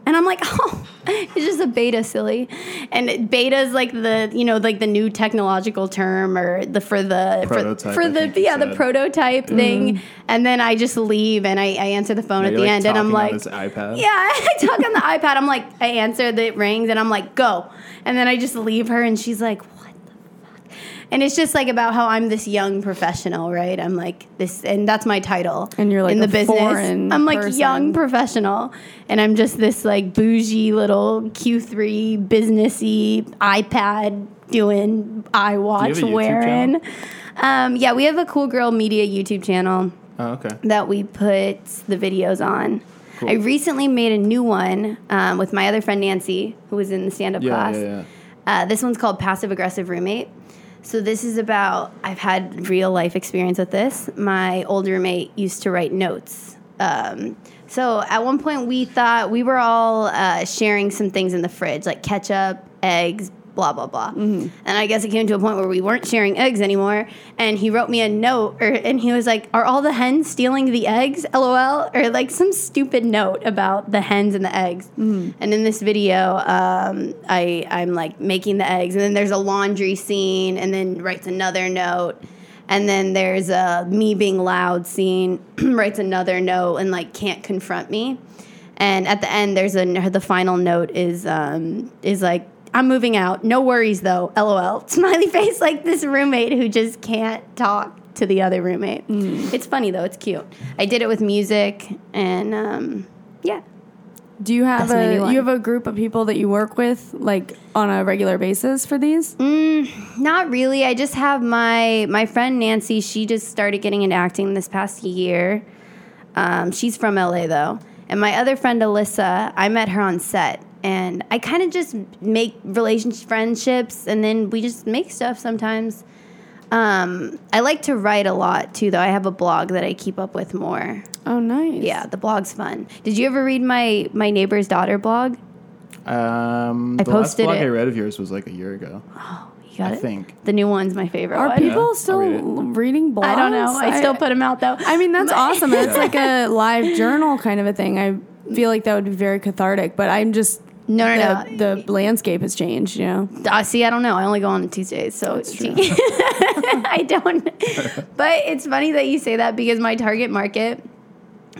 S1: And I'm like, oh, it's just a beta, silly. And beta is like the, you know, like the new technological term or the for the for-
S2: Prototype,
S1: for,
S2: I
S1: the
S2: think you
S1: yeah the
S2: said. Mm-hmm.
S1: prototype thing. And then I just leave and I, I answer the phone
S2: Now
S1: at
S2: you're,
S1: the
S2: like,
S1: end, and I'm
S2: talking on
S1: like,
S2: this iPad.
S1: yeah, I talk on the iPad. I'm like, I answer the rings and I'm like, go. And then I just leave her and she's like, what the fuck? And it's just like about how I'm this young professional, right? I'm like this, and that's my title.
S3: And you're, like,
S1: in the
S3: a
S1: business.
S3: foreign
S1: I'm like
S3: person.
S1: young professional, and I'm just this like bougie little Q3 businessy iPad doing
S2: YouTube
S1: iWatch
S2: channel?
S1: wearing. Um, yeah, we have a cool girl media YouTube channel
S2: Oh, okay.
S1: that we put the videos on.
S2: Cool.
S1: I recently made a new one um, with my other friend Nancy, who was in the stand up
S2: Yeah,
S1: class.
S2: yeah, yeah.
S1: Uh, this one's called Passive Aggressive Roommate. So, this is about, I've had real life experience with this. My old roommate used to write notes. Um, so, at one point, we thought we were all uh, sharing some things in the fridge, like ketchup, eggs, blah, blah, blah. And I guess it came to a point where we weren't sharing eggs anymore. And he wrote me a note, or, and he was like, Are all the hens stealing the eggs? LOL. Or like some stupid note about the hens and the eggs. And in this video, um, I, I'm like making the eggs. And then there's a laundry scene, and then writes another note. And then there's a me being loud scene, writes another note, and like can't confront me. And at the end, there's a the final note is um, is like I'm moving out. No worries though. LOL. Smiley face like this roommate who just can't talk to the other roommate. It's funny though. It's cute. I did it with music and um, Yeah.
S3: Do you have
S1: That's my new
S3: a
S1: one.
S3: you have a group of people that you work with like on a regular basis for these?
S1: Not really. I just have my my friend Nancy. She just started getting into acting this past year. Um, she's from LA though, and my other friend Alyssa. I met her on set, and I kind of just make relationships, friendships, and then we just make stuff sometimes. Um, I like to write a lot too, though. I have a blog that I keep up with more.
S3: Oh, nice.
S1: Yeah, the blog's fun. Did you ever read my my neighbor's daughter blog?
S2: Um, the
S1: posted
S2: last blog
S1: it.
S2: I read of yours was like a year ago.
S1: You got
S2: I
S1: it.
S2: think.
S1: the new one's my favorite.
S3: Are
S1: one.
S3: people
S2: I'll
S3: still
S2: read it.
S3: reading blogs?
S1: I don't know. I still put them out though.
S3: I mean, that's awesome. It's
S2: Yeah.
S3: like a live journal kind of a thing. I feel like that would be very cathartic, but I'm just
S1: No, no,
S3: the,
S1: no.
S3: the landscape has changed, you know.
S1: Uh, see, I don't know. I only go on Tuesdays, so I don't. but it's funny that you say that because my target market,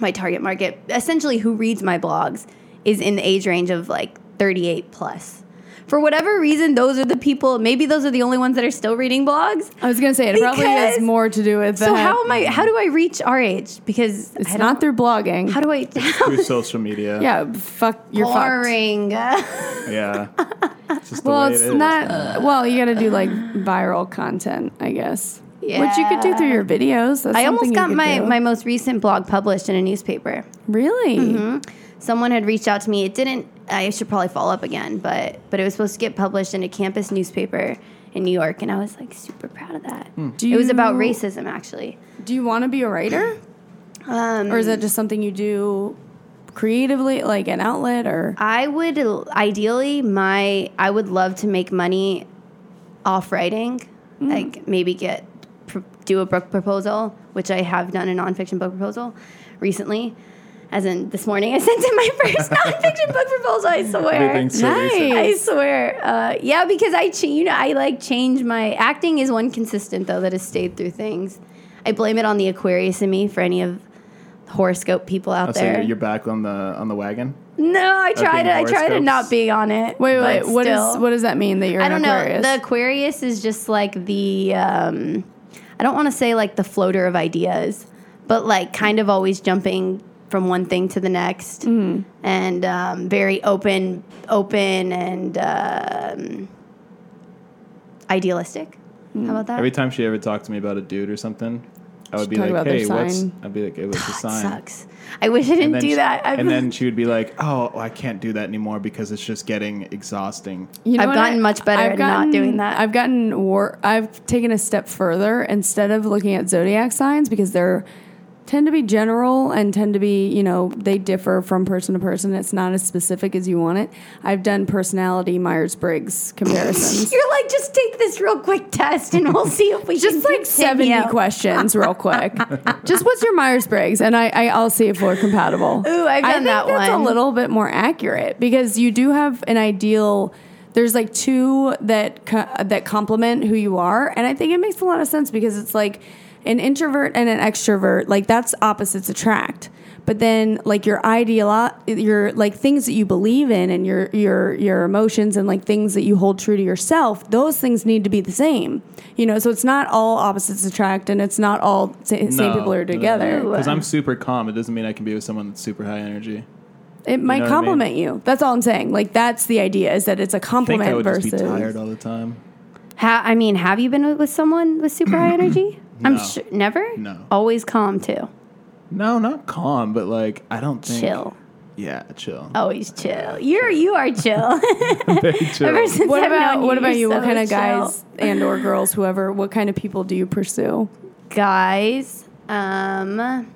S1: my target market, essentially who reads my blogs is in the age range of like 38 plus. For whatever reason, those are the people. Maybe those are the only ones that are still reading blogs.
S3: I was going to say it probably
S1: Because-
S3: has more to do with
S1: So
S3: that.
S1: how am I? How do I reach our age? Because
S3: it's
S1: I don't-
S3: not through blogging.
S1: How do I?
S2: Through social media.
S3: yeah, fuck you're fucked.
S1: boring.
S2: Yeah. It's just the
S3: Well,
S2: way
S3: it's
S2: it is.
S3: not well, you got to do like viral content, I guess. Which you could do through
S1: Yeah.
S3: your videos. That's
S1: I almost
S3: something you
S1: got
S3: could
S1: my,
S3: do.
S1: my most recent blog published in a newspaper.
S3: Really?
S1: Mm-hmm. someone had reached out to me. It didn't. I should probably follow up again, but but it was supposed to get published in a campus newspaper in New York, and I was like super proud of that.
S2: Hmm.
S3: Do
S1: It was about
S3: you-
S1: racism, actually.
S3: Do you want to be a writer?
S1: Um,
S3: Or is that just something you do creatively, like an outlet or
S1: I would ideally my I would love to make money off writing, like maybe get pr- do a book proposal, which I have done a nonfiction book proposal recently. As in this morning, I sent in my first nonfiction book proposal. I swear,
S2: Everything's so recent.
S1: I swear. Uh, yeah, because I, ch- you know, I like change my acting is one consistent though that has stayed through things. I blame it on the Aquarius in me for any of the horoscope people out
S2: Oh, so
S1: there.
S2: you're- you're back on the on the wagon.
S1: No, I tried
S2: being
S1: it. I tried to
S2: horoscopes?
S1: not be on it.
S3: Wait, wait,
S1: but
S3: what is
S1: still.
S3: what does that mean that you're
S1: I don't
S3: an Aquarius?
S1: know. The Aquarius is just like the um I don't want to say like the floater of ideas, but like kind of always jumping from one thing to the next
S3: Mm-hmm.
S1: and um, very open open and um, idealistic.
S3: Mm-hmm.
S1: How about that?
S2: Every time she ever talked to me about a dude or something, I would be
S3: talk
S2: like,
S3: about their
S2: "Hey, what's?"
S3: sign.
S2: I'd be like, "Hey, what's the
S1: That
S2: sign?"
S1: sucks. I wish I didn't
S2: then
S1: do
S2: she-
S1: that. I'm-
S2: and then she would be like, "Oh, I can't do that anymore because it's just getting exhausting."
S3: You
S1: I've
S3: what
S1: gotten much better at not doing that.
S3: I've gotten war. I've taken a step further instead of looking at zodiac signs because they're tend to be general and tend to be you know they differ from person to person. It's not as specific as you want it. I've done personality Myers Briggs comparisons.
S1: you're like, just take this real quick test, and we'll see if we
S3: Just
S1: can
S3: like 70
S1: continue."
S3: questions, real quick. Just what's your Myers Briggs? And I, I, I'll see if we're compatible.
S1: Ooh, I've done
S3: I think
S1: that
S3: that's
S1: one.
S3: a little bit more accurate because you do have an ideal. There's like two that co- that complement who you are, and I think it makes a lot of sense because it's like an introvert and an extrovert. Like that's opposites attract. But then, like your ideal, your like things that you believe in, and your your your emotions, and like things that you hold true to yourself, those things need to be the same. You know, so it's not all opposites attract, and it's not all sa- same people are together.
S1: Ooh.
S2: Because I'm super calm, it doesn't mean I can be with someone that's super high energy.
S3: It might
S2: know what I mean?
S3: compliment you. That's all I'm saying. Like that's the idea is that it's a
S2: I think
S3: compliment
S2: I would
S3: versus.
S2: just be tired all the time.
S1: Ha- I mean, have you been with, with someone with super high energy? I'm
S2: No.
S1: sure never.
S2: No.
S1: always calm too.
S2: No, not calm, but like I don't think.
S1: Chill,
S2: Yeah, chill.
S1: always chill. You're you are chill.
S2: Very chill.
S1: Ever since
S3: What
S1: I've
S3: about
S1: known
S3: what about
S1: you're
S3: you? What
S1: so
S3: kind of
S1: chill.
S3: guys and or girls, whoever? What kind of people do you pursue?
S1: Guys, um,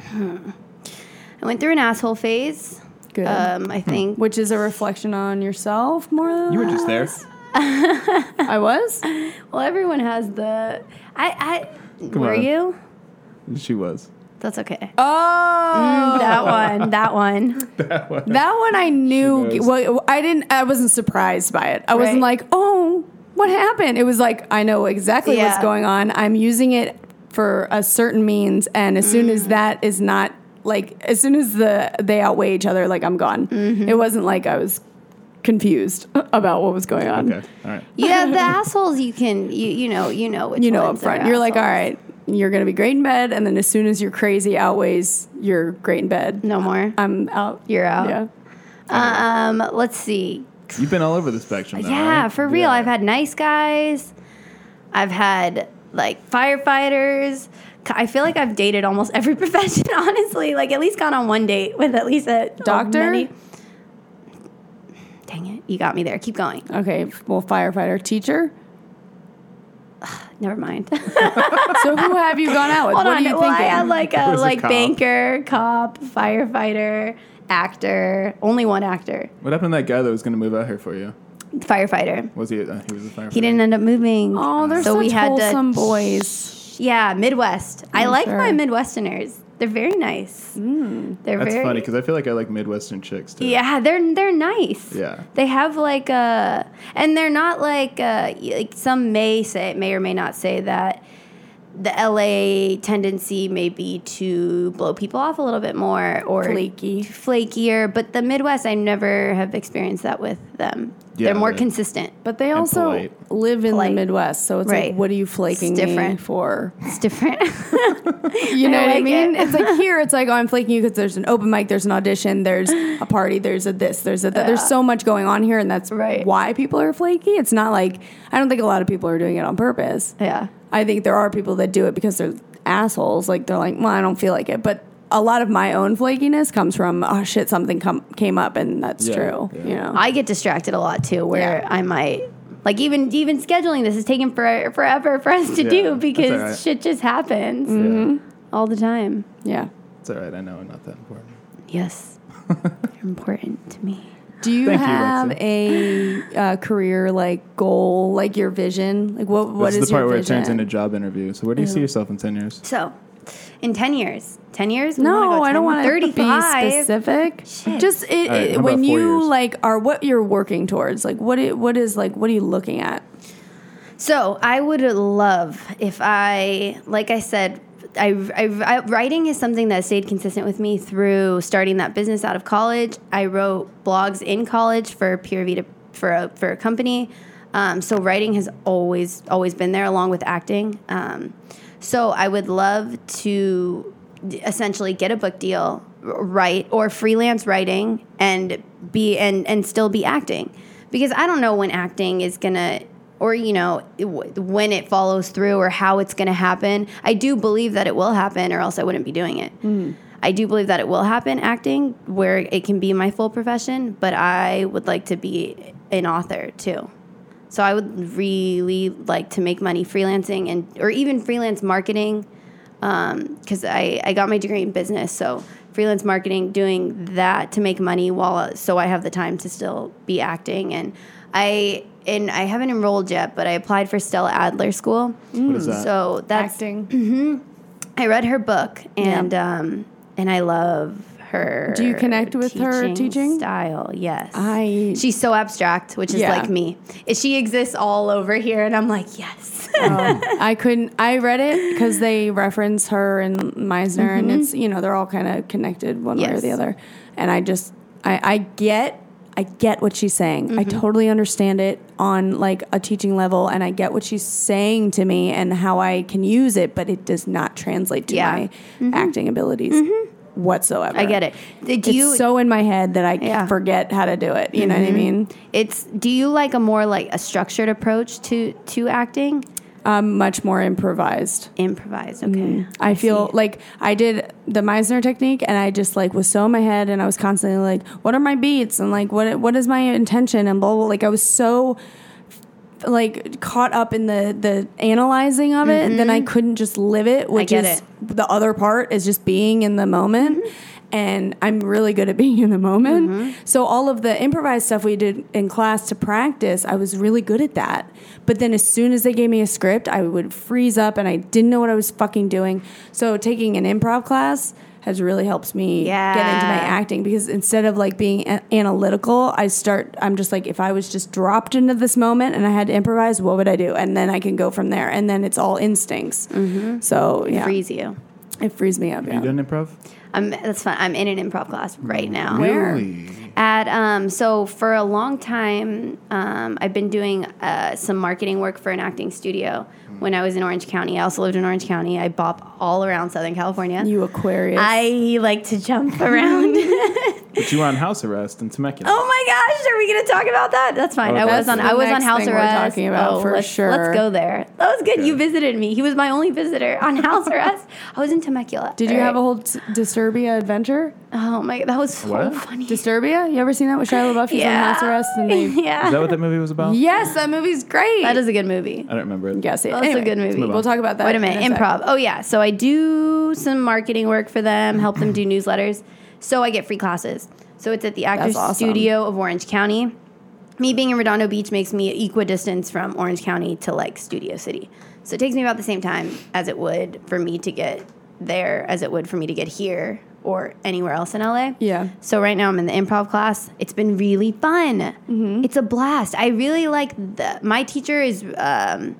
S1: hmm. I went through an asshole phase.
S3: Good.
S1: Um,
S3: Hmm.
S1: I think
S3: Which is a reflection on yourself more than
S2: you were just there.
S3: I was.
S1: well, everyone has the I I were
S2: on.
S1: you?
S2: She was.
S1: That's okay. Mm,
S3: Oh,
S1: That one, that one.
S3: that one I knew.
S2: She knows.
S3: Well, I didn't. I wasn't surprised by it. I wasn't
S1: Right.
S3: like, oh, what happened? It was like I know exactly what's
S1: Yeah.
S3: going on. I'm using it for a certain means, and as soon
S2: Mm.
S3: as that is not like, as soon as the they outweigh each other, like I'm gone.
S1: Mm-hmm.
S3: It wasn't like I was confused about what was
S1: Um,
S3: going on.
S2: Okay. All right.
S1: You have the assholes. You can you you know you know which
S3: You know, up
S1: ones are
S3: front, you're like, all
S1: assholes.
S3: right, you're going to be great in bed, and then as soon as your crazy outweighs your great in bed,
S1: No more.
S3: I'm out.
S1: You're out.
S3: Yeah.
S1: Um, let's see.
S2: You've been all over the spectrum. Though,
S1: yeah,
S2: right?
S1: for real.
S2: Yeah.
S1: I've had nice guys. I've had like firefighters. C- I feel like I've dated almost every profession, honestly. Like at least gone on one date with at least a oh,
S3: Doctor?
S1: many- Dang it, you got me there. Keep going.
S3: Okay. Well, firefighter, teacher.
S1: Never mind.
S3: So who have you gone out with?
S1: Hold
S3: what
S1: on.
S3: are you
S1: well, I
S3: thinking?
S1: had like
S2: It
S1: a
S2: was a
S1: like
S2: cop.
S1: banker, cop, firefighter, actor. Only one actor,
S2: What happened to that guy that was going to move out here for you?
S1: firefighter.
S2: Was he? Uh, he was a firefighter.
S1: He didn't end up moving.
S3: oh, they're
S1: So
S3: such
S1: we had to-
S3: wholesome boys.
S1: Yeah, Midwest. i
S3: I'm
S1: like
S3: sure. Mm.
S1: my Midwesterners. They're very nice. They're
S2: That's
S1: very
S2: funny because I feel like I like Midwestern chicks too.
S1: Yeah, they're they're nice.
S2: Yeah.
S1: They have like a and they're not like uh like some may say may or may not say that the LA tendency may be to blow people off a little bit more or
S3: Flaky.
S1: flakier, but the Midwest I never have experienced that with them.
S2: Yeah,
S1: they're more
S2: they're-
S1: consistent.
S3: But they also
S2: polite.
S3: live in
S1: Polite.
S3: the Midwest, so it's
S1: Right.
S3: like, what are you flaking
S1: It's different.
S3: me for?
S1: It's different.
S3: You know what I
S1: like
S3: mean?
S1: it.
S3: It's like here, it's like, oh, I'm flaking you because there's an open mic, there's an audition, there's a party, there's a this, there's a that. There's so much going on here, and that's
S1: Right.
S3: why people are flaky. It's not like, I don't think a lot of people are doing it on purpose.
S1: yeah.
S3: I think there are people that do it because they're assholes. Like, they're like, well, I don't feel like it. But a lot of my own flakiness comes from, oh, shit, something come, came up, and that's
S2: Yeah,
S3: true.
S2: yeah.
S3: You know?
S1: I get distracted a lot too, where
S3: Yeah.
S1: I might like even even scheduling this is taking for, forever for us to
S2: Yeah,
S1: do
S2: that's
S1: because
S2: all right.
S1: shit just happens
S3: Mm.
S2: Yeah.
S1: all the time.
S3: yeah.
S2: It's all right. I know I'm not that important.
S1: Yes, You're important to me.
S3: Do you
S2: Thank you,
S3: have
S2: Lexi.
S3: a uh, career like goal, like your vision? Like what? What
S2: this
S3: is
S2: is the part
S3: your
S2: where it
S3: vision?
S2: turns into job interview. So where do you see yourself in ten years?
S1: So, in ten years, ten years? We wanna
S3: no,
S1: go
S3: I
S1: 10
S3: don't want to be
S1: 35.
S3: specific.
S1: Shit.
S3: Just it,
S2: All right,
S3: it-
S2: how about
S3: when
S2: four
S3: you
S2: years?
S3: like are what you're working towards. Like what? It, what is like? What are you looking at?
S1: So I would love if I, like I said, I, I, I writing is something that stayed consistent with me through starting that business out of college. I wrote blogs in college for Pure Vita for a for a company. Um, so writing has always always been there, along with acting. Um, so I would love to d- essentially get a book deal, r- write or freelance writing, and be and and still be acting, because I don't know when acting is gonna or you know it- w- when it follows through or how it's going to happen i do believe that it will happen or else i wouldn't be doing it i do believe that it will happen acting where it can be my full profession but i would like to be an author too so i would really like to make money freelancing and or even freelance marketing because I, I got my degree in business so freelance marketing doing that to make money while so i have the time to still be acting and i and i haven't enrolled yet but i applied for stella adler school
S3: Hmm,
S2: What is that?
S1: so that's
S3: Acting.
S1: i read her book and um and i love her
S3: Do you connect with her teaching?
S1: style yes
S3: I-
S1: she's so abstract which is
S3: Yeah.
S1: like me she exists all over here and i'm like yes
S3: Oh. I couldn't. I read it because they reference her and Meisner, and it's you know they're all kind of connected one way or
S1: Mm-hmm. Yes.
S3: the other. And I just I, I get I get what she's saying. I
S1: Mm-hmm.
S3: totally understand it on like a teaching level, and I get what she's saying to me and how I can use it, but it does not translate to
S1: Yeah. Mm-hmm.
S3: my acting abilities whatsoever.
S1: i get it do
S3: It's
S1: you
S3: so in my head that I c-
S1: Yeah. Mm-hmm.
S3: forget how to do it. You know what I mean?
S1: It's do you like a more like a structured approach to to acting?
S3: Um, much more improvised.
S1: Improvised, okay.
S3: I feel like I did the Meisner technique, and I just like was so in my head, and I was constantly like, "What are my beats?" and like, "What what is my intention?" and blah blah. Like I was so like caught up in the the analyzing of it, then I couldn't just live it. Which
S1: Mm-hmm. get Mm-hmm.
S3: is the other part is just being in the moment. And I'm really good at being in the moment. So, all of the improvised stuff we did in class to practice, I was really good at that. But then, as soon as they gave me a script, I would freeze up and I didn't know what I was fucking doing. So, taking an improv class has really helped me get into my
S1: Yeah.
S3: acting because instead of like being a- analytical, I start. I'm just like, if I was just dropped into this moment and I had to improvise,
S1: Mm-hmm.
S3: what would I do? And then I can go from there. And then it's all instincts. So yeah,
S1: Freeze you.
S3: It frees me up.
S2: You
S3: Yeah.
S2: done improv?
S1: I'm, that's fine. I'm in an improv class right now.
S3: Where?
S2: Really?
S1: At um, so for a long time, um, I've been doing uh, some marketing work for an acting studio.
S3: Hmm.
S1: When I was in Orange County, I also lived in Orange County. I bop all around Southern California.
S3: You Aquarius.
S1: I like to jump around.
S2: But you were on house arrest in Temecula.
S1: Oh my gosh, are we gonna talk about that? That's fine. I
S2: Okay.
S1: was on
S3: Oh, That's the
S1: I was on
S3: next
S1: house
S3: thing we're
S1: arrest. Oh,
S3: talking about for
S1: let's,
S3: sure.
S1: Let's go there. That was good. You
S2: Okay.
S1: visited me. He was my only visitor on house arrest. I was in Temecula.
S3: Did you have a
S1: Alright.
S3: whole t- Disturbia adventure?
S1: Oh my that was so
S2: What?
S1: funny.
S3: Disturbia? You ever seen that with Shia LaBeouf? He's on house arrest and they.
S1: yeah.
S2: Is that what that movie was about?
S3: Yes, that movie's great.
S1: that is a good movie.
S2: I don't remember it.
S3: Yes, it-
S1: That's a
S3: anyway,
S1: good movie. Move
S3: We'll
S2: on.
S3: talk about that.
S1: Wait a
S3: in
S1: minute,
S3: sec.
S1: improv. Oh yeah, so I do some marketing work for them, help them do newsletters. So I get free classes. So it's at the Actors
S3: That's awesome.
S1: Studio of Orange County. Me being in Redondo Beach makes me equidistant from Orange County to like Studio City. So it takes me about the same time as it would for me to get there as it would for me to get here or anywhere else in LA.
S3: Yeah.
S1: So right now I'm in the improv class. It's been really fun.
S3: Mm-hmm.
S1: It's a blast. I really like the, my teacher is. Um,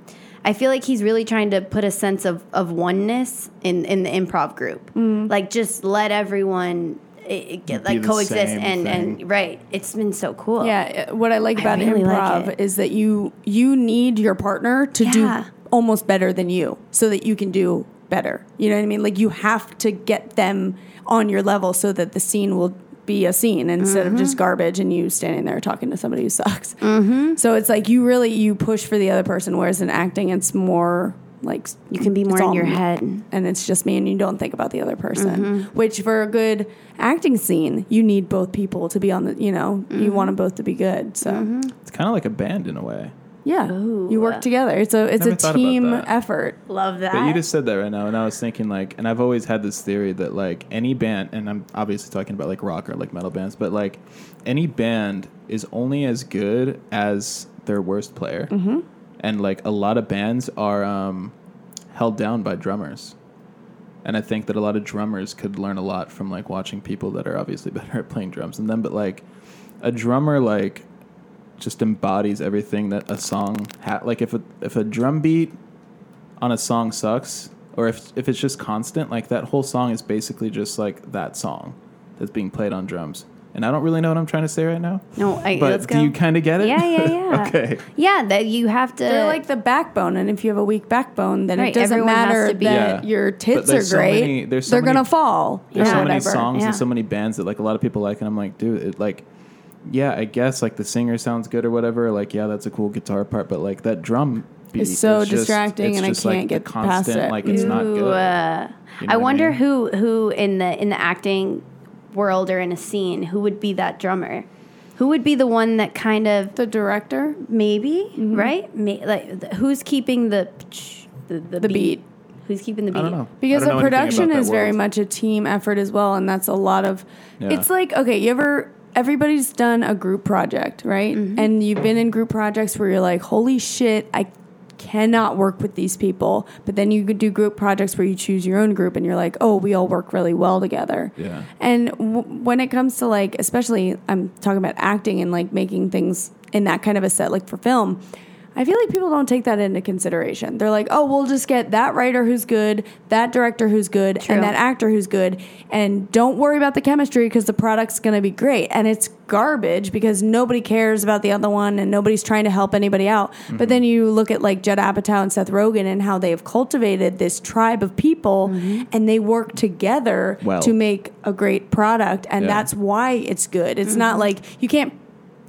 S1: I feel like he's really trying to put a sense of, of oneness in, in the improv group.
S3: Mm-hmm.
S1: Like just let everyone i i- get, like
S2: the
S1: coexist
S2: same
S1: and, and
S2: thing.
S1: right. It's been so cool.
S3: Yeah, uh, what I like about
S1: really like
S3: improv
S1: it.
S3: is that you you need your partner to
S1: Yeah.
S3: do almost better than you so that you can do better. You know what I mean? Like you have to get them on your level so that the scene will be a scene instead of
S1: Mm-hmm.
S3: just garbage and you standing there talking to somebody who sucks. Mm-hmm. So it's like you really you push for the other person whereas in acting it's more like
S1: You can be more
S3: it's
S1: in
S3: all
S1: your
S3: me.
S1: head. Mm-hmm.
S3: and it's just me and you don't think about the other person which for a good acting scene you need both people to be on the you know
S1: Mm-hmm.
S3: you want them both to be good so
S2: It's kind of like a band in a way.
S3: yeah
S1: Ooh.
S3: you work together it's a it's
S2: Never
S3: a
S2: thought about
S3: team
S2: that.
S3: effort
S1: Love that.
S2: But you just said that right now, and I was thinking like, and I've always had this theory that like any band, and I'm obviously talking about like rock or like metal bands, but like any band is only as good as their worst player, mm-hmm. and like a lot of bands are um, held down by drummers, and I think that a lot of drummers could learn a lot from like watching people that are obviously better at playing drums than them, but like a drummer like just embodies everything that a song ha- like if a if a drum beat on a song sucks or if if it's just constant like that whole song is basically just like that song that's being played on drums and i don't really know what i'm trying to say right now
S1: no, I, let's
S2: but
S1: go.
S2: do you kind of get it
S1: yeah, yeah, yeah.
S2: okay
S1: Yeah, that you have to.
S3: they're like the backbone and if you have a weak backbone then
S1: Right,
S3: it doesn't
S1: everyone has
S3: matter
S1: to
S3: that
S1: be-
S2: Yeah.
S3: your
S2: But
S3: tits are
S2: there's so
S3: great
S2: many- there's so
S3: they're
S2: many-
S3: gonna fall
S2: there's
S3: or
S2: so many
S3: whatever.
S2: songs
S1: yeah.
S2: and so many bands that like a lot of people like and i'm like dude it like yeah i guess like the singer sounds good or whatever like yeah that's a cool guitar part but like that drum beat
S3: It's so
S2: is just-
S3: distracting
S2: it's
S3: and I
S2: just,
S3: can't
S2: like,
S3: get
S2: the
S3: past
S2: constant
S3: it.
S2: like it's not
S1: Ooh,
S2: good
S1: uh,
S2: You know what
S1: I
S2: I
S1: wonder
S2: mean?
S1: who who in the in the acting world or in a scene who would be that drummer. Who would be the one that kind of
S3: the director
S1: maybe right? May, like th- who's keeping the the, the,
S3: the beat.
S1: Who's keeping the beat?
S2: i don't know
S3: Because
S2: I don't
S3: a
S2: know anything about
S3: production
S2: that
S3: is very
S2: world.
S3: much a team effort as well, and that's a lot of.
S2: Yeah.
S3: It's like okay, you ever everybody's done a group project, right? And you've been in group projects where you're like, holy shit, I cannot work with these people. But then you could do group projects where you choose your own group, and you're like, oh, we all work really well together.
S2: Yeah.
S3: And w- when it comes to like, especially I'm talking about acting and like making things in that kind of a set, like for film, I feel like people don't take that into consideration. They're like, oh, we'll just get that writer who's good, that director who's good,
S1: True.
S3: and that actor who's good, and don't worry about the chemistry because the product's going to be great. And it's garbage because nobody cares about the other one and nobody's trying to help anybody out. But then you look at like Judd Apatow and Seth Rogen and how they have cultivated this tribe of people and they work together
S2: Well.
S3: to make a great product and
S2: Yeah.
S3: that's why it's good it's not like you can't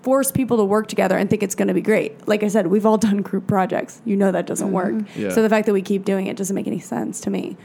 S3: force people to work together and think it's going to be great like i said we've all done group projects you know that doesn't work
S2: Yeah.
S3: so the fact that we keep doing it doesn't make any sense to me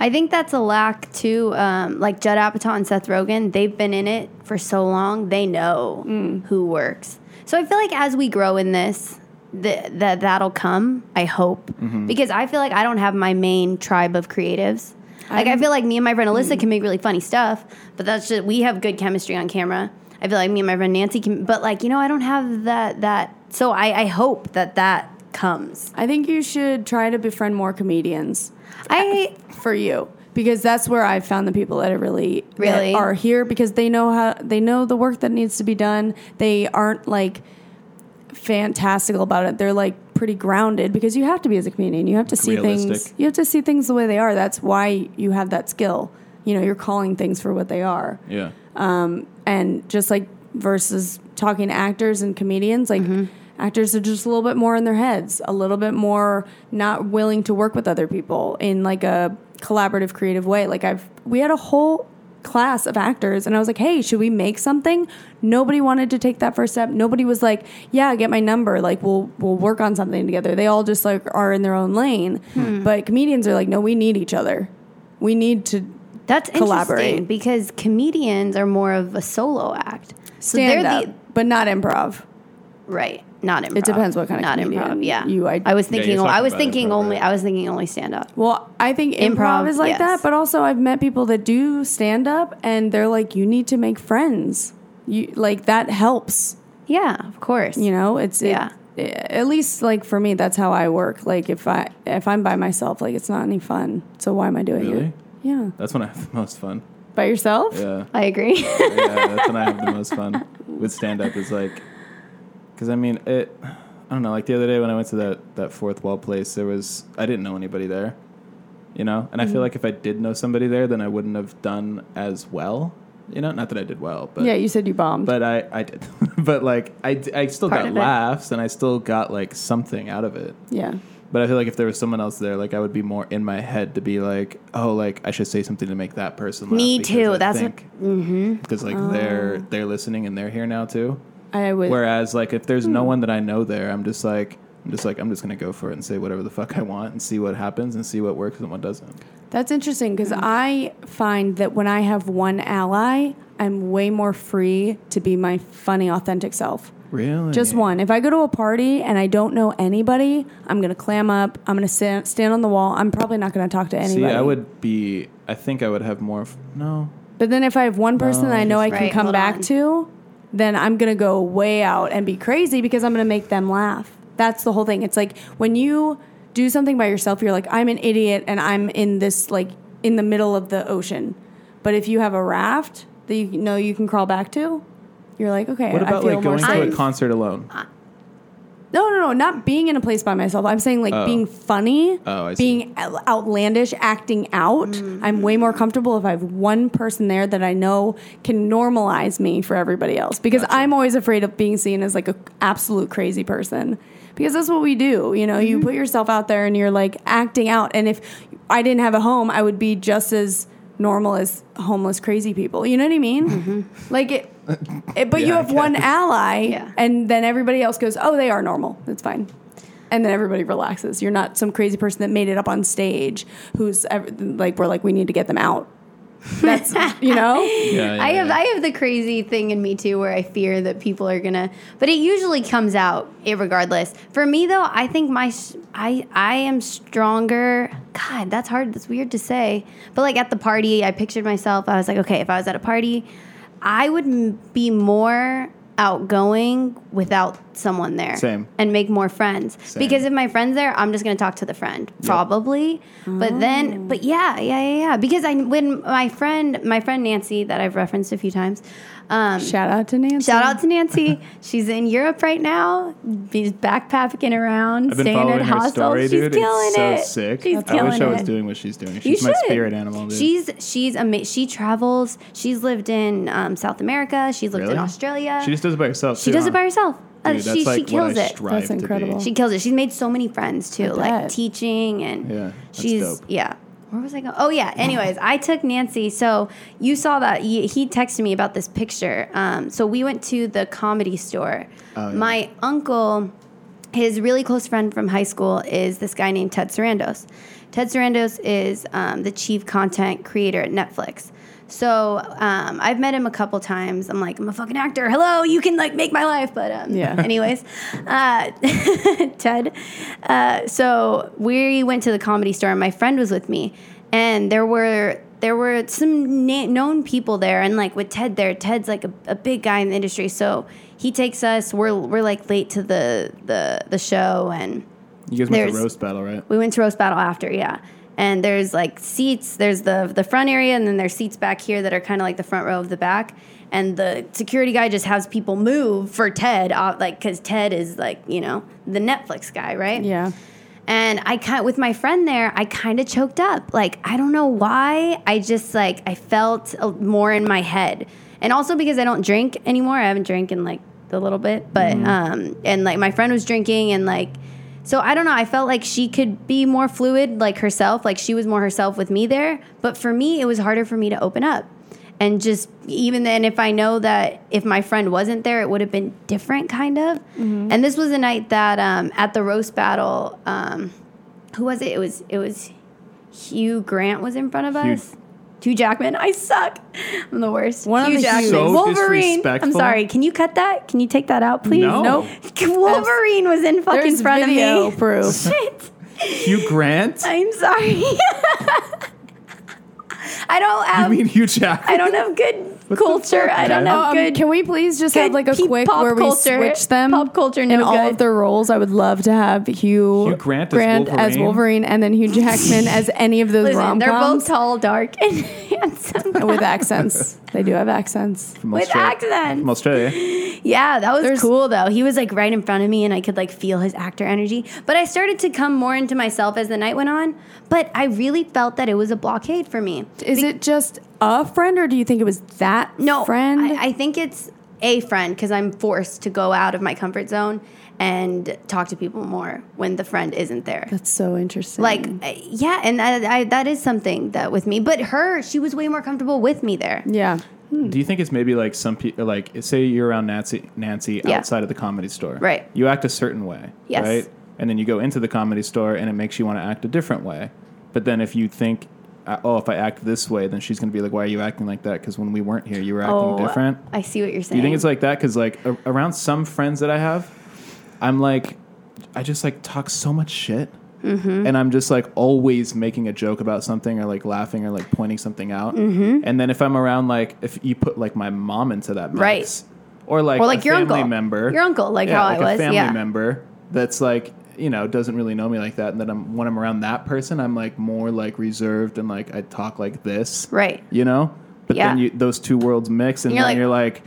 S1: I think that's a lack too. Um, like Judd Apatow and Seth Rogen, they've been in it for so long; they know who works. So I feel like as we grow in this, that that that'll come. I hope because I feel like I don't have my main tribe of creatives. Like I Mm. feel like me and my friend Alyssa can make really funny stuff, but that's just we have good chemistry on camera. I feel like me and my friend Nancy can, but like you know, I don't have that that. So I I hope that that comes.
S3: i think you should try to befriend more comedians
S1: I
S3: for you because that's where I've found the people that are really that
S1: Really?
S3: are here because they know how they know the work that needs to be done. They aren't like fantastical about it. They're like pretty grounded because you have to be as a comedian. You have to see things.
S2: Realistic.
S3: You have to see things the way they are. That's why you have that skill. You know, you're calling things for what they are.
S2: Yeah.
S3: Um, and just like versus talking to actors and comedians, like
S1: Mm-hmm.
S3: actors are just a little bit more in their heads, a little bit more not willing to work with other people in like a collaborative, creative way. Like I've we had a whole class of actors and I was like, "Hey, should we make something?" Nobody wanted to take that first step. Nobody was like, "Yeah, get my number. Like we'll we'll work on something together." They all just like are in their own lane.
S1: Hmm.
S3: But comedians are like, "No, we need each other. We need to
S1: That's interesting
S3: Collaborate.
S1: because comedians are more of a solo act. So
S3: stand
S1: they're
S3: up,
S1: the
S3: but not improv."
S1: right, not improv.
S3: It depends what kind of
S1: not
S3: comedian
S1: improv. Yeah,
S3: you
S1: I,
S3: id-
S1: was
S2: you're
S1: thinking.
S2: talking
S1: I was
S2: about
S1: thinking
S2: improv,
S1: only.
S2: right?
S1: I was thinking only stand up.
S3: Well, I think improv,
S1: Improv,
S3: is like
S1: yes.
S3: that, but also I've met people that do stand up and they're like, you need to make friends. You like that helps.
S1: Yeah, of course.
S3: You know, it's it- eh,
S1: Yeah.
S3: at least like for me, that's how I work. Like if I if I'm by myself, like it's not any fun. So why am I doing
S2: Really?
S3: it? Yeah,
S2: That's when I have the most fun.
S3: by yourself.
S2: Yeah.
S1: I agree.
S2: yeah, that's when I have the most fun with stand up is like, because I mean, it, I don't know, like the other day when I went to that, that fourth wall place, there was, I didn't know anybody there, you know? And I
S1: Mm.
S2: feel like if I did know somebody there, then I wouldn't have done as well, you know? Not that I did well, but.
S3: Yeah, you said you bombed.
S2: But I, I did. but like, I, d- I still
S1: Part
S2: got
S1: of it.
S2: laughs and I still got like something out of it.
S3: yeah,
S2: But I feel like if there was someone else there, like I would be more in my head to be like, oh, like I should say something to make that person. Laugh
S1: Me
S2: because
S1: too.
S2: I
S1: That's
S2: think, because like they're they're listening and they're here now too.
S3: I would.
S2: Whereas like if there's no one that I know there, I'm just like I'm just like I'm just gonna go for it and say whatever the fuck I want and see what happens and see what works and what doesn't.
S3: That's interesting because I find that when I have one ally, I'm way more free to be my funny, authentic self.
S2: Really,
S3: Just one. If I go to a party and I don't know anybody, I'm gonna clam up. I'm gonna stand, stand on the wall. I'm probably not gonna talk to
S2: See,
S3: anybody.
S2: I would be. I think I would have more. F- no,
S3: But then if I have
S2: Oh,
S3: one person that I know I can
S1: Right,
S3: come
S1: hold
S3: back
S1: on.
S3: to, then I'm gonna go way out and be crazy because I'm gonna make them laugh. That's the whole thing. It's like when you do something by yourself, you're like, I'm an idiot and I'm in this like in the middle of the ocean. But if you have a raft that you know you can crawl back to, you're like, okay,
S2: what
S3: I
S2: about
S3: feel
S2: like
S3: more
S2: going to a
S1: safe.
S2: concert alone?
S3: No, no, no, not being in a place by myself. I'm saying like
S2: Oh.
S3: being funny,
S2: Oh, I see.
S3: being out- outlandish, acting out. I'm way more comfortable if I have one person there that I know can normalize me for everybody else because I'm always afraid of being seen as like an absolute crazy person because that's what we do. You know, you put yourself out there and you're like acting out. And if I didn't have a home, I would be just as normal as homeless crazy people. You know what I mean? Like it, it but you
S2: Yeah, I
S3: have one
S2: guess.
S3: ally
S1: Yeah.
S3: and then everybody else goes oh they are normal it's fine and then everybody relaxes you're not some crazy person that made it up on stage who's ev- like we're like we need to get them out that's you know
S2: Yeah, yeah,
S1: I have
S2: yeah.
S1: I have the crazy thing in me too where I fear that people are gonna but it usually comes out regardless. For me though, I think my s- I I am stronger. God, that's hard. That's weird to say. But like at the party, I pictured myself. I was like, okay, if I was at a party, I would m- be more outgoing without someone there
S2: Same.
S1: and make more friends
S2: Same.
S1: because if my friend's there i'm just going to talk to the friend probably but then but yeah yeah yeah yeah because i when my friend my friend nancy that i've referenced a few times um,
S3: shout out to nancy
S1: shout out to nancy she's in europe right now she's backpacking around
S2: I've been
S1: staying
S2: following
S1: at
S2: her
S1: hostels
S2: story,
S1: she's
S2: dude.
S1: killing
S2: it's so
S1: it
S2: sick.
S1: she's
S2: I
S1: killing
S2: wish I was
S1: it
S2: doing what she's doing.
S1: you
S2: She's my
S1: should.
S2: spirit animal, dude.
S1: She's she's ama- she travels. She's lived in um, South America. She's lived
S2: Really?
S1: in Australia.
S2: she just does it by herself.
S1: She
S2: too,
S1: does it
S2: huh?
S1: by herself. Uh,
S2: Dude,
S1: she, she kills it.
S2: strive
S3: That's
S2: to be.
S3: incredible.
S1: She kills it. She's made so many friends too, like
S3: bet.
S1: teaching and
S2: Yeah, that's
S1: she's
S2: dope.
S1: yeah. Where was I going? Oh yeah. Anyways, I took Nancy. So you saw that he, he texted me about this picture. Um, so we went to the comedy store.
S2: Oh, yeah.
S1: My uncle, his really close friend from high school, is this guy named Ted Sarandos. Ted Sarandos is um, the chief content creator at Netflix. So um, I've met him a couple times. I'm like, I'm a fucking actor. Hello, you can like make my life. But um,
S3: Yeah.
S1: Anyways, uh, Ted. Uh, so we went to the comedy store, and my friend was with me, and there were there were some na- known people there, and like with Ted there, Ted's like a, a big guy in the industry, so he takes us. We're we're like late to the the the show, and
S2: You guys went to
S1: There's-
S2: roast battle, right?
S1: we went to roast battle after, yeah. and there's like seats. There's the the front area, and then there's seats back here that are kind of like the front row of the back. And the security guy just has people move for Ted, uh, like because Ted is like you know the Netflix guy, right?
S3: Yeah.
S1: And I kind with my friend there, I kind of choked up. Like I don't know why. I just like I felt uh, more in my head, and also because I don't drink anymore. I haven't drank in like a little bit, but um, and like my friend was drinking, and like so I don't know. I felt like she could be more fluid, like herself. Like she was more herself with me there. But for me, it was harder for me to open up. And just even then, if I know that if my friend wasn't there, it would have been different, kind of. And this was a night that um, at the roast battle, um, who was it? It was it was Hugh Grant was in front of
S2: Hugh-
S1: us. Hugh Jackman, I suck. I'm the worst.
S3: One of
S1: Hugh
S3: the
S1: Jackman,
S2: So
S1: Wolverine. I'm
S2: disrespectful.
S1: sorry. Can you cut that? Can you take that out, please?
S2: No.
S3: Nope.
S1: Wolverine was in fucking
S3: There's
S1: front
S3: video
S1: of me.
S3: proof.
S1: Shit.
S2: Hugh Grant?
S1: I'm sorry. I don't
S2: You
S1: have.
S2: mean Hugh Jackman?
S1: I don't have good
S2: What the
S1: culture.
S2: fuck,
S1: I don't
S2: man?
S1: have
S3: Um,
S1: good.
S3: can we please just
S1: good
S3: have like a
S1: peop-
S3: quick
S1: pop
S3: where
S1: culture-
S3: we switch them?
S1: pop culture, no
S3: in all
S1: good.
S3: of their roles. I would love to have Hugh,
S2: Hugh Grant as
S3: Grant as
S2: Wolverine.
S3: Wolverine and then Hugh Jackman as any of those
S1: Listen,
S3: rom
S1: they're both
S3: coms
S1: tall, dark, and handsome.
S3: with accents. They do have accents.
S2: From
S1: with
S2: Austra-
S1: accents.
S2: From Australia.
S1: Yeah, that was
S3: There's-
S1: cool though. He was like right in front of me and I could like feel his actor energy. But I started to come more into myself as the night went on, but I really felt that it was a blockade for me.
S3: Is it just a friend, or do you think it was that
S1: No,
S3: friend?
S1: I, I think it's a friend because I'm forced to go out of my comfort zone and talk to people more when the friend isn't there.
S3: That's so interesting.
S1: like uh, yeah, and I, I, that is something that with me. But her, she was way more comfortable with me there.
S3: yeah,
S1: Hmm.
S2: Do you think it's maybe like some people, like say you're around Nancy, Nancy
S1: Yeah.
S2: outside of the comedy store,
S1: Right.
S2: You act a certain way,
S1: Yes.
S2: right? And then you go into the comedy store, and it makes you want to act a different way. But then if you think, uh, oh, if I act this way, then she's going to be like, why are you acting like that? Because when we weren't here, you were acting
S1: Oh,
S2: different.
S1: I see what you're
S2: Do
S1: saying.
S2: you think it's like that? Because like a- around some friends that I have, I'm like, I just like talk so much shit,
S1: Mm-hmm.
S2: and I'm just like always making a joke about something or like laughing or like pointing something out.
S1: Mm-hmm.
S2: And then if I'm around like if you put like my mom into that mix,
S1: Right.
S2: or like
S1: Or, like,
S2: a
S1: your
S2: family
S1: uncle.
S2: member,
S1: Your uncle, like
S2: Yeah,
S1: how I was,
S2: a family
S1: yeah.
S2: member that's like you know doesn't really know me like that, and then I'm, when I'm around that person, I'm like more like reserved and like I talk like this,
S1: right?
S2: you know but then
S1: Yeah.
S2: you, those two worlds mix and
S1: You're
S2: then
S1: like-
S2: you're like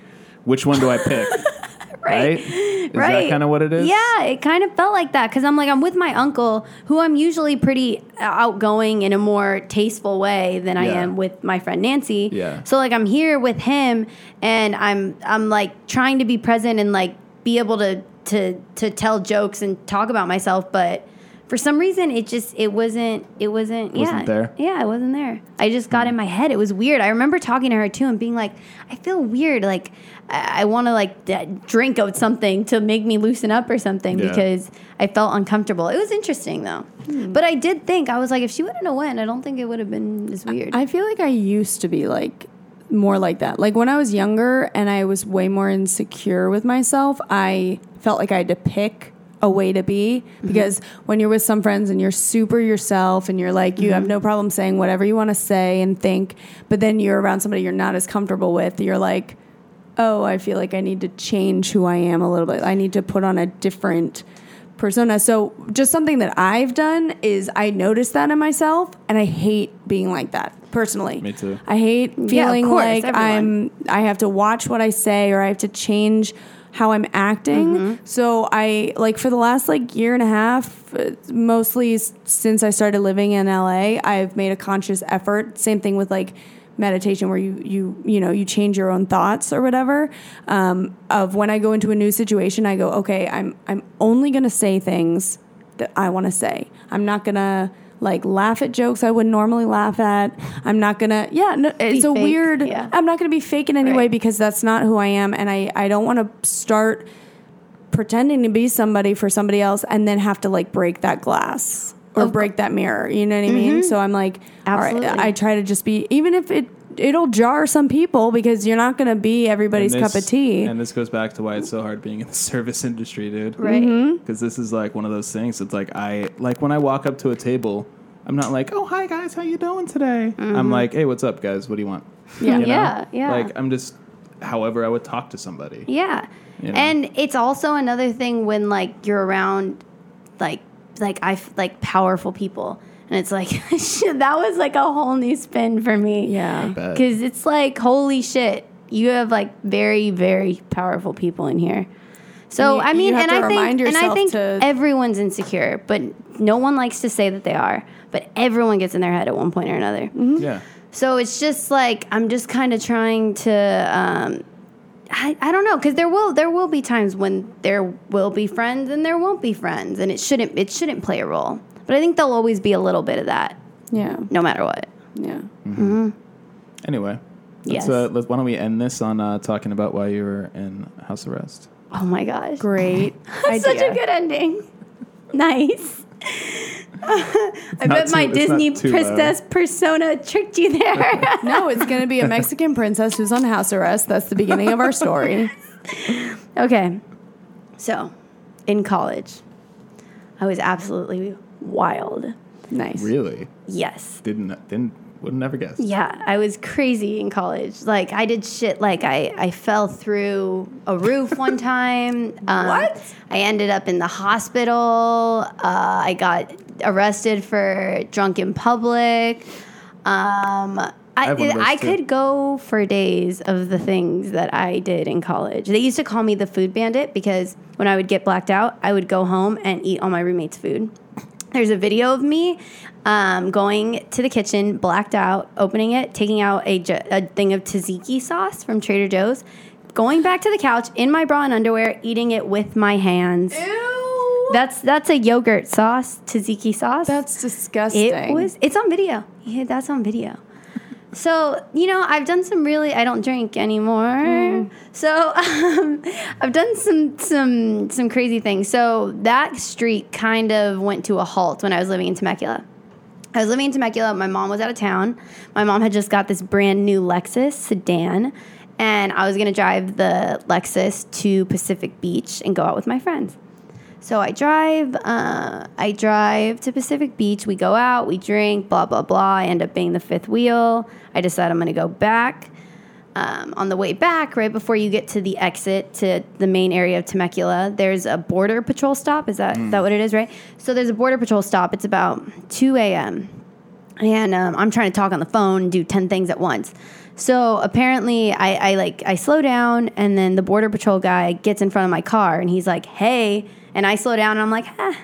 S2: which one do i pick right is
S1: right.
S2: that kind of what it is
S1: Yeah, it kind of felt like that because I'm like I'm with my uncle, who I'm usually pretty uh, outgoing in a more tasteful way than I
S2: Yeah.
S1: am with my friend Nancy.
S2: Yeah.
S1: So like I'm here with him, and I'm I'm like trying to be present and like be able to to to tell jokes and talk about myself, but for some reason it just it wasn't it wasn't yeah
S2: Wasn't there.
S1: yeah it wasn't there i just got in my head it was weird i remember talking to her too and being like i feel weird like i, I want to like d- drink out something to make me loosen up or something
S2: Yeah.
S1: because i felt uncomfortable it was interesting though but i did think i was like if she wouldn't have went i don't think it would have been as weird
S3: I feel like I used to be like more like that. Like when I was younger and I was way more insecure with myself, I felt like I had to pick a way to be because when you're with some friends and you're super yourself and you're like you have no problem saying whatever you want to say and think, but then you're around somebody you're not as comfortable with, you're like oh, I feel like I need to change who I am a little bit. I need to put on a different persona. So, just something that I've done is I noticed that in myself, and I hate being like that personally.
S2: Me too.
S3: I hate feeling
S1: course,
S3: like
S1: everyone.
S3: I'm I have to watch what I say or I have to change how I'm acting.
S1: Mm-hmm.
S3: So I like for the last like year and a half, uh, mostly s- since I started living in LA, I've made a conscious effort. Same thing with like meditation where you you you know you change your own thoughts or whatever um, of when i go into a new situation i go okay i'm i'm only going to say things that i want to say i'm not going to like laugh at jokes i would normally laugh at i'm not going to yeah no, it's a
S1: fake,
S3: weird
S1: yeah.
S3: i'm not going to be fake in any way
S1: Right.
S3: because that's not who i am and i i don't want to start pretending to be somebody for somebody else and then have to like break that glass or break that mirror. You know what I mean? So I'm like, all right,
S1: Absolutely.
S3: I try to just be, even if it, It'll jar some people because you're not going to be everybody's
S2: And this-
S3: cup of tea.
S2: and this goes back to why it's so hard being in the service industry dude
S1: right
S3: Mm-hmm.
S2: because this is like one of those things it's like i like when i walk up to a table i'm not like oh hi guys how you doing today i'm like hey what's up guys what do you want
S3: Yeah.
S2: You know?
S1: Mm-hmm. Yeah, yeah.
S2: like i'm just however i would talk to somebody
S1: Yeah.
S2: You know?
S1: And it's also another thing when like you're around like like I f- like powerful people, and it's like shit, that was like a whole new spin for me.
S3: Yeah.
S2: Bet.
S1: because it's like holy shit, you have like very very powerful people in here. So
S3: You-
S1: I mean,
S3: you
S1: and
S3: have to
S1: I think
S3: remind
S1: and I
S3: yourself
S1: think
S3: to-
S1: everyone's insecure, but no one likes to say that they are. But everyone gets in their head at one point or another.
S2: Yeah.
S1: So it's just like I'm just kind of trying to. Um, I, I don't know because there will there will be times when there will be friends and there won't be friends and it shouldn't it shouldn't play a role. But I think there'll always be a little bit of that
S3: Yeah.
S1: no matter what.
S3: Yeah.
S2: Anyway.
S1: Yes.
S2: Let's, uh, let, why don't we end this on uh, talking about why you were in house arrest?
S1: Oh my gosh,
S3: Great. idea.
S1: such a good ending. Nice. I bet
S2: not
S1: my
S2: too- it's not
S1: Disney
S2: too low.
S1: princess persona tricked you there.
S3: No, it's going to be a Mexican princess who's on house arrest. That's the beginning of our story.
S1: Okay. So, in college, I was absolutely wild.
S3: Nice.
S2: Really?
S1: Yes.
S2: Didn't didn't would never guess.
S1: Yeah, I was crazy in college. Like I did shit like I I fell through a roof one time. Um,
S3: What?
S1: I ended up in the hospital. Uh, I got arrested for drunk in public. Um I,
S2: have one of those,
S1: I
S2: too.
S1: could go for days of the things that I did in college. They used to call me the food bandit because when I would get blacked out, I would go home and eat all my roommates' food. There's a video of me um, going to the kitchen, blacked out, opening it, taking out a, j- a thing of tzatziki sauce from Trader Joe's, going back to the couch in my bra and underwear, eating it with my hands.
S3: Ew.
S1: That's that's a yogurt sauce, tzatziki sauce.
S3: That's disgusting.
S1: It was. It's on video. Yeah, that's on video. So you know, I've done some really. I don't drink anymore. So um, I've done some some some crazy things. So that streak kind of went to a halt when I was living in Temecula. I was living in Temecula. My mom was out of town. My mom had just got this brand new Lexus sedan, and I was going to drive the Lexus to Pacific Beach and go out with my friends. So I drive, uh, I drive to Pacific Beach. We go out, we drink, blah blah blah. I end up being the fifth wheel. I decide I'm going to go back. Um, on the way back, right before you get to the exit to the main area of Temecula, there's a border patrol stop. Is that is that what it is? Right. So there's a border patrol stop. It's about two a.m and um, I'm trying to talk on the phone and do 10 things at once. So apparently I, I like I slow down and then the border patrol guy gets in front of my car and he's like, hey, and I slow down and I'm like, ah,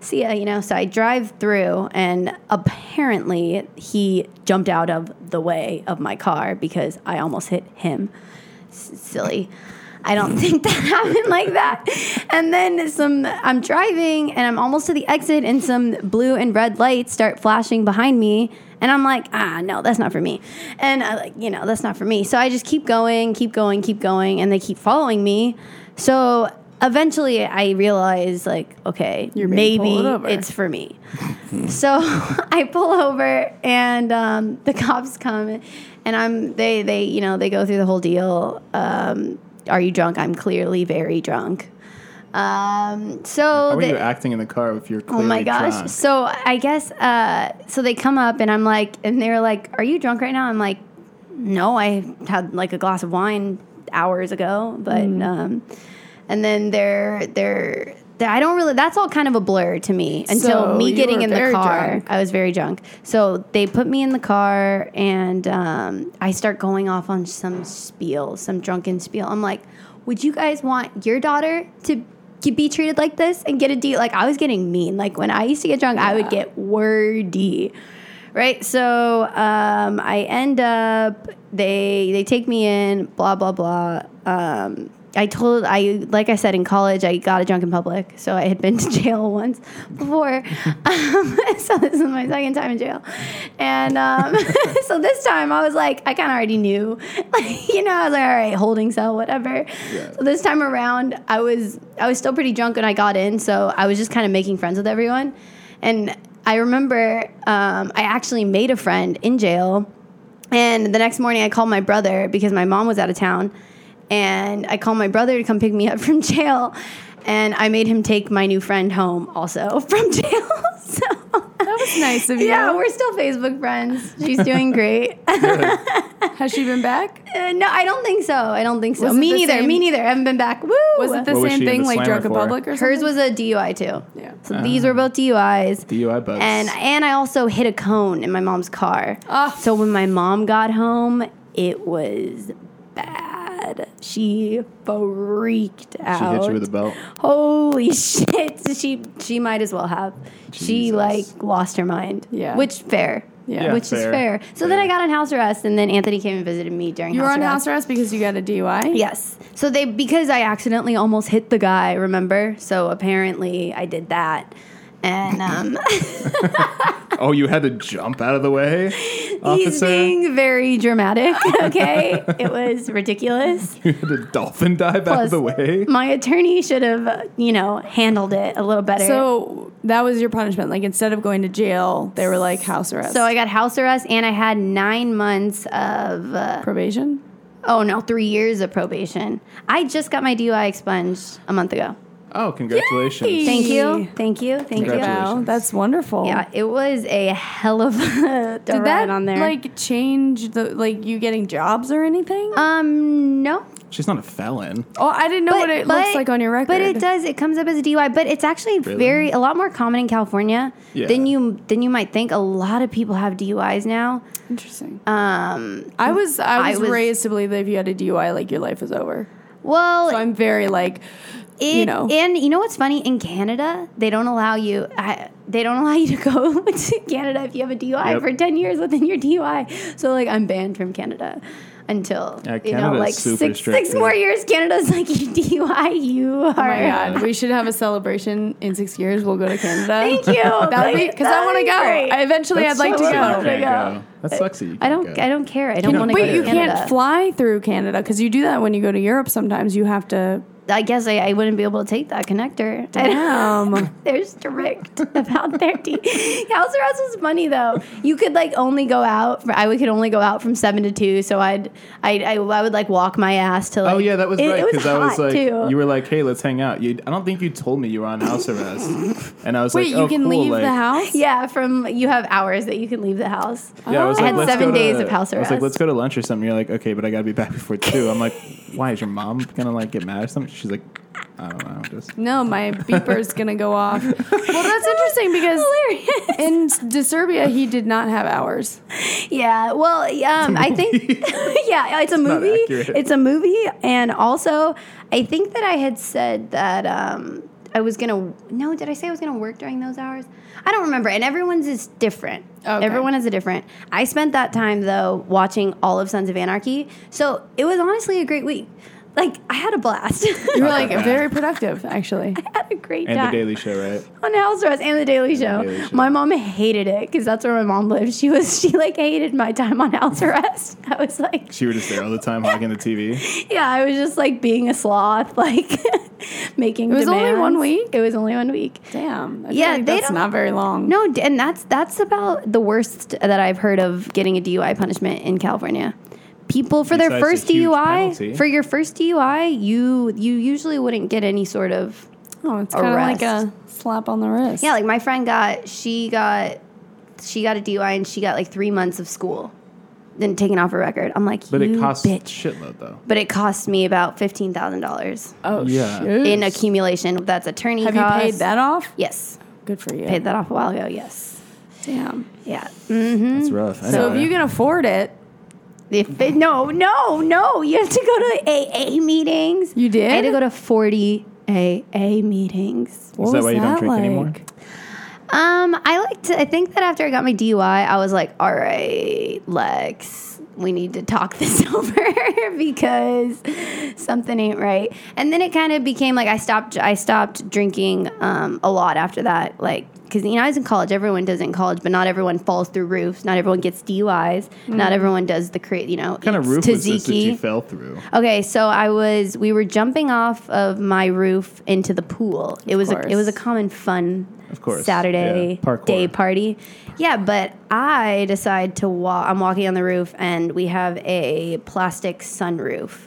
S1: see ya, you know. So I drive through and apparently he jumped out of the way of my car because I almost hit him silly. I don't think that happened like that. And then some, I'm driving and I'm almost to the exit, and some blue and red lights start flashing behind me. And I'm like, ah, no, that's not for me. And I like, you know, that's not for me. So I just keep going, keep going, keep going, and they keep following me. So eventually I realize, like, okay,
S3: You're being
S1: maybe
S3: pulled over.
S1: it's for me. So I pull over, and um, the cops come, and I'm they they you know they go through the whole deal. Um, are you drunk? I'm clearly very drunk. Um, so
S2: How were
S1: they-
S2: you acting in the car if you're
S1: oh
S2: clearly
S1: my gosh!
S2: drunk?
S1: So I guess uh, so they come up, and I'm like, and they're like, "Are you drunk right now?" I'm like, "No, I had like a glass of wine hours ago," but
S3: Mm.
S1: um, and then they're they're. they're- I don't really. That's all kind of a blur to me until
S3: So
S1: me
S3: you
S1: getting
S3: were
S1: in the
S3: very
S1: car.
S3: drunk.
S1: I was very drunk. So they put me in the car and um, I start going off on some spiel, some drunken spiel. I'm like, would you guys want your daughter to get, be treated like this and get a D? Like, I was getting mean. Like, when I used to get drunk, I would get wordy. Right, so um, I end up they they take me in, blah blah blah. Um, I told I like I said in college I got drunk in public, so I had been to jail once before. Um, so this is my second time in jail, and um, so this time I was like I kind of already knew, like you know I was like all right holding cell whatever. So this time around I was I was still pretty drunk when I got in, so I was just kind of making friends with everyone, and I remember um, I actually made a friend in jail. And the next morning, I called my brother because my mom was out of town. And I called my brother to come pick me up from jail. And I made him take my new friend home also from jail. so
S3: That was That's nice of you.
S1: Yeah, we're still Facebook friends. She's doing great.
S3: Has she been back?
S1: Uh, no, I don't think so. I don't think so.
S3: Was it
S1: Me
S3: the
S1: neither.
S3: same-
S1: Me neither. I haven't been back. Woo.
S3: Was it the
S2: What was
S3: same
S2: she in
S3: thing
S2: the
S3: like
S2: slammer
S3: Drunk
S2: for?
S3: Republic or something?
S1: Hers was a DUI too.
S3: Yeah.
S1: So
S2: Ah.
S1: these were both DUIs.
S2: DUI bugs.
S1: And and I also hit a cone in my mom's car.
S3: Ah.
S1: So when my mom got home, it was bad. She freaked out.
S2: she hit you with a belt.
S1: Holy shit! She she might as well have. She
S2: Jesus.
S1: like lost her mind.
S3: Yeah.
S1: Which fair.
S3: Yeah.
S2: Yeah,
S1: Which is
S2: fair.
S1: fair. So then I got on house arrest, and then Anthony came and visited me during.
S3: You were
S1: house
S3: on
S1: arrest.
S3: house arrest because you got a DUI?
S1: Yes. So they because I accidentally almost hit the guy, remember? So apparently I did that. And um,
S2: Oh, you had to jump out of the way,
S1: he's
S2: officer.
S1: being very dramatic, okay? it was ridiculous.
S2: you had to dolphin dive out of the way.
S1: my attorney should have, uh, you know, handled it a little better.
S3: So that was your punishment. Like instead of going to jail, they were like house arrest.
S1: so I got house arrest and I had 9 months of uh,
S3: probation?
S1: oh no, 3 years of probation. I just got my DUI expunged a month ago.
S2: Oh, congratulations!
S3: Yay.
S1: Thank you. Thank you. Thank you.
S2: Congratulations.
S3: Wow, that's wonderful.
S1: Yeah, it was a hell of a to
S3: Did
S1: ride
S3: that
S1: on there.
S3: like change the like you getting jobs or anything?
S1: Um, no.
S2: She's not a felon.
S3: oh, I didn't know what it looks like on your record.
S1: But it does. It comes up as a DUI, but it's actually very a lot more common in California
S2: Yeah.
S1: than you than you might think. A lot of people have DUIs now.
S3: Interesting.
S1: Um,
S3: I was I
S1: I
S3: was,
S1: was-
S3: raised to believe that if you had a DUI, like your life was over.
S1: well,
S3: So I'm very like,
S1: it,
S3: you know,
S1: and you know what's funny? In Canada, they don't allow you. I, they don't allow you to go to Canada if you have a DUI
S2: Yep.
S1: for ten years within your DUI. So like, I'm banned from Canada. Until
S2: Yeah,
S1: you know,
S2: Canada's
S1: like
S2: super
S1: six,
S2: strict,
S1: six more
S2: yeah.
S1: years, Canada's like you DUI, you are.
S3: oh my god,
S2: Yeah.
S3: we should have a celebration in six years. We'll go to Canada.
S1: Thank you.
S3: That would be because I want to go. I
S1: Oh,
S3: eventually I'd
S2: That
S3: like to
S2: sucks that
S3: go.
S2: you
S1: wanna
S2: can't go. That sucks. that you
S1: Uh, I don't.
S2: can't
S1: I don't care. I don't want to go
S3: Wait,
S1: to
S3: you
S1: Canada.
S3: can't fly through Canada because you do that when you go to Europe. Sometimes you have to.
S1: I guess I, I wouldn't be able to take that connector.
S3: Damn.
S1: They're strict about their teeth. House arrest was funny though. You could like only go out. For, I would- could only go out from seven to two. So I'd I I, I would like walk my ass to like.
S2: Oh yeah, that was
S1: it-
S2: right
S1: It was
S2: because I was
S1: hot
S2: like,
S1: too.
S2: you were like, "Hey, let's hang out." You, I don't think you told me you were on house arrest, and I was
S3: Wait,
S2: like, "Oh,
S3: you can
S2: cool,
S3: leave
S2: like-
S3: the house.
S1: yeah, from you have hours that you can leave the house.
S2: Yeah, I
S1: I
S2: was like,
S1: Ah. had
S2: "Let's
S1: seven
S2: go to-
S1: days of house
S2: I
S1: arrest.
S2: was like, "Let's go to lunch or something." You're like, "Okay, but I gotta be back before two. I'm like, "Why is your mom gonna like get mad or something?" She's like, "I don't know, just."
S3: No, my beeper's gonna go off. Well, that's interesting because in Disturbia he did not have hours.
S1: Yeah, well, um, I think yeah, it's a
S2: not
S1: movie.
S2: accurate.
S1: It's a movie, and also I think that I had said that um, I was gonna. No, did I say I was gonna work during those hours? I don't remember. And everyone's is different.
S3: Okay.
S1: Everyone has a different. I spent that time though watching all of Sons of Anarchy, so it was honestly a great week. Like I had a blast.
S3: You were
S2: Not
S3: like
S2: that bad.
S3: very productive, actually.
S1: I had a great
S2: And
S1: time
S2: the Daily Show, right?
S1: on House Arrest and the Daily Show.
S2: Daily Show.
S1: My mom hated it because that's where my mom lived. She was she like hated my time on House Arrest. I was like,
S2: She were just there all the time hogging the TV.
S1: yeah, I was just like being a sloth, like making. It
S3: was only one week?
S1: It was only one week.
S3: Damn. I feel
S1: Yeah,
S3: like
S1: they
S3: that's
S1: don't-
S3: not very long.
S1: No, d- and that's that's about the worst that I've heard of getting a DUI punishment in California. People for their
S2: Besides the
S1: first
S2: huge
S1: DUI,
S2: penalty.
S1: for your first DUI, you you usually wouldn't get any sort of
S3: Oh, it's kind of like
S1: Arrest.
S3: a slap on the wrist.
S1: Yeah, like my friend got she got she got a DUI and she got like three months of school, then taken off her record. I'm like,
S2: But
S1: you
S2: it costs
S1: bitch.
S2: shitload though.
S1: But it cost me about fifteen thousand dollars
S3: oh
S2: Yeah.
S3: shit.
S1: in accumulation. That's attorney.
S3: have
S1: costs.
S3: you paid that off?
S1: Yes,
S3: Good for you.
S1: paid that off a while ago. Yes,
S3: Damn.
S1: yeah. Mm-hmm.
S2: It's rough. I
S3: So
S2: know,
S3: if you
S2: yeah.
S3: can afford it,
S1: If it, no, no, no, you have to go to AA meetings.
S3: You did?
S1: I had to go to forty AA meetings.
S3: what
S2: Is that
S3: was
S2: why you don't
S3: that
S2: drink
S3: like?
S2: anymore?
S1: Um, I like to. I think that after I got my DUI, I was like, "All right, Lex, we need to talk this over because something ain't right." And then it kind of became like I stopped. I stopped drinking um, a lot after that, like because you know I was in college. Everyone does it in college, but not everyone falls through roofs. Not everyone gets DUIs.
S2: Mm.
S1: Not everyone does the cra You know,
S2: What kind of roof was this that you
S1: tzatziki.
S2: fell through?
S1: Okay, so I was we were jumping off of my roof into the pool. it was a,
S3: course.
S1: it was a common fun
S2: Of course,
S1: Saturday
S2: yeah, parkour.
S1: day party. Yeah, but I decide to walk I'm walking on the roof and we have a plastic sunroof.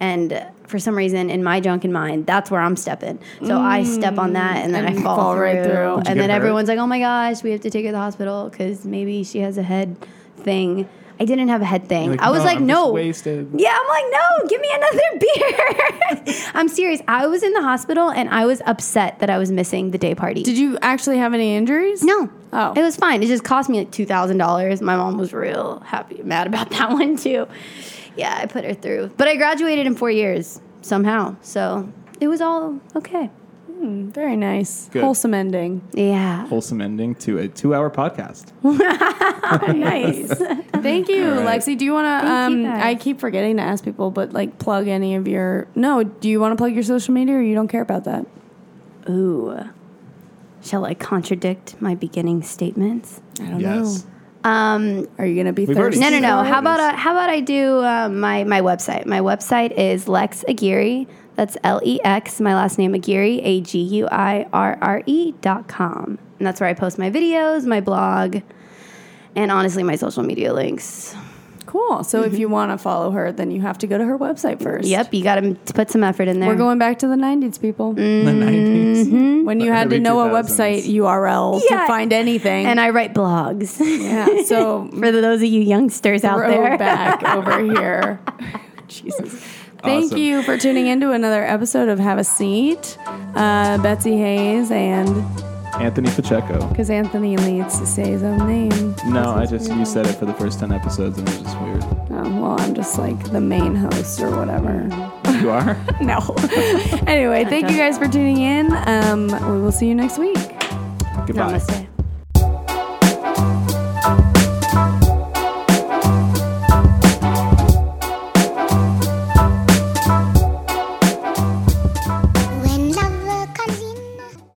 S1: And for some reason, in my drunken mind, that's where I'm stepping. So I step on that and
S2: Mm,
S1: then
S3: And
S1: I fall,
S3: fall
S1: through.
S3: right through. Did
S2: you
S1: And
S2: get
S1: then
S2: hurt?
S1: everyone's like, oh my gosh, we have to take her to the hospital because maybe she has a head thing. I didn't have a head thing.
S2: You're like,
S1: I was
S2: "No,
S1: like,
S2: I'm just
S1: no.
S2: wasted."
S1: Yeah, I'm like, no, give me another beer. I'm serious. I was in the hospital and I was upset that I was missing the day party.
S3: Did you actually have any injuries?
S1: No.
S3: Oh.
S1: It was fine. It just cost me like two thousand dollars. My mom was real happy, mad about that one too. Yeah, I put her through. But I graduated in four years somehow, so it was all okay.
S3: Very nice.
S2: Good.
S3: Wholesome ending.
S1: Yeah.
S2: Wholesome ending to a two-hour podcast.
S3: nice. Thank you,
S2: right.
S3: Lexi. Do you want to?
S1: Thank
S3: Um,
S1: you, guys.
S3: I keep forgetting to ask people, but like plug any of your. No, do you want to plug your social media or you don't care about that?
S1: Ooh. Shall I contradict my beginning statements?
S3: I don't
S2: Yes.
S3: know.
S1: Um,
S3: Are you going to be
S2: We've already
S3: thirsty?
S1: No, no, no.
S2: Alright.
S1: How about uh, how about I do um, my my website? My website is Lex Aguirre. That's L E X. My last name Aguirre. A G U I R R E dot com, and that's where I post my videos, my blog, and honestly, my social media links.
S3: Cool. So if you want to follow her, then you have to go to her website first.
S1: Mm-hmm. Yep, you got to put some effort in there.
S3: We're going back to the 90s, people.
S1: Mm-hmm.
S2: The 90s.
S3: When you had to
S2: Early
S3: know a
S2: 2000s.
S3: website URL
S1: Yeah.
S3: to find anything.
S1: and I write blogs
S3: yeah, so
S1: for those of you youngsters out
S3: throw
S1: there.
S3: back over here. Jesus. Thank
S2: Awesome.
S3: you for tuning in to another episode of Have a Seat. Uh, Betsy Hayes and
S2: Anthony Pacheco.
S3: because Anthony needs to say his own name.
S2: No, I just you said it for the first ten episodes, and it was just weird.
S3: Oh, well, I'm just like the main host or whatever.
S2: You are.
S3: No. anyway, thank you guys for tuning in. Um, we will see you next week.
S2: Goodbye.
S1: Namaste.